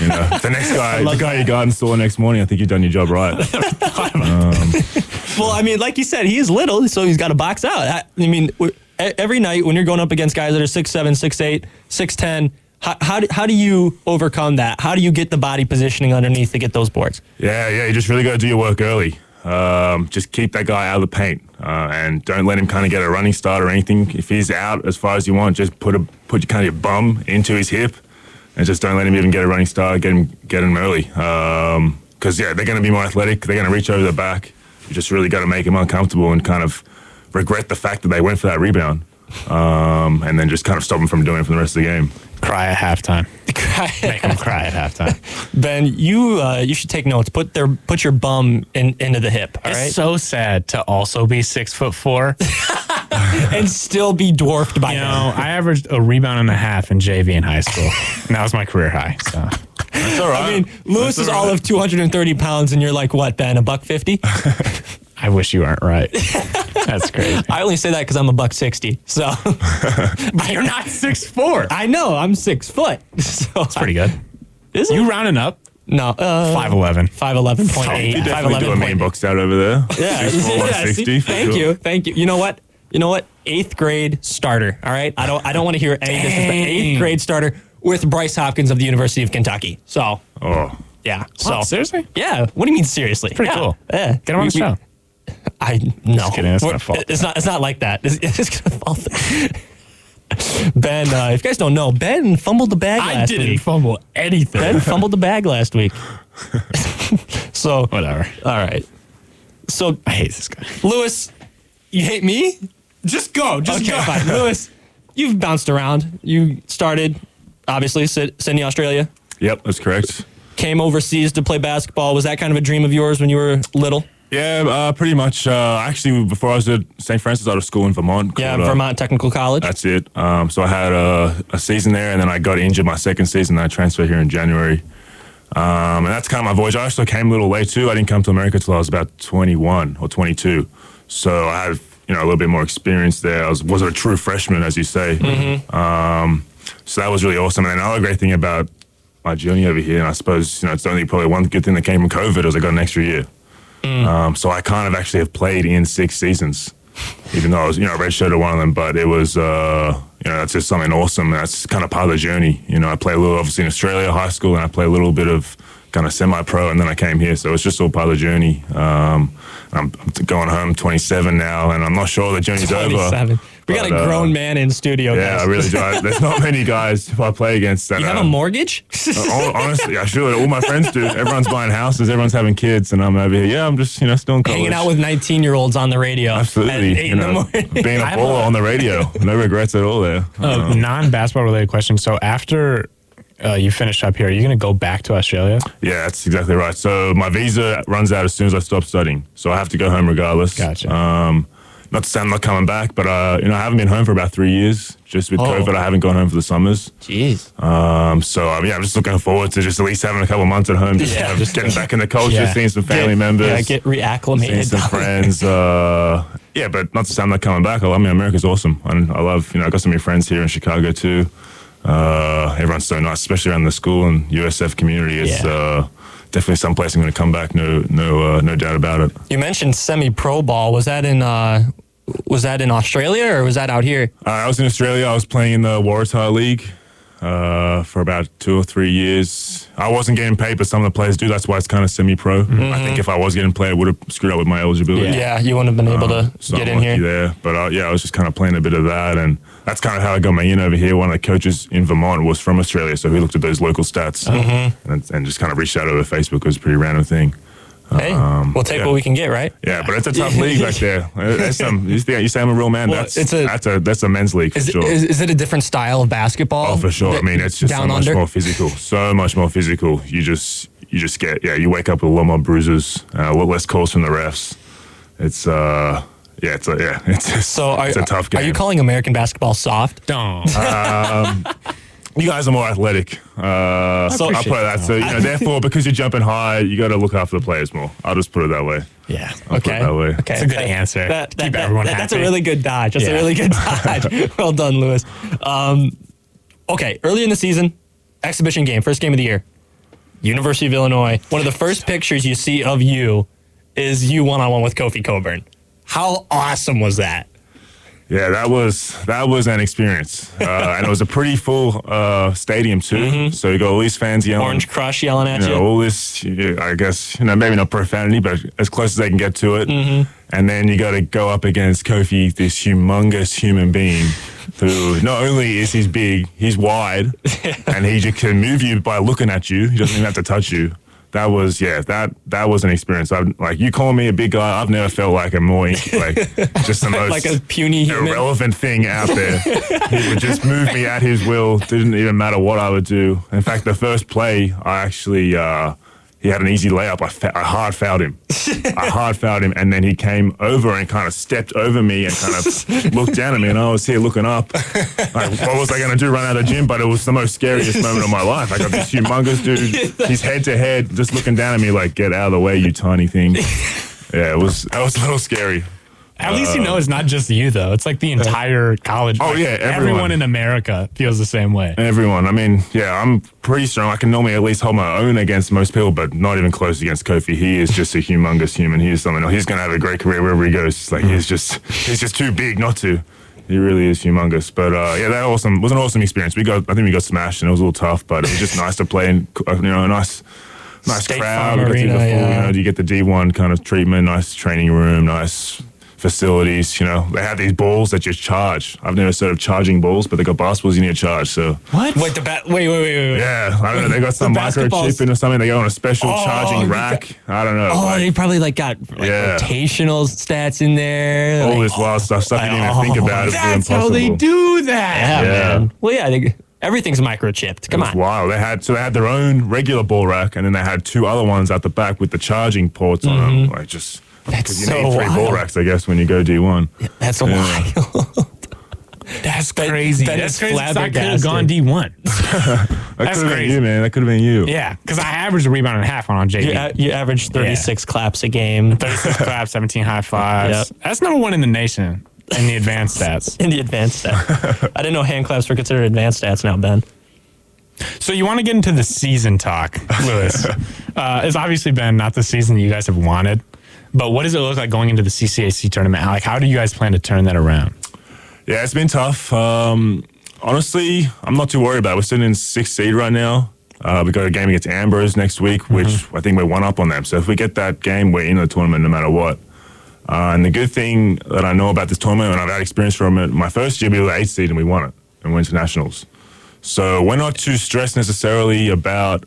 Speaker 7: you know, the next guy, the guy you got in store next morning, I think you've done your job right.
Speaker 2: Well, I mean, like you said, he is little, so he's got to box out. I, I mean, we're- e- every night when you're going up against guys that are 6'7, 6'8, 6'10, how, how, do, how do you overcome that? How do you get the body positioning underneath to get those boards?
Speaker 7: Yeah, yeah. You just really got to do your work early. Um, just keep that guy out of the paint, uh, and don't let him kind of get a running start or anything. If he's out as far as you want, just put a put kind of your bum into his hip, and just don't let him even get a running start. Get him get him early, because yeah, they're going to be more athletic. They're going to reach over the back. You just really got to make him uncomfortable and kind of regret the fact that they went for that rebound, um, and then just kind of stop him from doing it for the rest of the game.
Speaker 3: Cry at halftime. Make them cry at halftime.
Speaker 2: Ben, you uh, you should take notes. Put their put your bum in, into the hip, all
Speaker 3: It's
Speaker 2: right,
Speaker 3: so sad to also be six foot four.
Speaker 2: and still be dwarfed by
Speaker 3: You
Speaker 2: them.
Speaker 3: know, I averaged a rebound and a half in JV in high school, and that was my career high. So
Speaker 7: That's all right.
Speaker 2: I mean, Lewis is all of 230 pounds, and you're like, what, Ben, a buck 50?
Speaker 3: I wish you weren't right. That's crazy.
Speaker 2: I only say that because I'm a buck 60. So
Speaker 3: But you're not six four.
Speaker 2: I know I'm six foot. So That's
Speaker 3: Pretty good.
Speaker 2: Is it?
Speaker 3: You rounding up?
Speaker 2: No, uh,
Speaker 3: Five eleven.
Speaker 2: 511.8.
Speaker 7: You definitely do a
Speaker 2: 511.
Speaker 7: mean box out over there.
Speaker 2: Yeah,
Speaker 7: Six four,
Speaker 2: yeah, see?
Speaker 7: 160, for
Speaker 2: thank
Speaker 7: sure.
Speaker 2: you, thank you. You know what? You know what? Eighth grade starter. All right, I don't. I don't want to hear any disrespect.
Speaker 3: Dang.
Speaker 2: Eighth grade starter with Bryce Hopkins of the University of Kentucky. So
Speaker 7: Oh.
Speaker 2: yeah.
Speaker 3: So
Speaker 2: So
Speaker 3: seriously,
Speaker 2: yeah. What do you mean seriously?
Speaker 3: pretty
Speaker 2: Yeah,
Speaker 3: cool.
Speaker 2: Yeah.
Speaker 3: Get him on
Speaker 2: We-
Speaker 3: the
Speaker 2: we-
Speaker 3: show.
Speaker 2: I no.
Speaker 3: kidding, it's
Speaker 2: We're-
Speaker 3: gonna fall
Speaker 2: It's not. It's not like that. It's, it's gonna fall. through. ben, uh, if you guys don't know, Ben fumbled the bag last week.
Speaker 3: fumble anything.
Speaker 2: Ben fumbled the bag last week. so all
Speaker 3: Whatever.
Speaker 2: right. So
Speaker 3: I hate this guy.
Speaker 2: Lewis, you hate me?
Speaker 3: Just go. Just
Speaker 2: Okay, fine. Lewis, you've bounced around. You started, obviously, Syd- Sydney, Australia.
Speaker 7: Yep, that's correct.
Speaker 2: Came overseas to play basketball. Was that kind of a dream of yours when you were little?
Speaker 7: Yeah, uh, pretty much. Uh, actually, before I was at St. Francis, I was school in Vermont.
Speaker 2: Yeah,
Speaker 7: called, uh,
Speaker 2: Vermont Technical College.
Speaker 7: That's it. Um, so I had a, a season there, and then I got injured my second season. and I transferred here in January. Um, and that's kind of my voyage. I actually came a little late too. I didn't come to America till I was about 21 or 22. So I have, you know, a little bit more experience there. I was, wasn't a true freshman, as you say.
Speaker 2: Mm-hmm.
Speaker 7: Um, so that was really awesome. And another great thing about my journey over here, and I suppose, you know, it's only probably one good thing that came from COVID is I got an extra year.
Speaker 2: Mm.
Speaker 7: Um, so I kind of actually have played in six seasons, even though I was, you know, redshirted one of them. But it was, uh, you know, that's just something awesome. And that's kind of part of the journey. You know, I play a little, obviously, in Australia, high school, and I play a little bit of kind of semi-pro, and then I came here. So it's just all part of the journey. Um, I'm, I'm going home 27 now, and I'm not sure the journey's over.
Speaker 2: 27. We got
Speaker 7: But,
Speaker 2: a
Speaker 7: uh,
Speaker 2: grown man in studio.
Speaker 7: Yeah, I
Speaker 2: guys.
Speaker 7: really do. I- There's not many guys who I play against that
Speaker 2: You have a
Speaker 7: um,
Speaker 2: mortgage?
Speaker 7: Hon- Honestly, I should. All my friends do. Everyone's buying houses. Everyone's having kids, and I'm over here. Yeah, I'm just you know still in college.
Speaker 2: Hanging out with 19 year olds on the radio. At
Speaker 7: absolutely,
Speaker 2: eight
Speaker 7: you
Speaker 2: in the
Speaker 7: know,
Speaker 2: morning.
Speaker 7: being a
Speaker 3: I'm
Speaker 7: baller on the radio. No regrets at all there.
Speaker 2: Oh.
Speaker 3: A non basketball related question. So after uh, you finish up here, are you going to go back to Australia?
Speaker 7: Yeah, that's exactly right. So my visa runs out as soon as I stop studying, so I have to go home regardless.
Speaker 3: Gotcha.
Speaker 7: Um, not to say I'm not coming back, but uh, you know I haven't been home for about three years.
Speaker 2: Oh.
Speaker 7: Just with COVID, I haven't gone home for the summers.
Speaker 2: Jeez.
Speaker 7: Um, so um, yeah, I'm just looking forward to just at least having a couple months at home, just,
Speaker 2: Yeah,
Speaker 7: you know,
Speaker 2: just-
Speaker 7: getting back in the culture,
Speaker 3: yeah.
Speaker 7: seeing some family members.
Speaker 2: Yeah, get
Speaker 7: seeing
Speaker 2: reacclimated.
Speaker 7: some friends. Uh, yeah, but not to sound like coming back. I love- I mean, America's awesome. And I love, you know, I got so many friends here in Chicago too. Uh, everyone's so nice, especially around the school and USF community. It's
Speaker 2: Yeah.
Speaker 7: uh, definitely someplace I'm going to come back. No, no, uh, no doubt about it.
Speaker 2: You mentioned semi pro ball. Was that in uh was that in Australia or was that out here?
Speaker 7: Uh, I was in Australia. I was playing in the Waratah League uh, for about two or three years. I wasn't getting paid, but some of the players do. That's why it's kind of semi-pro. I think if I was getting paid, I would have screwed up with my eligibility.
Speaker 2: Mm-hmm. Yeah, you wouldn't have been able
Speaker 7: Um,
Speaker 2: to
Speaker 7: so
Speaker 2: get in
Speaker 7: I'm lucky
Speaker 2: here.
Speaker 7: There. But uh, yeah, I was just kind of playing a bit of that, and that's kind of how I got my in over here. One of the coaches in Vermont was from Australia, so he looked at those local stats
Speaker 2: Mm-hmm.
Speaker 7: and, and just kind of reached out over Facebook. It was a pretty random thing.
Speaker 2: Hey, we'll take
Speaker 7: um, yeah.
Speaker 2: what we can get, right?
Speaker 7: Yeah, but it's a tough league back there. Uh, That's some, you, think, you say I'm a real man.
Speaker 2: Well,
Speaker 7: that's
Speaker 2: it's a-
Speaker 7: a that's a that's a men's league for
Speaker 2: Is,
Speaker 7: sure.
Speaker 2: is, is it a different style of basketball?
Speaker 7: Oh, for sure. I
Speaker 2: that-
Speaker 7: mean, it's just so
Speaker 2: down
Speaker 7: much
Speaker 2: under.
Speaker 7: more physical. So much more physical. You just you just get yeah. You wake up with a lot more bruises, uh, a lot less calls from the refs. It's uh yeah it's a, yeah it's just,
Speaker 2: So are,
Speaker 7: it's a tough game.
Speaker 2: are you calling American basketball soft?
Speaker 3: No.
Speaker 7: You guys are more athletic. Uh, so I'll put it
Speaker 3: appreciate
Speaker 7: that. So you know, therefore, because you're jumping high, you got to look after the players more. I'll just put it that way.
Speaker 3: yeah.
Speaker 7: put it
Speaker 2: Okay.
Speaker 7: that way.
Speaker 2: Okay.
Speaker 3: It's a good
Speaker 2: That-
Speaker 3: answer.
Speaker 2: That,
Speaker 3: Keep
Speaker 2: that- that-
Speaker 3: everyone
Speaker 2: that- That's a
Speaker 3: happy.
Speaker 2: really good dodge. That's a
Speaker 3: Yeah.
Speaker 2: really good dodge. well done, Lewis. Um, okay, early in the season, exhibition game, first game of the year, University of Illinois. One of the first pictures you see of you is you one on one with Kofi Coburn. How awesome was that?
Speaker 7: Yeah, that was that was an experience, uh, and it was a pretty full uh, stadium too. So you got all these fans yelling.
Speaker 2: Mm-hmm. Orange Crush yelling at
Speaker 7: you know,
Speaker 2: you.
Speaker 7: all this, you- I guess, you know, maybe not profanity, but as close as they can get to it.
Speaker 2: Mm-hmm.
Speaker 7: And then you got to go up against Kofi, this humongous human being who not only is he's big, he's wide, and he just can move you by looking at you. He doesn't even have to touch you. That was yeah. That that was an experience. I've like you call me a big guy. I've never felt like a more like just the most
Speaker 2: Like a puny human.
Speaker 7: irrelevant thing out there. he would just move me at his will. Didn't even matter what I would do. In fact, the first play, I actually uh, he had an easy layup. I, fa- I hard fouled him. I hard fouled him, and then he came over and kind of stepped over me and kind of looked down at me, and I was here looking up. Like, what was I going to do? Run out of the gym? But it was the most scariest moment of my life. I got this humongous dude. He's head to head, just looking down at me like, "Get out of the way, you tiny thing." Yeah, it was. That was a little scary.
Speaker 3: At least you know it's not just you, though. It's like the entire college.
Speaker 7: Uh, Oh,
Speaker 3: like,
Speaker 7: yeah, everyone.
Speaker 3: in America feels the same way.
Speaker 7: Everyone. I mean, yeah, I'm pretty strong. I can normally at least hold my own against most people, but not even close against Kofi. He is just a humongous human. He is someone. He's going to have a great career wherever he goes. Like he's just, he's just too big not to. He really is humongous. But uh, yeah, that awesome was an awesome experience. We got, I think we got smashed, and it was a little tough, but it was just nice to play in, uh, you know, a nice. Nice
Speaker 2: State Farm
Speaker 7: crowd. We got to
Speaker 2: Arena,
Speaker 7: perform,
Speaker 2: yeah.
Speaker 7: you know, you get the D1 kind of treatment, nice training room, nice facilities. You know, they have these balls that you charge. I've never heard of charging balls, but they got basketballs you need to charge. So
Speaker 3: What?
Speaker 2: Wait, the ba- wait, wait, wait, wait. wait.
Speaker 7: yeah, I don't know. They got some
Speaker 2: The
Speaker 7: microchip
Speaker 2: basketballs-
Speaker 7: in or something. They go on a special
Speaker 2: Oh,
Speaker 7: charging rack. I don't know.
Speaker 2: Oh,
Speaker 7: like,
Speaker 2: they probably like got like,
Speaker 7: Yeah.
Speaker 2: rotational stats in there.
Speaker 7: all
Speaker 2: like-
Speaker 7: this wild stuff. Stuff you didn't even think about. It's
Speaker 2: Oh, That's
Speaker 7: impossible.
Speaker 2: how they do that. Yeah,
Speaker 7: Yeah.
Speaker 2: Oh, man. Well, yeah, they, everything's microchipped. Come
Speaker 7: It was
Speaker 2: on.
Speaker 7: wild. They had so they had their own regular ball rack, and then they had two other ones at the back with the charging ports on them. Like just
Speaker 2: Mm-hmm. That's
Speaker 7: you
Speaker 2: so
Speaker 7: need three ball
Speaker 2: wild.
Speaker 7: racks, I guess, when you go D one.
Speaker 2: That's
Speaker 7: Yeah.
Speaker 2: wild.
Speaker 3: That's crazy.
Speaker 2: that
Speaker 3: That's
Speaker 2: is
Speaker 3: crazy. 'cause I could have
Speaker 2: flabbergasted.
Speaker 3: gone D one.
Speaker 7: That
Speaker 3: That's
Speaker 7: could have been
Speaker 3: crazy.
Speaker 7: you, man. That could have been you.
Speaker 3: Yeah, because I averaged a rebound and a half on JV.
Speaker 2: You, a- you average 36 claps a game
Speaker 3: 36 claps, 17 high fives.
Speaker 2: Yep.
Speaker 3: That's number one in the nation in the advanced stats.
Speaker 2: in the advanced stats. I didn't know hand claps were considered advanced stats now, Ben.
Speaker 3: So you want to get into the season talk, Lewis. uh, it's obviously been not the season that you guys have wanted, but what does it look like going into the CCAC tournament? Like, how do you guys plan to turn that around?
Speaker 7: Yeah, it's been tough. Um, honestly, I'm not too worried about it. We're sitting in sixth seed right now. Uh, we got a game against Ambrose next week, which I think we're one up on them. So if we get that game, we're in the tournament no matter what. Uh, and the good thing that I know about this tournament, and I've had experience from it, my first year we were eighth seed and we won it and went to nationals. So we're not too stressed necessarily about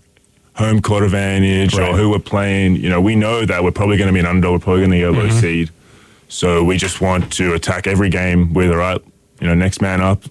Speaker 7: home court advantage
Speaker 3: Right.
Speaker 7: or who we're playing. You know, we know that we're probably going to be an underdog. We're probably going to get a low
Speaker 3: Mm-hmm.
Speaker 7: seed. So we just want to attack every game with all right, you know, next man up.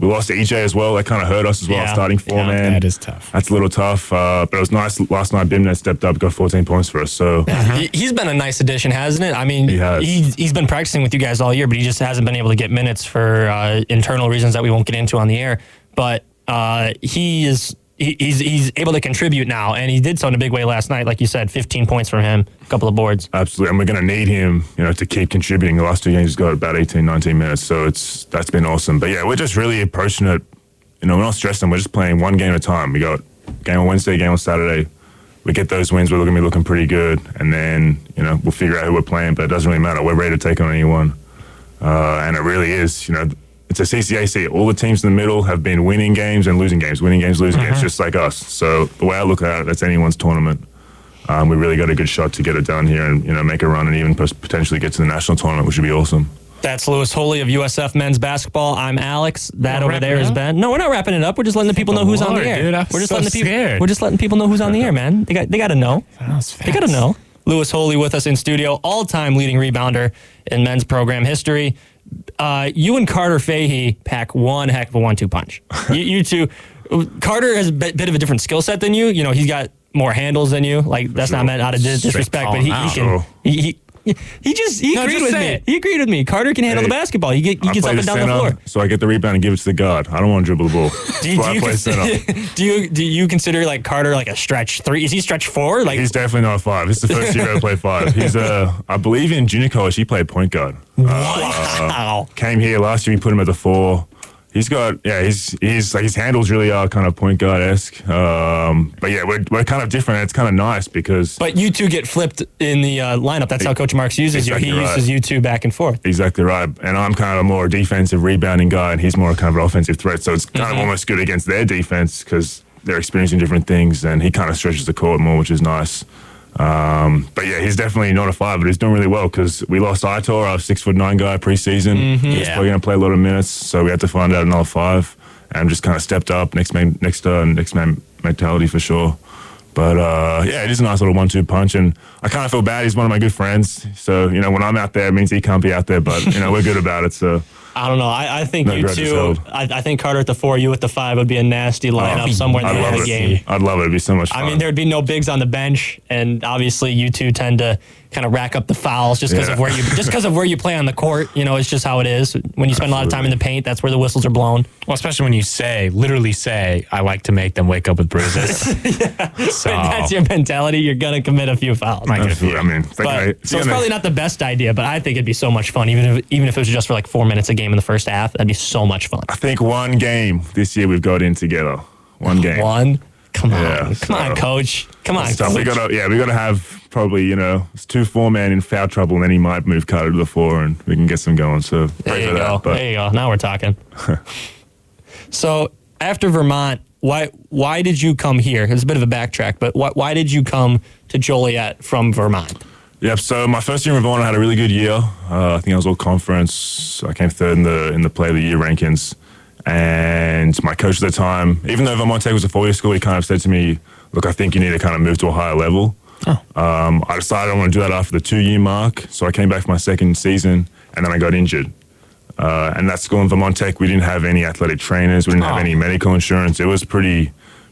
Speaker 7: We lost to EJ as well. That kind of hurt us as well.
Speaker 2: Yeah.
Speaker 7: Starting four
Speaker 3: Yeah,
Speaker 7: man,
Speaker 3: that is tough.
Speaker 7: That's a little tough, uh, but it was nice last night. Bimnet stepped up, got 14 points for us. So
Speaker 3: Uh-huh.
Speaker 2: He, he's been a nice addition, hasn't it? I mean,
Speaker 7: He has.
Speaker 2: he's, he's been practicing with you guys all year, but he just hasn't been able to get minutes for uh, internal reasons that we won't get into on the air. But uh, he is. he- He's, he's able to contribute now, and he did so in a big way last night. Like you said, 15 points from him, a couple of boards.
Speaker 7: absolutely, and we're going to need him, you know, to keep contributing. The last two games he's got about 18, 19 minutes, so it's that's been awesome. But yeah, we're just really approaching it. You know, we're not stressing. We're just playing one game at a time. We got game on Wednesday, game on Saturday. We get those wins, we're going to be looking pretty good, and then you know we'll figure out who we're playing. But it doesn't really matter. We're ready to take on anyone. uh, and it really is. You know, it's a CCAC. All the teams in the middle have been winning games and losing games, winning games, losing games, just like us. So the way I look at it, that's anyone's tournament. Um, we really got a good shot to get it done here and you know make a run and even pos- potentially get to the national tournament, which would be awesome.
Speaker 2: That's Lewis Holy of USF men's basketball. I'm Alex. That
Speaker 3: We're
Speaker 2: over there
Speaker 3: wrapping
Speaker 2: is
Speaker 3: it up?
Speaker 2: Ben. No, we're not wrapping it up. We're just letting the people know
Speaker 3: the
Speaker 2: who's on
Speaker 3: Lord,
Speaker 2: the air.
Speaker 3: dude, I'm
Speaker 2: we're just
Speaker 3: so
Speaker 2: letting the people.
Speaker 3: scared.
Speaker 2: We're just letting people know who's on the air, man. They got they got to know. They got to know. Lewis Holy with us in studio, all time leading rebounder in men's program history. Uh, you and Carter Fahey pack one heck of a one two punch. you, you two, Carter has a bit, bit of a different skill set than you. You know, he's got more handles than you. Like that's not
Speaker 7: sure. Oh.
Speaker 2: meant out of dis-
Speaker 3: Straight
Speaker 2: disrespect,
Speaker 3: calling
Speaker 2: but he, he
Speaker 3: out.
Speaker 2: can.
Speaker 7: Sure.
Speaker 2: He, he, he just he
Speaker 3: No,
Speaker 2: agreed
Speaker 3: just
Speaker 2: with
Speaker 3: say
Speaker 2: me.
Speaker 3: it.
Speaker 2: He agreed with me. Carter can handle
Speaker 7: Hey,
Speaker 2: the basketball. He, get, he
Speaker 7: I
Speaker 2: gets
Speaker 7: play
Speaker 2: up and down the
Speaker 7: center,
Speaker 2: floor.
Speaker 7: So I get the rebound and give it to the guard. I don't want to dribble the ball.
Speaker 2: Do you,
Speaker 7: so
Speaker 2: do,
Speaker 7: I
Speaker 2: you
Speaker 7: play center.
Speaker 2: consider, do you do you consider like Carter like a stretch three? Is he stretch four? Like
Speaker 7: He's definitely not a five. This is the first year I play five. He's uh, I believe in junior college he played point guard.
Speaker 2: wow.
Speaker 7: came here last year. We put him at the four. He's got yeah. He's he's like his handles really are kind of point guard esque. Um, but yeah, we're we're kind of different. It's kind of nice because
Speaker 2: But you two get flipped in the uh, lineup. That's how Coach Marks uses you. He
Speaker 7: Exactly right.
Speaker 2: uses you two back and forth.
Speaker 7: exactly right. And I'm kind of more a defensive rebounding guy, and he's more kind of an offensive threat. So it's kind of almost good against their defense because they're experiencing different things, and he kind of stretches the court more, which is nice. Um, but yeah, he's definitely not a five, but he's doing really well because we lost Itor, our six foot nine guy preseason. He's probably going to play a lot of minutes, so we had to find out another five, and just kind of stepped up next man, next uh, next man mentality for sure. But uh, yeah, it is a nice little one-two punch, and I kind of feel bad. He's one of my good friends, so you know when I'm out there, it means he can't be out there. But you know we're good about it, so
Speaker 2: I don't know. I, I think
Speaker 7: No
Speaker 2: you
Speaker 7: grudges
Speaker 2: two.
Speaker 7: held.
Speaker 2: I, I think Carter at the four, you at the five would be a nasty lineup somewhere in
Speaker 7: I'd
Speaker 2: the end
Speaker 7: love
Speaker 2: of the
Speaker 7: it.
Speaker 2: game.
Speaker 7: I'd love it. It'd be so much fun.
Speaker 2: I mean, there'd be no bigs on the bench, and obviously, you two tend to kind of rack up the fouls just because
Speaker 7: Yeah.
Speaker 2: of where you just because of where you play on the court. You know, it's just how it is. When you spend a lot of time in the paint, that's where the whistles are blown.
Speaker 3: Well, especially when you say, literally say, I like to make them wake up with bruises. So,
Speaker 7: Oh.
Speaker 2: That's your mentality. You're gonna commit a few fouls.
Speaker 3: My
Speaker 7: Absolutely. I mean, if they can-
Speaker 2: But,
Speaker 7: if
Speaker 2: so
Speaker 7: you're
Speaker 2: it's
Speaker 7: gonna-
Speaker 2: probably not the best idea, but I think it'd be so much fun, even if even if it was just for like four minutes a game in the first half. That'd be so much fun.
Speaker 7: I think one game this year we've got in together. One game.
Speaker 2: Oh, One, come on,
Speaker 7: Yeah,
Speaker 2: come on,
Speaker 7: so-
Speaker 2: coach, come on.
Speaker 7: So we
Speaker 2: coach.
Speaker 7: gotta, yeah, we gotta have probably you know it's two four man in foul trouble, and then he might move Carter to the four, and we can get some going. So
Speaker 2: There
Speaker 7: pray
Speaker 2: you
Speaker 7: for
Speaker 2: go.
Speaker 7: that. But
Speaker 2: there you go. Now we're talking. so after Vermont, why why did you come here? It's a bit of a backtrack, but why why did you come to Joliet from Vermont?
Speaker 7: Yep. So my first year in Vermont, I had a really good year. Uh, I think I was all conference. I came third in the in the play of the year rankings. And my coach at the time, even though Vermont Tech was a four year school, he kind of said to me, "Look, I think you need to kind of move to a higher level." Um, I decided I want to do that after the two year mark. So I came back for my second season, and then I got injured. Uh, and that school in Vermont Tech, we didn't have any athletic trainers. We didn't have any medical insurance. It was pretty,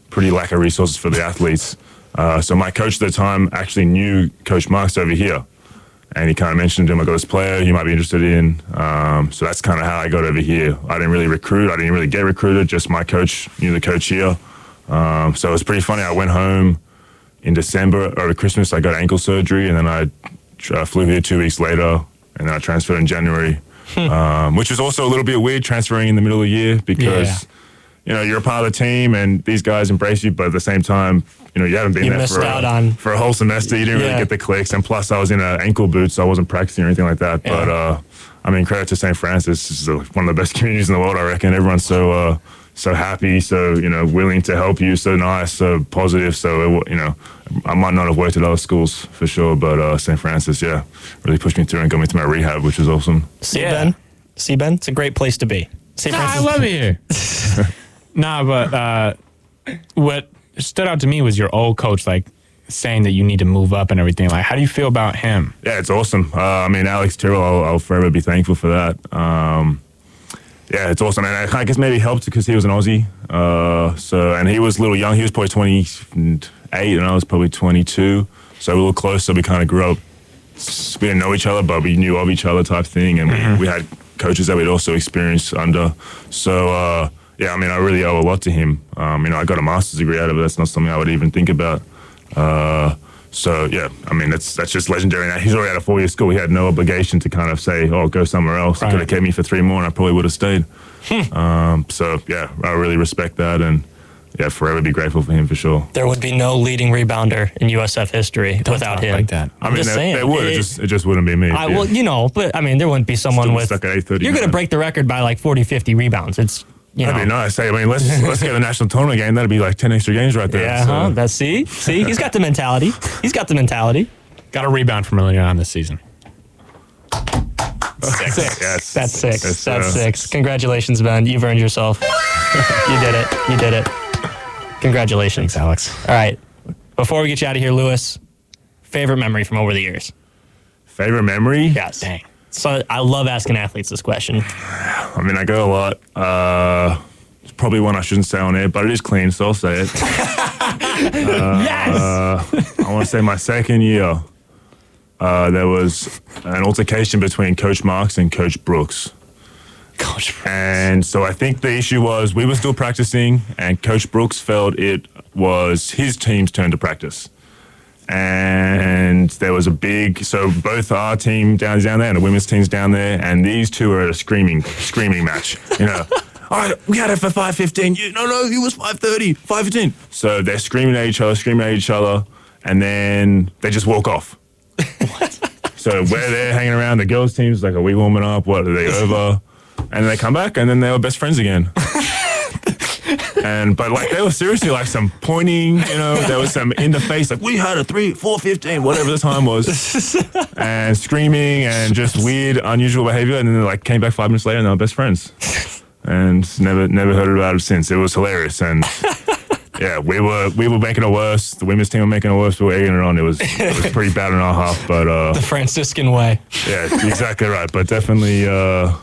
Speaker 7: pretty lack of resources for the athletes. Uh, so my coach at the time actually knew Coach Marks over here, and he kind of mentioned to him, I got this player you might be interested in. Um, so that's kind of how I got over here. I didn't really recruit, I didn't really get recruited, just my coach knew the coach here. Um, so it was pretty funny. I went home in December over Christmas. I got ankle surgery, and then I tr- uh, flew here two weeks later, and then I transferred in January,
Speaker 2: Hmm.
Speaker 7: um, which was also a little bit weird transferring in the middle of the year because
Speaker 3: Yeah.
Speaker 7: you know you're a part of the team and these guys embrace you, but at the same time, you know you haven't been
Speaker 2: You
Speaker 7: there
Speaker 2: missed
Speaker 7: for a,
Speaker 2: out on-
Speaker 7: for a whole semester. You didn't
Speaker 2: Yeah.
Speaker 7: really get the clicks, and plus I was in an ankle boot, so I wasn't practicing or anything like that. But
Speaker 2: Yeah.
Speaker 7: uh, I mean, credit to St. Francis. This is uh, one of the best communities in the world, I reckon. Everyone's so. Uh, so happy, so you know, willing to help you, so nice, so positive. So it, wa- you know, I might not have worked at other schools for sure, but uh, St. Francis, yeah, really pushed me through and got me to my rehab, which was awesome.
Speaker 2: See
Speaker 3: Yeah.
Speaker 2: Ben. See Ben. It's a great place to be. See
Speaker 3: Nah, I love it here. nah, but uh, what stood out to me was your old coach, like saying that you need to move up and everything. Like, how do you feel about him?
Speaker 7: Yeah, it's awesome. Uh, I mean, Alex Tyrrell, I'll, I'll forever be thankful for that. Um, yeah, it's awesome, and I, I guess maybe it helped because he was an Aussie. Uh, so, and he was a little young. He was probably twenty eight, and I was probably twenty two. So we were close. So we kind of grew up. s- We didn't know each other, but we knew of each other, type thing. And
Speaker 2: Mm-hmm.
Speaker 7: we, we had coaches that we'd also experienced under. So uh, yeah, I mean, I really owe a lot to him. Um, you know, I got a master's degree out of it. That's not something I would even think about. Uh, so yeah, I mean that's that's just legendary. Now he's already out of four year school. He had no obligation to kind of say, "Oh, go somewhere else." He
Speaker 3: Right.
Speaker 7: could have kept me for three more, and I probably would have stayed.
Speaker 2: Hmm.
Speaker 7: um, so yeah, I really respect that, and yeah, forever be grateful for him for sure.
Speaker 2: There would be no leading rebounder in USF history without
Speaker 3: talk
Speaker 2: him.
Speaker 3: like that.
Speaker 2: I'm
Speaker 7: I mean,
Speaker 2: just
Speaker 7: they,
Speaker 2: saying.
Speaker 7: they would. It,
Speaker 2: It-
Speaker 7: just it just wouldn't be me.
Speaker 2: I,
Speaker 7: yeah.
Speaker 2: Well, you know, but I mean, there wouldn't be someone
Speaker 7: Still
Speaker 2: with.
Speaker 7: stuck at 8:30,
Speaker 2: you're going to
Speaker 7: man.
Speaker 2: break the record by like 40, 50 rebounds. It's you
Speaker 7: That'd be
Speaker 2: know.
Speaker 7: nice. Hey, I mean, let's let's get a national tournament game. That'd be like ten extra games right there.
Speaker 2: Yeah,
Speaker 7: so.
Speaker 2: huh? That's see, see, he's got the mentality. He's got the mentality.
Speaker 3: Got a rebound from earlier on this season.
Speaker 7: Six. Yes.
Speaker 2: That's six.
Speaker 7: That's,
Speaker 2: That's
Speaker 7: uh,
Speaker 2: six. Congratulations, Ben. You've earned yourself. you did it. You did it. Congratulations.
Speaker 3: Thanks, Alex.
Speaker 2: All right. Before we get you out of here, Lewis, favorite memory from over the years?
Speaker 7: Favorite memory?
Speaker 2: Yes. Dang. So I love asking athletes this question.
Speaker 7: I mean, I go a lot. Uh, it's probably one I shouldn't say on air, but it is clean, so I'll say it.
Speaker 2: yes.
Speaker 7: uh, I want to say my second year, uh, there was an altercation between Coach Marks and Coach Brooks. Coach Brooks. And so I think the issue was we were still practicing, and Coach Brooks felt it was his team's turn to practice. And there was a big, so both our team down down there and the women's team's down there, and these two are at a screaming, screaming match. You know, all right, we had it for five fifteen. You no, no, it was 5.30, 5.15. So they're screaming at each other, screaming at each other, and then they just walk off. So we're there hanging around. The girls' team's like, are we warming up? What are they over? And they come back, and then they were best friends again. and but like they were seriously like some pointing, you know, there was some in the face like we had a three, four fifteen, whatever the time was, and screaming and just weird, unusual behavior. And then they like came back five minutes later, and they were best friends. And never, never heard about it since. It was hilarious, and yeah, we were we were making it worse. The women's team were making it worse. We were egging it on. It was it was pretty bad in our half, but uh,
Speaker 2: Franciscan way.
Speaker 7: yeah, exactly right. But definitely, uh,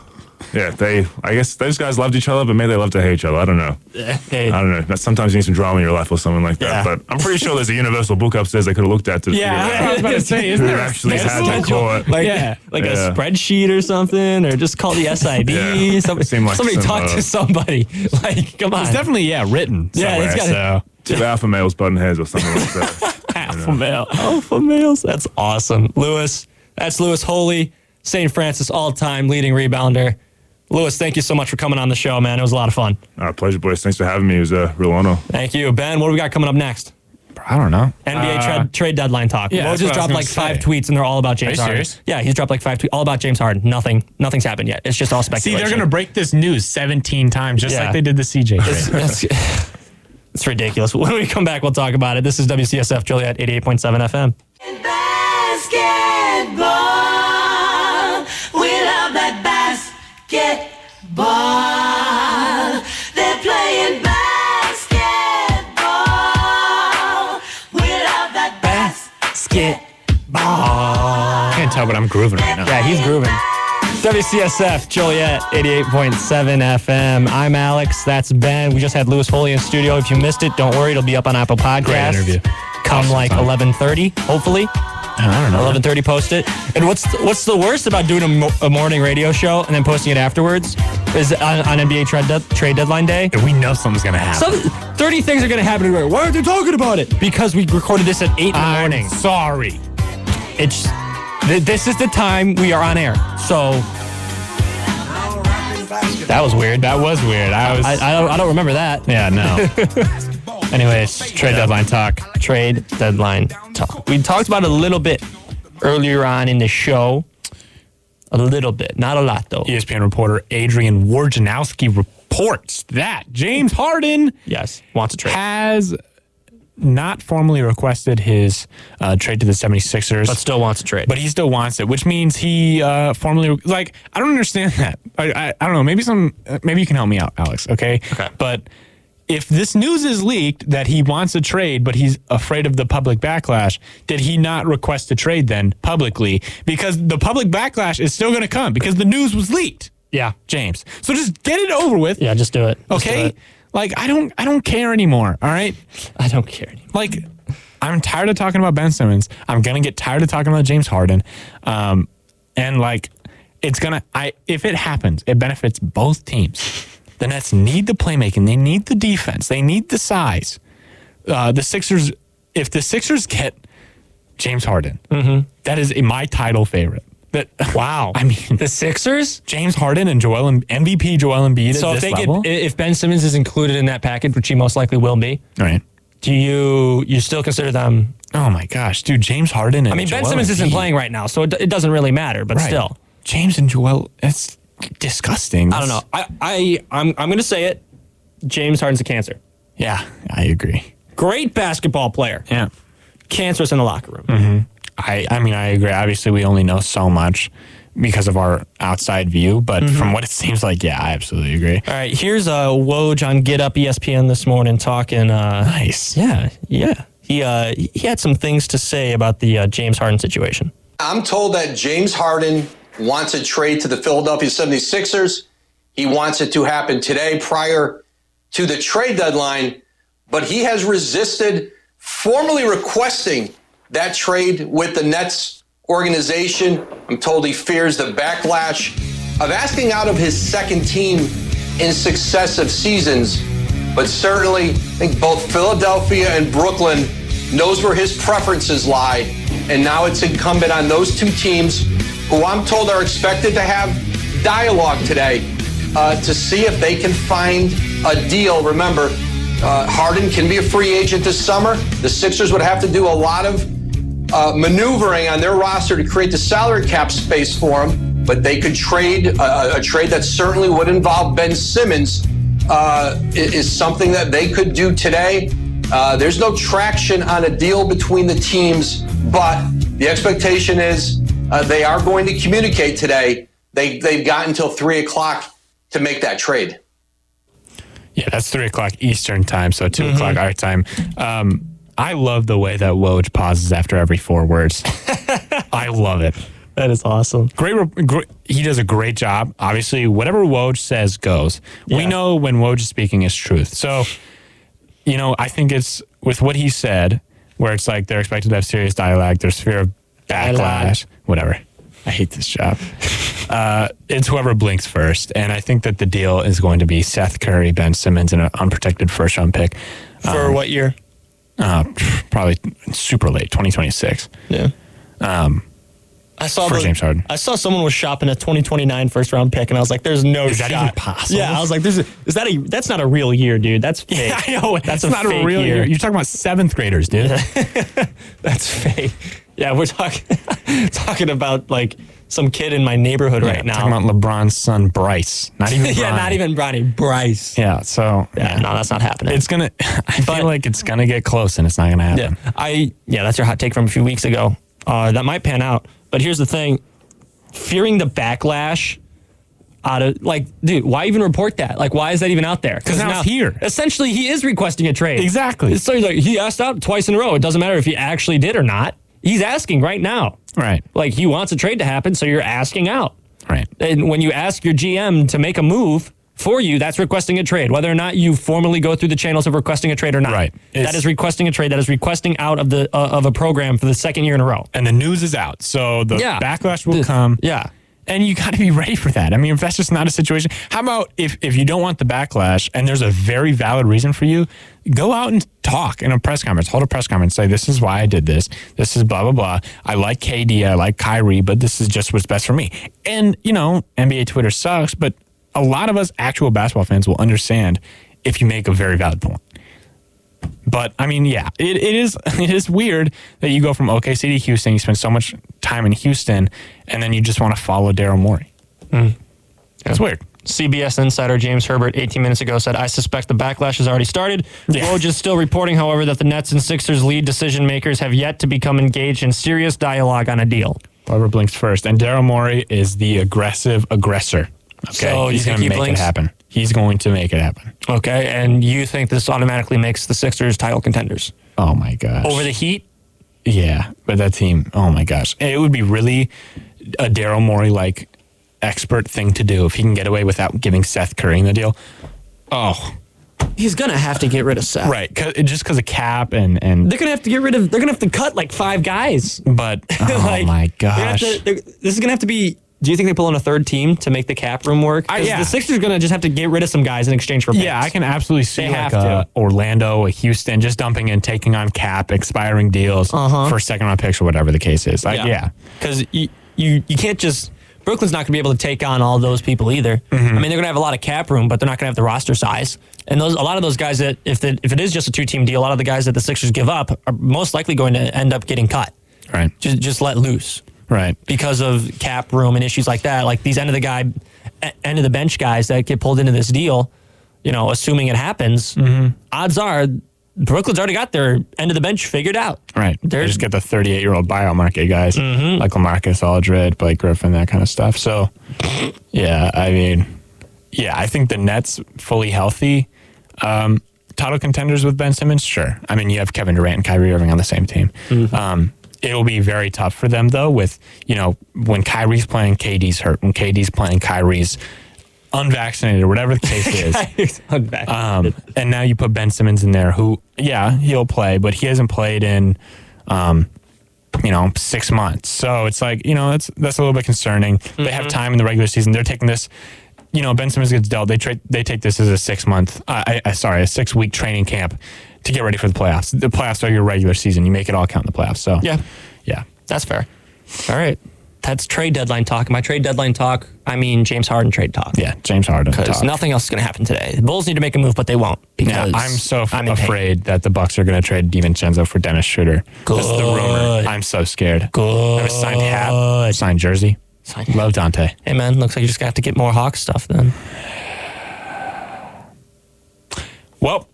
Speaker 7: yeah, they. I guess those guys loved each other, but maybe they loved to hate each other. I don't know.
Speaker 2: Hey,
Speaker 7: I don't know. But Sometimes you need some drama in your life or something like
Speaker 2: Yeah.
Speaker 7: that. But I'm pretty sure there's a universal book upstairs they could have looked at to
Speaker 3: I was about to say, isn't
Speaker 7: figure out
Speaker 3: there
Speaker 7: who
Speaker 3: a
Speaker 7: actually had
Speaker 3: schedule?
Speaker 7: that court.
Speaker 2: like
Speaker 3: Yeah.
Speaker 2: like
Speaker 7: Yeah.
Speaker 2: a spreadsheet or something, or just call the SID.
Speaker 7: Yeah.
Speaker 2: Some-
Speaker 7: It seemed like
Speaker 2: somebody
Speaker 7: some,
Speaker 2: talk
Speaker 7: uh,
Speaker 2: to somebody. Like, come on.
Speaker 3: It's definitely yeah written.
Speaker 2: Yeah,
Speaker 3: somewhere,
Speaker 2: it's
Speaker 3: so.
Speaker 2: gotta-
Speaker 7: Two alpha males button heads or something like that.
Speaker 2: alpha male. Alpha Oh, males. That's awesome. Lewis. That's Lewis Holy, St. Francis all time leading rebounder. Lewis, thank you so much for coming on the show, man. It was a lot of fun.
Speaker 7: All right, pleasure, boys. Thanks for having me. It was a real honor.
Speaker 2: Thank you. Ben, what do we got coming up next?
Speaker 3: I don't know.
Speaker 2: NBA
Speaker 3: Uh,
Speaker 2: trade, trade deadline talk.
Speaker 3: yeah,
Speaker 2: Mo
Speaker 3: that's
Speaker 2: just
Speaker 3: what I was
Speaker 2: dropped
Speaker 3: gonna
Speaker 2: like five
Speaker 3: say.
Speaker 2: tweets and they're all about James
Speaker 3: you
Speaker 2: Harden.
Speaker 3: serious?
Speaker 2: Yeah, he's dropped like five tweets all about James Harden. Nothing. Nothing's happened yet. It's just all
Speaker 3: See,
Speaker 2: speculation.
Speaker 3: they're gonna break this news 17 times, just
Speaker 2: Yeah.
Speaker 3: like they did the CJ. trade.
Speaker 2: That's, it's ridiculous. When we come back, we'll talk about it. This is WCSF Joliet 88.7 FM.
Speaker 8: Basketball. We love that basketball. They're playing basketball. We love that basketball.
Speaker 3: I can't tell, but I'm grooving right now.
Speaker 2: Yeah, he's grooving. WCSF Joliet 88.7 FM. I'm Alex. That's Ben. We just had Lewis Foley in studio. If you missed it, don't worry. It'll be up on Apple Podcasts.
Speaker 3: interview.
Speaker 2: Come
Speaker 3: Awesome
Speaker 2: like
Speaker 3: time.
Speaker 2: 11:30, hopefully.
Speaker 3: I don't know.
Speaker 2: 11:30, post it. And what's what's the worst about doing a, mo- a morning radio show and then posting it afterwards is on, on NBA trade, dead trade deadline day.
Speaker 3: We know something's gonna happen.
Speaker 2: Some 30 things are going to happen tomorrow. Why aren't they talking about it? Because we recorded this at 8 in the
Speaker 3: I'm
Speaker 2: morning.
Speaker 3: sorry.
Speaker 2: It's th- this is the time we are on air. So that was weird.
Speaker 3: That was weird. I was.
Speaker 2: I, I, don't, I don't remember that.
Speaker 3: yeah, no.
Speaker 2: Anyways, trade deadline talk. Trade deadline talk. We talked about it a little bit earlier on in the show. A little bit, not a lot though.
Speaker 3: ESPN reporter Adrian Wojnarowski reports that James Harden
Speaker 2: Yes, wants a trade.
Speaker 3: has not formally requested his uh, trade to the 76ers.
Speaker 2: but still wants a trade.
Speaker 3: but he still wants it, which means he uh, formally like I don't understand that. I, I I don't know. Maybe some uh, maybe you can help me out, Alex. Okay.
Speaker 2: Okay.
Speaker 3: But if this news is leaked that he wants a trade, but he's afraid of the public backlash, did he not request a trade then publicly? Because the public backlash is still going to come because the news was leaked,
Speaker 2: yeah,
Speaker 3: James. So just get it over with.
Speaker 2: yeah, just do it. Just do
Speaker 3: okay.
Speaker 2: it.
Speaker 3: Like I don't I don't care anymore. All right.
Speaker 2: I don't care anymore.
Speaker 3: Like, I'm tired of talking about Ben Simmons. I'm gonna get tired of talking about James Harden. Um, and like, it's gonna. I if it happens, it benefits both teams. The Nets need the playmaking. They need the defense. They need the size. Uh, the Sixers. If the Sixers get James Harden,
Speaker 2: Mm-hmm.
Speaker 3: that is my title favorite. That wow. I mean,
Speaker 2: The Sixers.
Speaker 3: James Harden and Joel Em- MVP Joel Embiid.
Speaker 2: So
Speaker 3: at
Speaker 2: if
Speaker 3: this
Speaker 2: they
Speaker 3: level,
Speaker 2: get, if Ben Simmons is included in that package, which he most likely will be,
Speaker 3: all right.
Speaker 2: do you you still consider them?
Speaker 3: Oh my gosh, dude, James Harden. And
Speaker 2: I mean, Ben
Speaker 3: Joel
Speaker 2: Simmons isn't
Speaker 3: Embiid.
Speaker 2: playing right now, so it, it doesn't really matter. But still,
Speaker 3: James and Joel, that's disgusting.
Speaker 2: I don't know. I I I'm I'm gonna say it. James Harden's a cancer.
Speaker 3: Yeah, I agree.
Speaker 2: Great basketball player.
Speaker 3: Yeah.
Speaker 2: Cancerous in the locker room.
Speaker 3: I, I mean, I agree. Obviously, we only know so much because of our outside view, but
Speaker 2: Mm-hmm.
Speaker 3: from what it seems like, yeah, I absolutely agree.
Speaker 2: All right, here's a uh, Woj on Get Up ESPN this morning talking. Uh,
Speaker 3: Nice.
Speaker 2: yeah, yeah. He uh he had some things to say about the uh, James Harden situation.
Speaker 9: I'm told that James Harden wants a trade to the Philadelphia 76ers. He wants it to happen today prior to the trade deadline, but he has resisted formally requesting that trade with the Nets organization. I'm told he fears the backlash of asking out of his second team in successive seasons. But certainly, I think both Philadelphia and Brooklyn knows where his preferences lie, and now it's incumbent on those two teams, who I'm told are expected to have dialogue today, uh, to see if they can find a deal. Remember, uh, Harden can be a free agent this summer. The Sixers would have to do a lot of uh, maneuvering on their roster to create the salary cap space for him, but they could trade uh, a trade that certainly would involve Ben Simmons. Uh, i- is something that they could do today. Uh, there's no traction on a deal between the teams, but the expectation is uh, they are going to communicate today. They, they've got until three o'clock to make that trade.
Speaker 3: Yeah, that's three o'clock Eastern time, so
Speaker 2: Mm-hmm.
Speaker 3: 2 o'clock our time. Um, I love the way that Woj pauses after every four words. I love it.
Speaker 2: That is awesome.
Speaker 3: great, re- gr He does a great job. Obviously, whatever Woj says goes. We
Speaker 2: Yeah.
Speaker 3: know when Woj is speaking is truth. So, you know, I think it's with what he said, where it's like they're expected to have serious dialogue. There's fear of backlash.
Speaker 2: Dialogue.
Speaker 3: Whatever. I hate this job. uh, it's whoever blinks first, and I think that the deal is going to be Seth Curry, Ben Simmons, and an unprotected first round pick.
Speaker 2: For what year?
Speaker 3: Uh, probably super late, 2026.
Speaker 2: Yeah. Um, I saw
Speaker 3: for
Speaker 2: the-
Speaker 3: James Harden.
Speaker 2: I saw someone was shopping a 2029 first round pick, and I was like, "There's no
Speaker 3: Is that
Speaker 2: shot.
Speaker 3: even possible?
Speaker 2: Yeah, I was like, "This is, is that a that's not a real year, dude. That's fake.
Speaker 3: I know
Speaker 2: That's
Speaker 3: that's
Speaker 2: a
Speaker 3: not
Speaker 2: fake
Speaker 3: a real
Speaker 2: year.
Speaker 3: year. You're talking about seventh graders, dude.
Speaker 2: That's fake." Yeah, we're talking talking about like some kid in my neighborhood right now.
Speaker 3: Talking about LeBron's son Bryce. Not even.
Speaker 2: yeah,
Speaker 3: Bronny.
Speaker 2: not even Bronny. Bryce.
Speaker 3: Yeah. So
Speaker 2: Yeah, no, that's not happening.
Speaker 3: it's gonna. I
Speaker 2: But-
Speaker 3: feel like it's gonna get close, and it's not gonna
Speaker 2: yeah,
Speaker 3: happen.
Speaker 2: I yeah, that's your hot take from a few weeks ago. Uh, that might pan out, but here's the thing: fearing the backlash out of like, dude, why even report that? Like, why is that even out there?
Speaker 3: 'Cause now it's here.
Speaker 2: Essentially, he is requesting a trade.
Speaker 3: Exactly.
Speaker 2: So he's like, he asked out twice in a row. It doesn't matter if he actually did or not. He's asking right now.
Speaker 3: Right.
Speaker 2: Like he wants a trade to happen, so you're asking out.
Speaker 3: Right.
Speaker 2: And when you ask your GM to make a move for you, that's requesting a trade, whether or not you formally go through the channels of requesting a trade or not.
Speaker 3: Right.
Speaker 2: that
Speaker 3: It's-
Speaker 2: is requesting a trade. That is requesting out of the uh, of a program for the second year in a row.
Speaker 3: And the news is out. So the
Speaker 2: Yeah.
Speaker 3: backlash will come.
Speaker 2: Yeah.
Speaker 3: And you got to be ready for that. I mean, if that's just not a situation, how about if, if you don't want the backlash and there's a very valid reason for you, go out and talk in a press conference, hold a press conference, say, this is why I did this. This is blah, blah, blah. I like KD, I like Kyrie, but this is just what's best for me. And, you know, NBA Twitter sucks, but a lot of us actual basketball fans will understand if you make a very valid point. But I mean, yeah, it, it is it is weird that you go from OKC to Houston, you spend so much time in Houston, and then you just want to follow Daryl Morey.
Speaker 2: Mm.
Speaker 3: That's weird.
Speaker 2: CBS insider James Herbert 18 minutes ago said, I suspect the backlash has already started.
Speaker 3: Yeah.
Speaker 2: Woj is still reporting, however, that the Nets and Sixers lead decision makers have yet to become engaged in serious dialogue on a deal.
Speaker 3: Barbara blinks first, and Daryl Morey is the aggressive aggressor. Okay,
Speaker 2: So you
Speaker 3: he's
Speaker 2: think
Speaker 3: gonna
Speaker 2: he
Speaker 3: make
Speaker 2: blinks?
Speaker 3: it happen. He's going to make it happen.
Speaker 2: Okay. And you think this automatically makes the Sixers title contenders
Speaker 3: Oh my gosh!
Speaker 2: over the Heat?
Speaker 3: yeah, but that team. Oh my gosh! It would be really a Daryl Morey like expert thing to do if he can get away without giving Seth Curry the deal. Oh,
Speaker 1: He's gonna have to get rid of Seth.
Speaker 3: right, 'cause- just because of cap and and
Speaker 1: They're gonna have to get rid of. They're gonna have to cut like five guys.
Speaker 3: But oh
Speaker 1: Like,
Speaker 3: my
Speaker 1: they're gonna have
Speaker 3: gosh,
Speaker 1: to- they're-
Speaker 2: This is going to have to be. Do you think they pull in a third team to make the cap room work? 'Cause
Speaker 3: I- yeah.
Speaker 2: The Sixers are going to just have to get rid of some guys in exchange for picks.
Speaker 3: yeah, I can absolutely see
Speaker 2: They
Speaker 3: like
Speaker 2: have to.
Speaker 3: a Orlando, a Houston, just dumping and taking on cap expiring deals for second round picks or whatever the case is. Like, yeah.
Speaker 2: because you, you you can't just Brooklyn's not going to be able to take on all those people either. I mean, they're going to have a lot of cap room, but they're not going to have the roster size. And those a lot of those guys that if the, if it is just a two team deal, a lot of the guys that the Sixers give up are most likely going to end up getting cut,
Speaker 3: right,
Speaker 2: just just let loose
Speaker 3: right.
Speaker 2: because of cap room and issues like that. Like these end of the guy, e- end of the bench guys that get pulled into this deal. You know, assuming it happens, odds are Brooklyn's already got their end of the bench figured out.
Speaker 3: Right. They
Speaker 2: They're-
Speaker 3: just get the 38 year old bio market guys like Lamarcus Aldred, Blake Griffin, that kind of stuff. So, yeah, I mean, yeah, I think the Nets fully healthy. Um, title contenders with Ben Simmons, sure. I mean, you have Kevin Durant and Kyrie Irving on the same team. Um, it'll be very tough for them, though, with, you know, when Kyrie's playing, KD's hurt. When KD's playing, Kyrie's unvaccinated, whatever the case is. Um, and now you put Ben Simmons in there, who, yeah, he'll play, but he hasn't played in, um, you know, six months. So it's like, you know, that's that's a little bit concerning. They
Speaker 2: Mm-hmm.
Speaker 3: have time in the regular season. They're taking this, you know, Ben Simmons gets dealt. They tra- they take this as a six month, uh, I, I, sorry, a six week training camp to get ready for the playoffs. The playoffs are your regular season. You make it all count in the playoffs. So
Speaker 2: Yeah.
Speaker 3: yeah.
Speaker 2: That's fair. All right. That's trade deadline talk. My trade deadline talk, I mean James Harden trade talk.
Speaker 3: Yeah, James Harden.
Speaker 2: Because
Speaker 3: talk.
Speaker 2: nothing else is going to happen today. The Bulls need to make a move, but they won't.
Speaker 3: Yeah,
Speaker 2: Because
Speaker 3: I'm so f-
Speaker 2: I'm in pain.
Speaker 3: afraid that the Bucks are going to trade DiVincenzo for Dennis Schroeder. That's the rumor.
Speaker 2: Good.
Speaker 3: I'm so scared. Good. signed hat, signed jersey.
Speaker 2: Signed-
Speaker 3: Love Dante.
Speaker 2: Hey, man, looks like you just gonna have to get more Hawks stuff then.
Speaker 3: Well,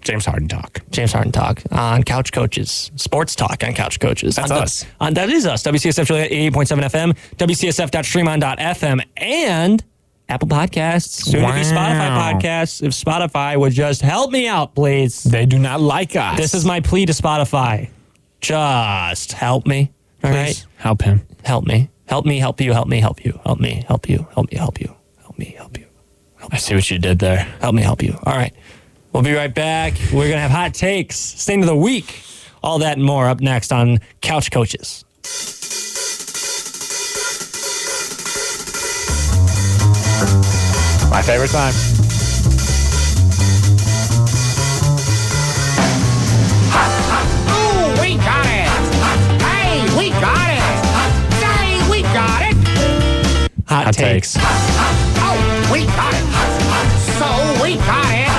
Speaker 3: James Harden talk.
Speaker 2: James Harden talk on Couch Coaches, sports talk on Couch Coaches.
Speaker 3: That's
Speaker 2: on the-
Speaker 3: us.
Speaker 2: on, that is us. WCSF Juliet 88.7 FM, WCSF.streamon.fm, and Apple Podcasts, soon to be
Speaker 3: Wow.
Speaker 2: Spotify Podcasts. If Spotify would just help me out, please.
Speaker 3: They do not like us.
Speaker 2: This is my plea to Spotify. Just help me. all right?
Speaker 3: Please help him.
Speaker 2: Help me. Help me, help you, help me, help you, help me, help you, help me, help you, help me, help you.
Speaker 3: I see what you did there.
Speaker 2: Help me, help you. All right. We'll be right back. We're going to have hot takes, stain of the week, all that and more up next on Couch Coaches.
Speaker 3: My favorite time.
Speaker 5: Ooh, we got it. Hey, we got it. Say, we got it.
Speaker 2: Hot,
Speaker 3: Hot
Speaker 2: takes.
Speaker 3: takes.
Speaker 5: Oh, we got it. So we got it.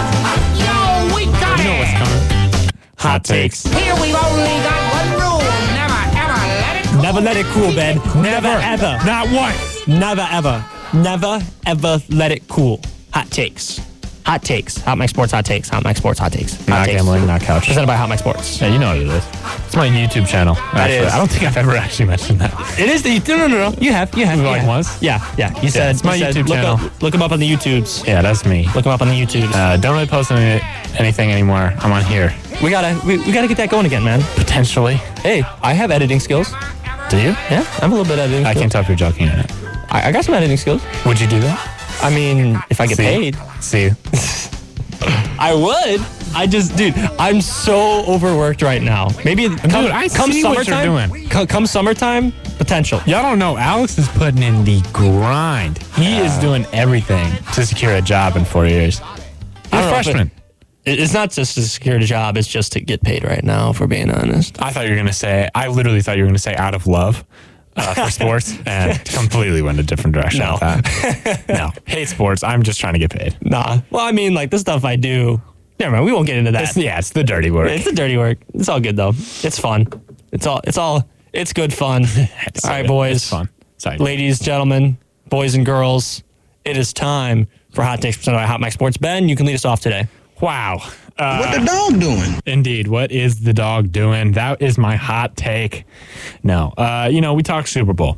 Speaker 5: Yo, we got
Speaker 3: You know what's
Speaker 5: it.
Speaker 3: coming.
Speaker 2: Hot takes.
Speaker 5: Here we've only got one rule. Never, ever let it go.
Speaker 2: Never let it cool, Ben. Never, ever.
Speaker 3: Not once.
Speaker 2: Never ever, never ever let it cool. Hot takes. Hot takes. Hot Mike Sports hot takes. Hot Mike Sports hot takes. Hot
Speaker 3: Not
Speaker 2: takes.
Speaker 3: gambling, not couch.
Speaker 2: Presented by Hot Mike Sports.
Speaker 3: Yeah, you know what it is. It's my YouTube channel. Actually,
Speaker 2: is.
Speaker 3: I don't think I've ever actually mentioned that.
Speaker 2: It is the no no no. no. You have you have you
Speaker 3: Like
Speaker 2: have.
Speaker 3: once?
Speaker 2: Yeah yeah. You said
Speaker 3: it's my
Speaker 2: you said,
Speaker 3: YouTube
Speaker 2: look
Speaker 3: channel.
Speaker 2: Up, look them up on the YouTubes.
Speaker 3: Yeah, that's me.
Speaker 2: Look them up on the YouTubes.
Speaker 3: Uh, don't really post any, anything anymore. I'm on here.
Speaker 2: we gotta we, we gotta get that going again, man.
Speaker 3: Potentially.
Speaker 2: Hey, I have editing skills.
Speaker 3: Do you?
Speaker 2: Yeah, I have a little bit of editing.
Speaker 3: I
Speaker 2: skills.
Speaker 3: can't tell if you're joking or not.
Speaker 1: I, I got some editing skills.
Speaker 3: Would you do that?
Speaker 1: I mean, if I get
Speaker 3: See?
Speaker 1: paid,
Speaker 3: See,
Speaker 1: I would. I just, dude, I'm so overworked right now. Maybe come,
Speaker 3: I
Speaker 1: come
Speaker 3: see what you're
Speaker 1: summertime.
Speaker 3: doing.
Speaker 1: co- come summertime, potential.
Speaker 3: y'all don't know. Alex is putting in the grind. He is doing everything to secure a job in four years. You're
Speaker 1: don't
Speaker 3: a
Speaker 1: know, but-
Speaker 3: freshman.
Speaker 1: It- It's not just to secure a job; it's just to get paid right now. If we're being honest.
Speaker 3: I thought you were gonna say. I literally thought you were gonna say out of love uh, for sports, and completely went a different direction.
Speaker 1: No.
Speaker 3: with that. no, hate sports. I'm just trying to get paid.
Speaker 1: Nah. Well, I mean, like the stuff I do. Never mind. We won't get into that.
Speaker 3: It's, yeah, it's the dirty work.
Speaker 1: It's a dirty work. It's all good though. It's fun. It's all. It's all. It's good fun. all right, boys.
Speaker 3: It's fun. Sorry.
Speaker 1: ladies, gentlemen, boys and girls. It is time for hot takes presented by Hot Mike Sports. Ben, you can lead us off today.
Speaker 3: Wow. Uh,
Speaker 10: What the dog doing?
Speaker 3: Indeed. What is the dog doing? That is my hot take. No. Uh, you know, we talked Super Bowl.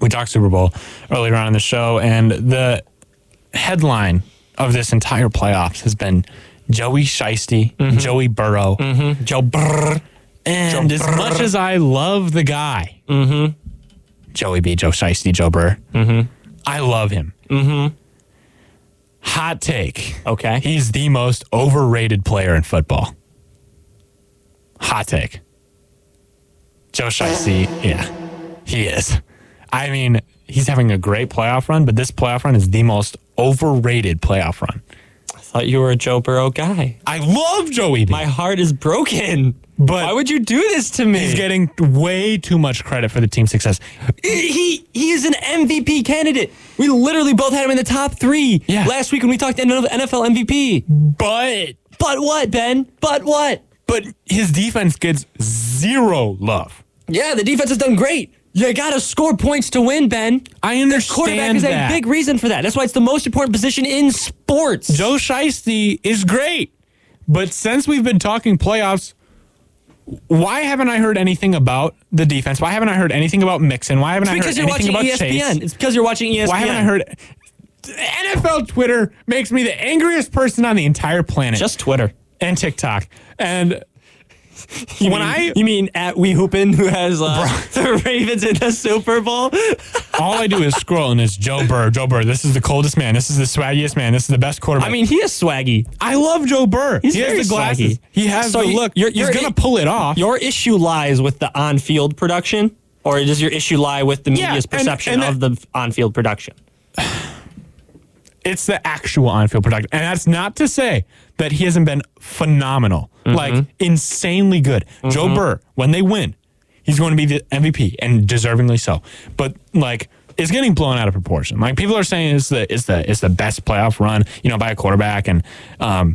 Speaker 3: We talked Super Bowl earlier on in the show, and the headline of this entire playoffs has been Joey Shiesty, Joey Burrow.
Speaker 1: Joe Brrr.
Speaker 3: And as much as I love the guy, Joey B, Joe Shiesty, Joe Burr, I love him. Hot take.
Speaker 1: Okay.
Speaker 3: He's the most overrated player in football. Hot take. Joe Shiesty, yeah, he is. I mean, he's having a great playoff run, but this playoff run is the most overrated playoff run.
Speaker 1: I thought you were a Joe Burrow guy.
Speaker 3: I love Joey B.
Speaker 1: My heart is broken.
Speaker 3: But-
Speaker 1: why would you do this to me?
Speaker 3: He's getting way too much credit for the team's success.
Speaker 1: he he is an MVP candidate. We literally both had him in the top three
Speaker 3: Yeah.
Speaker 1: last week when we talked NFL MVP.
Speaker 3: But
Speaker 1: But what, Ben? But what?
Speaker 3: but his defense gets zero love.
Speaker 1: Yeah, the defense has done great. You gotta score points to win, Ben.
Speaker 3: I
Speaker 1: The quarterback
Speaker 3: understand
Speaker 1: is
Speaker 3: that.
Speaker 1: a big reason for that. That's why it's the most important position in sports.
Speaker 3: Joe Shiesty is great, but since we've been talking playoffs, why haven't I heard anything about the defense? Why haven't I heard anything about Mixon? Why haven't
Speaker 1: it's because
Speaker 3: I
Speaker 1: you're
Speaker 3: heard anything
Speaker 1: watching E
Speaker 3: about
Speaker 1: ESPN.
Speaker 3: Chase?
Speaker 1: It's because you're watching ESPN.
Speaker 3: Why haven't I heard? NFL Twitter makes me the angriest person on the entire planet.
Speaker 1: Just Twitter.
Speaker 3: and TikTok and. when I
Speaker 1: you mean at We Hoopin who has uh, the Ravens in the Super Bowl?
Speaker 3: all I do is scroll and it's Joe Burr, Joe Burr. This is the coldest man. This is the swaggiest man. This is the best quarterback.
Speaker 1: I mean, he is swaggy.
Speaker 3: I love Joe Burr.
Speaker 1: He's
Speaker 3: he
Speaker 1: very
Speaker 3: has the
Speaker 1: swaggy.
Speaker 3: glasses. He has
Speaker 1: So
Speaker 3: the
Speaker 1: you-
Speaker 3: look.
Speaker 1: you're- you're-
Speaker 3: He's gonna pull it off.
Speaker 1: Your issue lies with the on-field production, or does your issue lie with the
Speaker 3: Yeah,
Speaker 1: media's
Speaker 3: and-
Speaker 1: perception
Speaker 3: and
Speaker 1: of the on-field production?
Speaker 3: it's the actual on-field production, and that's not to say that he hasn't been phenomenal,
Speaker 1: Mm-hmm.
Speaker 3: like insanely good. Joe Burr, when they win, he's going to be the MVP and deservingly so. But like, it's getting blown out of proportion. Like people are saying it's the it's the it's the best playoff run, you know, by a quarterback, and um,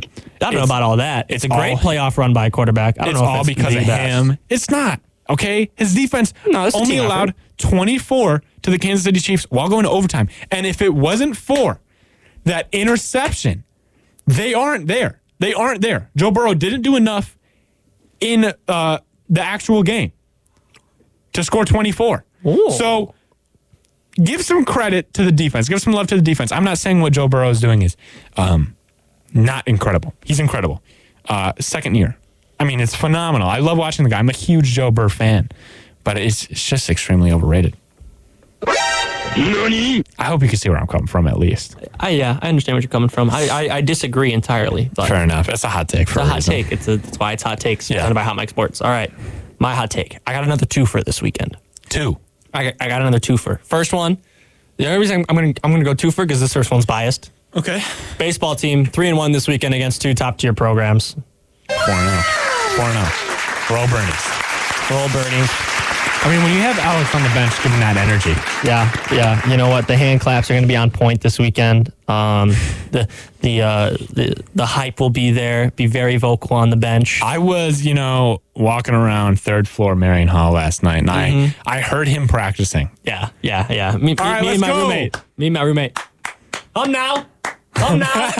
Speaker 1: I don't know
Speaker 3: it's-
Speaker 1: about all that. It's a great
Speaker 3: all-
Speaker 1: playoff run by a quarterback. I don't
Speaker 3: it's
Speaker 1: know if
Speaker 3: all
Speaker 1: it's
Speaker 3: because
Speaker 1: the
Speaker 3: of
Speaker 1: best.
Speaker 3: him. It's not. Okay, his defense
Speaker 1: No, it's a
Speaker 3: only
Speaker 1: team effort.
Speaker 3: allowed 24 to the Kansas City Chiefs while going to overtime. And if it wasn't for that interception, they aren't there. They aren't there. Joe Burrow didn't do enough in uh, the actual game to score 24. So give some credit to the defense. Give some love to the defense. I'm not saying what Joe Burrow is doing is um, not incredible. He's incredible. Uh, second year. I mean, it's phenomenal. I love watching the guy. I'm a huge Joe Burr fan, but it's, it's just extremely overrated. I hope you can see where I'm coming from at least.
Speaker 1: I, yeah, I understand where you're coming from. I, I, I disagree entirely. But
Speaker 3: Fair enough. That's a hot take
Speaker 1: it's a
Speaker 3: for a
Speaker 1: hot
Speaker 3: reason.
Speaker 1: take. It's a, that's why it's hot takes.
Speaker 3: Yeah.
Speaker 1: Yeah. by Hot Mike Sports. All right, my hot take. I got another two for this weekend.
Speaker 3: Two.
Speaker 1: I got, I got another twofer. First one, the only reason I'm, I'm gonna I'm gonna go twofer because this first one's biased.
Speaker 3: Okay.
Speaker 1: Baseball team three and one this weekend against two top tier programs.
Speaker 3: Four and out. Four and out. We're all Bernie's.
Speaker 1: Roll Bernie.
Speaker 3: I mean, when you have Alex on the bench giving that energy,
Speaker 1: Yeah, yeah. You know what? The hand claps are going to be on point this weekend. Um, the the, uh, the the hype will be there. Be very vocal on the bench.
Speaker 3: I was, you know, walking around third floor Marion Hall last night, and I, I heard him practicing.
Speaker 1: Yeah, yeah, yeah. Me,
Speaker 3: All
Speaker 1: me-
Speaker 3: right,
Speaker 1: me
Speaker 3: let's
Speaker 1: and my
Speaker 3: go.
Speaker 1: roommate. Me and my roommate. Come now. Come now.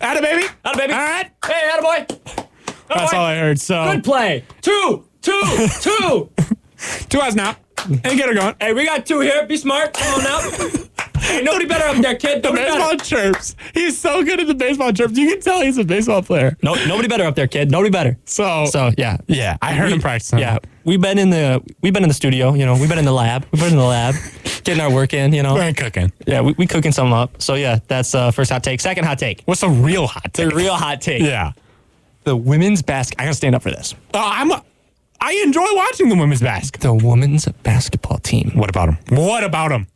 Speaker 3: Atta baby,
Speaker 1: Atta baby.
Speaker 3: All right,
Speaker 1: Hey, attaboy.
Speaker 3: that's all I heard. So
Speaker 1: Good play. Two, two, two.
Speaker 3: two eyes now, and get her going.
Speaker 1: hey, we got two here. Be smart. Come on out. hey, nobody better up there, kid. Nobody
Speaker 3: Baseball
Speaker 1: better.
Speaker 3: chirps. He's so good at the baseball chirps. You can tell he's a baseball player.
Speaker 1: No, nobody better up there, kid. Nobody better.
Speaker 3: So,
Speaker 1: So yeah,
Speaker 3: yeah, I heard him practicing.
Speaker 1: Yeah, we've been in the we've been in the studio. You know, we've been in the lab. We've been in the lab.
Speaker 2: getting our work in, you know.
Speaker 3: We're in cooking.
Speaker 2: Yeah, we, we cooking something up. So yeah, that's uh, first hot take. Second hot take.
Speaker 3: What's the real hot
Speaker 2: The
Speaker 3: take?
Speaker 2: real hot take.
Speaker 3: yeah.
Speaker 2: The women's basket. I gotta stand up for this.
Speaker 3: Uh, I'm. A, I enjoy watching the women's basket.
Speaker 2: The women's basketball team.
Speaker 3: What about them? What about them?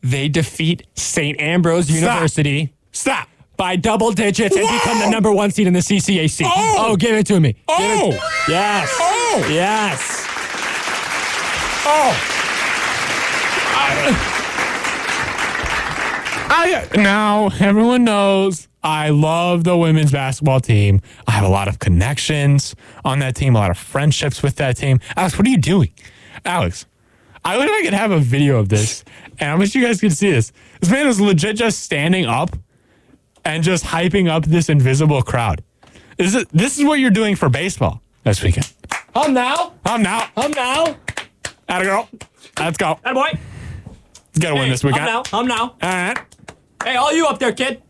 Speaker 2: They defeat St. Ambrose University
Speaker 3: Stop.
Speaker 2: by double digits and
Speaker 3: Whoa!
Speaker 2: become the number one seed in the CCAC.
Speaker 3: Oh!
Speaker 2: give it to me. Give it-
Speaker 3: Oh.
Speaker 2: yes.
Speaker 3: Oh.
Speaker 2: Yes.
Speaker 3: Oh. I, I now everyone knows I love the women's basketball team. I have a lot of connections on that team, a lot of friendships with that team. Alex, what are you doing? Alex, I wish I could have a video of this, and I wish you guys could see this. This man is legit just standing up and just hyping up this invisible crowd. This is this is what you're doing for baseball this weekend.
Speaker 2: Home now.
Speaker 3: I'm now.
Speaker 2: Home now.
Speaker 3: Atta girl. Let's go. Let's
Speaker 2: boy.
Speaker 3: get a win this weekend.
Speaker 2: Home now.
Speaker 3: All
Speaker 2: Home now.
Speaker 3: right.
Speaker 2: Hey, all you up there, kid.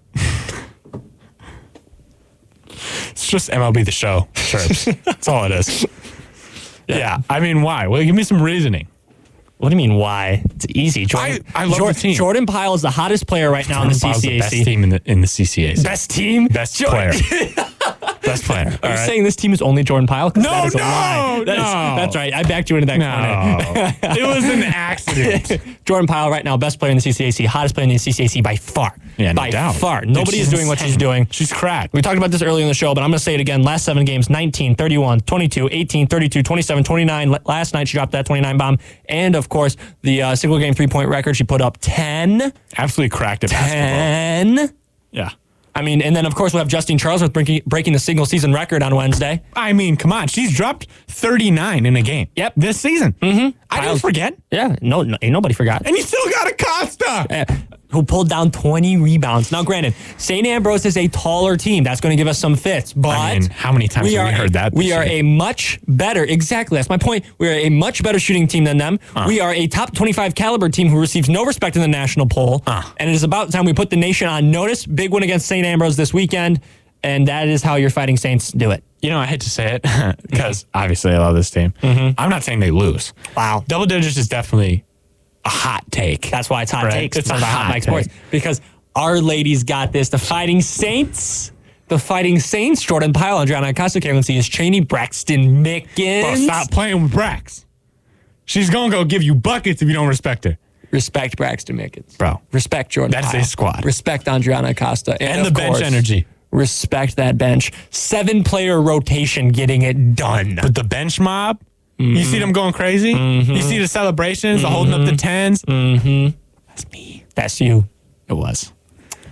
Speaker 3: It's just MLB the show. Chirps. That's all it is. Yeah. I mean, why? Well, give me some reasoning.
Speaker 2: What do you mean? Why? It's easy. Jordan,
Speaker 3: I love
Speaker 2: Jor-
Speaker 3: the team.
Speaker 2: Jordan Pyle is the hottest player right now in the
Speaker 3: Biles
Speaker 2: CCAC.
Speaker 3: the best team in the in the CCAC.
Speaker 2: Best team?
Speaker 3: Best
Speaker 2: Jor-
Speaker 3: player. best player. All
Speaker 2: Are you
Speaker 3: right.
Speaker 2: saying this team is only Jordan Pyle? 'Cause
Speaker 3: No,
Speaker 2: that is a
Speaker 3: no,
Speaker 2: lie. That is-
Speaker 3: no.
Speaker 2: that's right. I backed you into that corner.
Speaker 3: no, Oh. it was an accident.
Speaker 2: Jordan Pyle right now, best player in the CCAC, hottest player in the CCAC by far.
Speaker 3: Yeah, no
Speaker 2: by
Speaker 3: doubt.
Speaker 2: far.
Speaker 3: Dude,
Speaker 2: Nobody
Speaker 3: she's
Speaker 2: is doing what she's
Speaker 3: insane.
Speaker 2: doing.
Speaker 3: She's cracked.
Speaker 2: We talked about this earlier in the show, but I'm going to say it again. Last seven games 19, 31, 22, 18, 32, 27, 29. L- Last night, she dropped that 29 bomb. And of course, the uh, single game three point record, she put up 10.
Speaker 3: Absolutely cracked at basketball.
Speaker 2: 10.
Speaker 3: Yeah.
Speaker 2: I mean, and then of course, we'll have Justine Charlesworth breaking, breaking the single season record on Wednesday.
Speaker 3: I mean, come on. She's dropped 39 in a game.
Speaker 2: Yep.
Speaker 3: This season. Mm-hmm. I didn't
Speaker 2: Biles-
Speaker 3: forget.
Speaker 2: Yeah, no, no ain't nobody forgot.
Speaker 3: And you still got Acosta.
Speaker 2: Eh, Who pulled down 20 rebounds. Now, granted, St. Ambrose is a taller team. That's going to give us some fits. But
Speaker 3: I mean, how many times
Speaker 2: we
Speaker 3: have we
Speaker 2: are-
Speaker 3: heard that
Speaker 2: We
Speaker 3: this
Speaker 2: are
Speaker 3: year?
Speaker 2: a much better, exactly. That's my point. We are a much better shooting team than them. We are a top 25 caliber team who receives no respect in the national poll. And it is about time we put the nation on notice. Big win against St. Ambrose this weekend. And that is how your fighting Saints do it.
Speaker 3: you know, I hate to say it because obviously I love this team. I'm not saying they lose.
Speaker 2: Wow.
Speaker 3: Mm-hmm. Double digits is definitely a hot take.
Speaker 2: That's why it's hot
Speaker 3: Right.
Speaker 2: takes.
Speaker 3: It's
Speaker 2: for
Speaker 3: a
Speaker 2: the
Speaker 3: hot
Speaker 2: Mike Sports
Speaker 3: take.
Speaker 2: because our ladies got this. The Fighting Saints, the Fighting Saints, Jordan Pyle, Adriana Acosta, Kaylin C. is Cheney, Braxton Mickens.
Speaker 3: Bro, stop playing with Brax. She's gonna go give you buckets if you don't respect her,
Speaker 2: Respect Braxton Mickens.
Speaker 3: bro.
Speaker 2: Respect Jordan.
Speaker 3: That's
Speaker 2: Pyle.
Speaker 3: his squad.
Speaker 2: Respect Adriana Acosta and,
Speaker 3: And the
Speaker 2: of
Speaker 3: bench
Speaker 2: course,
Speaker 3: energy.
Speaker 2: Respect that bench. Seven player rotation getting it done.
Speaker 3: But the bench mob, you see them going crazy. You see the celebrations, the holding up the 10s
Speaker 2: That's you.
Speaker 3: It was.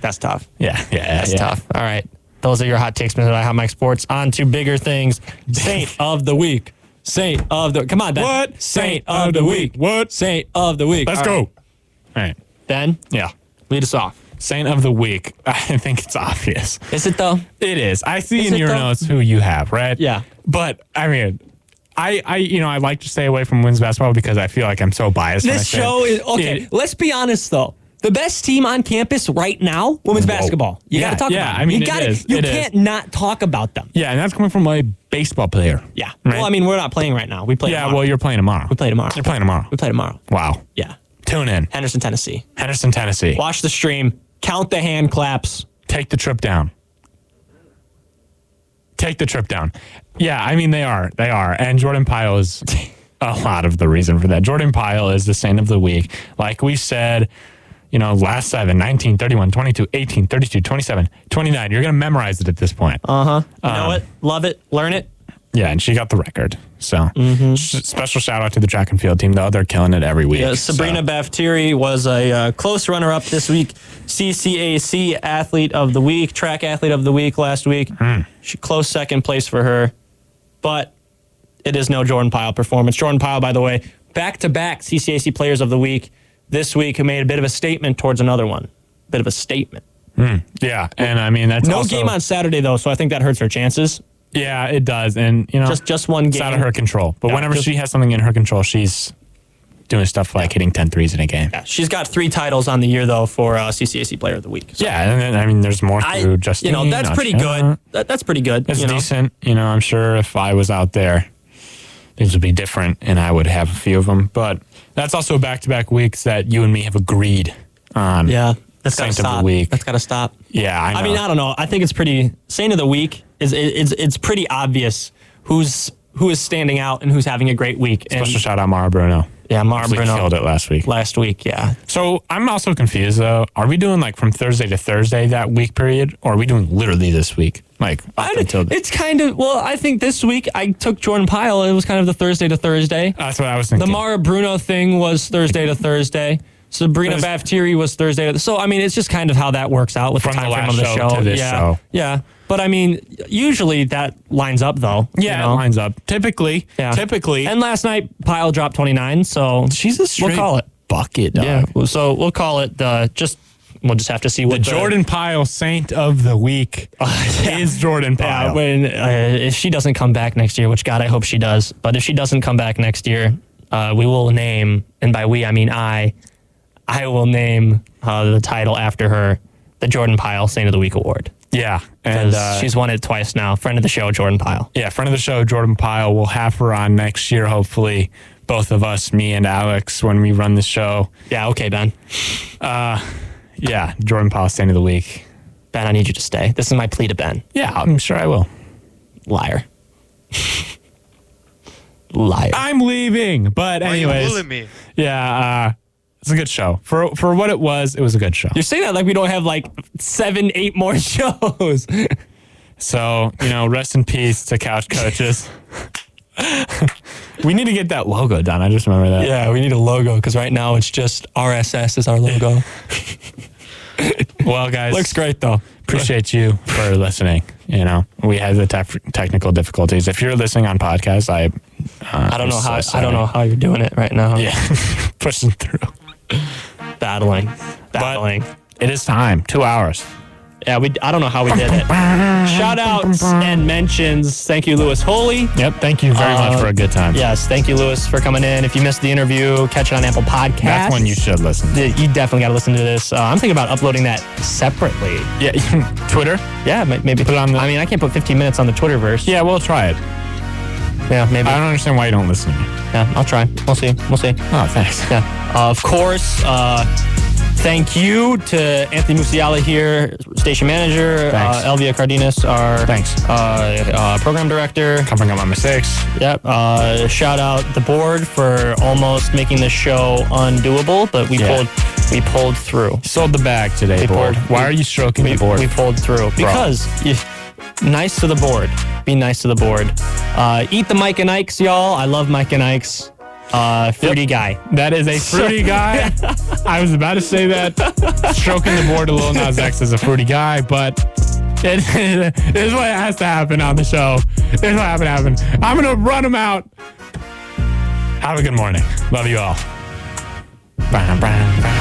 Speaker 2: That's tough.
Speaker 3: Yeah, yeah,
Speaker 2: That's
Speaker 3: yeah.
Speaker 2: tough. All right. Those are your hot takes, Mr. Hot Mike Sports. On to bigger things. Saint of the week. Saint of the come on, Ben.
Speaker 3: What?
Speaker 2: Saint of the week.
Speaker 3: What?
Speaker 2: Saint of the week.
Speaker 3: Let's
Speaker 2: All
Speaker 3: go.
Speaker 2: right.
Speaker 3: All right.
Speaker 2: Ben,
Speaker 3: Yeah.
Speaker 2: lead us off.
Speaker 3: Saint of the week. I think it's obvious.
Speaker 2: Is it though?
Speaker 3: It is. I see
Speaker 2: Is
Speaker 3: in
Speaker 2: it
Speaker 3: your
Speaker 2: though?
Speaker 3: notes who you have, right?
Speaker 2: Yeah.
Speaker 3: But I mean, I, I, you know, I like to stay away from women's basketball because I feel like I'm so biased. when I
Speaker 2: This
Speaker 3: say
Speaker 2: show
Speaker 3: it.
Speaker 2: is okay.
Speaker 3: It-
Speaker 2: let's be honest though. The best team on campus right now, women's basketball. You
Speaker 3: Yeah,
Speaker 2: gotta talk
Speaker 3: yeah,
Speaker 2: about.
Speaker 3: I mean,
Speaker 2: you
Speaker 3: it
Speaker 2: gotta,
Speaker 3: is,
Speaker 2: you
Speaker 3: it is.
Speaker 2: can't not talk about them.
Speaker 3: yeah, and that's coming from a baseball player.
Speaker 2: Yeah.
Speaker 3: Right?
Speaker 2: Well, I mean, we're not playing right now. We play.
Speaker 3: yeah.
Speaker 2: Tomorrow.
Speaker 3: Well, you're playing tomorrow.
Speaker 2: we play tomorrow.
Speaker 3: You're playing tomorrow.
Speaker 2: We play tomorrow.
Speaker 3: Wow.
Speaker 2: Yeah.
Speaker 3: Tune in.
Speaker 2: Henderson, Tennessee.
Speaker 3: Henderson, Tennessee.
Speaker 2: Watch the stream. Count the hand claps.
Speaker 3: Take the trip down. Take the trip down. Yeah, I mean they are. They are. And Jordan Pyle is a lot of the reason for that. Jordan Pyle is the saint of the week. Like we said, you know, last seven, 19, 31, 22, 18, 32, 27, 29. You're going to memorize it at this point.
Speaker 1: Uh,
Speaker 2: You
Speaker 1: Um,
Speaker 2: know it, love it, learn it.
Speaker 3: yeah, and she got the record. So S- special shout out to the track and field team, though. They're killing it every week.
Speaker 1: mm-hmm. Yeah,
Speaker 3: So-
Speaker 1: Uh, Sabrina Baftiri was a uh, close runner up this week. CCAC Athlete of the Week, Track Athlete of the Week last week. She close second place for her, but it is no Jordan Pyle performance. Jordan Pyle, by the way, back to back CCAC Players of the Week this week, who made a bit of a statement towards another one. Bit of a statement.
Speaker 3: yeah, and I mean, that's
Speaker 1: No
Speaker 3: also-
Speaker 1: game on Saturday though, so I think that hurts her chances.
Speaker 3: Yeah, it does. And, you know,
Speaker 1: Just just one
Speaker 3: It's
Speaker 1: game.
Speaker 3: out of her control. But
Speaker 1: Yeah,
Speaker 3: whenever
Speaker 1: just-
Speaker 3: she has something in her control, she's doing stuff like hitting 10 threes in a game. Yeah,
Speaker 1: She's got three titles on the year though for uh, CCAC Player of the Week. So
Speaker 3: and then, I mean, there's more
Speaker 1: I,
Speaker 3: through just
Speaker 1: you know, that's pretty good. That, that's pretty good.
Speaker 3: It's
Speaker 1: you know?
Speaker 3: decent. You know, I'm sure if I was out there, things would be different, and I would have a few of them. But that's also back-to-back weeks that you and me have agreed on.
Speaker 2: Yeah, that's gotta
Speaker 3: Saint of the
Speaker 2: stop.
Speaker 3: week.
Speaker 2: That's gotta stop.
Speaker 3: yeah. I, know.
Speaker 2: I mean, I don't know. I think it's pretty saint of the week is it, it's it's pretty obvious who's who is standing out and who's having a great week. And,
Speaker 3: Special shout out Mara Bruno.
Speaker 2: yeah, Mar
Speaker 3: Absolutely
Speaker 2: Bruno
Speaker 3: killed it last week.
Speaker 2: last week. Yeah,
Speaker 3: So I'm also confused though. Are we doing like from Thursday to Thursday that week period, or are we doing literally this week? Like up
Speaker 2: I,
Speaker 3: until the,
Speaker 2: it's kind of well. I think this week I took Jordan Pyle. It was kind of the Thursday to Thursday.
Speaker 3: that's what I was thinking.
Speaker 2: The Mara Bruno thing was Thursday to Thursday. Sabrina
Speaker 3: Those-
Speaker 2: Baftieri was Thursday. To, so I mean, it's just kind of how that works out with
Speaker 3: From the
Speaker 2: the time frame
Speaker 3: last
Speaker 2: of the show.
Speaker 3: show to this
Speaker 2: yeah,
Speaker 3: show.
Speaker 2: yeah. But I mean, usually that lines up though. you
Speaker 3: yeah,
Speaker 2: know?
Speaker 3: it lines up. Typically,
Speaker 2: Yeah.
Speaker 3: typically,
Speaker 2: And last night, Pyle dropped 29. So
Speaker 3: she's a straight
Speaker 2: we'll call it.
Speaker 3: bucket. Dog.
Speaker 2: Yeah. well, So we'll call it the just. We'll just have to see what
Speaker 3: The Jordan Pyle Saint of the Week is Jordan Pyle.
Speaker 2: Oh, Yeah, when uh, if she doesn't come back next year, which God I hope she does, but if she doesn't come back next year, uh, we will name, and by we I mean I, I will name uh, the title after her, the Jordan Pyle Saint of the Week Award.
Speaker 3: Yeah, and
Speaker 2: And
Speaker 3: uh,
Speaker 2: she's won it twice now. Friend of the show, Jordan Pyle.
Speaker 3: yeah, friend of the show, Jordan Pyle. We'll have her on next year, hopefully. Both of us, me and Alex, when we run the show.
Speaker 2: Yeah. Okay, Ben.
Speaker 3: Yeah, Jordan Pyle Saint of the Week.
Speaker 2: Ben, I need you to stay. This is my plea to Ben.
Speaker 3: Yeah, I'm sure I will.
Speaker 2: Liar. Liar.
Speaker 3: I'm leaving. But
Speaker 4: Why you
Speaker 3: anyways,
Speaker 4: bullying me?
Speaker 3: yeah, uh, it's a good show for for what it was. It was a good show.
Speaker 2: You're saying that like we don't have like seven, eight more shows.
Speaker 3: So you know, rest in peace to couch coaches. we need to get that logo done. I just remember that.
Speaker 2: Yeah, we need a logo because right now it's just RSS is our logo.
Speaker 3: Well, guys,
Speaker 2: Looks great though.
Speaker 3: appreciate you for listening. You know, we had the tef- technical difficulties. If you're listening on podcast, I uh,
Speaker 2: I don't know
Speaker 3: I'm so
Speaker 2: how I
Speaker 3: sorry.
Speaker 2: don't know how you're doing it right now.
Speaker 3: Yeah, pushing through.
Speaker 2: battling, battling.
Speaker 3: It is time. Two hours.
Speaker 2: yeah, we I don't know how we did it. Shout outs and mentions. Thank you, Lewis Holy.
Speaker 3: Yep. Thank you very
Speaker 2: Uh,
Speaker 3: much for a good time.
Speaker 2: Yes, thank you, Lewis, for coming in. If you missed the interview, catch it on Apple Podcasts.
Speaker 3: that's when you should listen.
Speaker 2: Yeah, You definitely got to listen to this. Uh, I'm thinking about uploading that separately.
Speaker 3: Yeah, Twitter.
Speaker 2: Yeah, ma- maybe.
Speaker 3: Put it on the-
Speaker 2: I mean, I can't put 15 minutes on the Twitterverse.
Speaker 3: Yeah, we'll try it.
Speaker 2: yeah, maybe.
Speaker 3: I don't understand why you don't listen to me.
Speaker 2: Yeah, I'll try. We'll see. We'll see.
Speaker 3: Oh, thanks.
Speaker 2: Yeah. Uh, of course, uh, thank you to Anthony Musiala here, station manager,
Speaker 3: Thanks.
Speaker 2: uh, Elvia Cardenas, our
Speaker 3: Thanks.
Speaker 2: uh, uh, program director.
Speaker 3: Covering up my mistakes.
Speaker 2: Yep. Uh, shout out the board for almost making this show undoable, but we
Speaker 3: Yeah.
Speaker 2: pulled we pulled through.
Speaker 3: Sold the bag today,
Speaker 2: We
Speaker 3: board.
Speaker 2: pulled-
Speaker 3: Why
Speaker 2: we-
Speaker 3: are you stroking
Speaker 2: we,
Speaker 3: the board?
Speaker 2: we pulled through because you, nice to the board. Be nice to the board. Uh, eat the Mike and Ike's, y'all. I love Mike and Ike's. Uh, fruity guy.
Speaker 3: that is a fruity guy. I was about to say that. Stroking the board to Lil Nas X is a fruity guy, but it, it is what has to happen on the show. This is what has to happen. I'm going to run him out. Have a good morning. Love you all. Bye, bye, bye.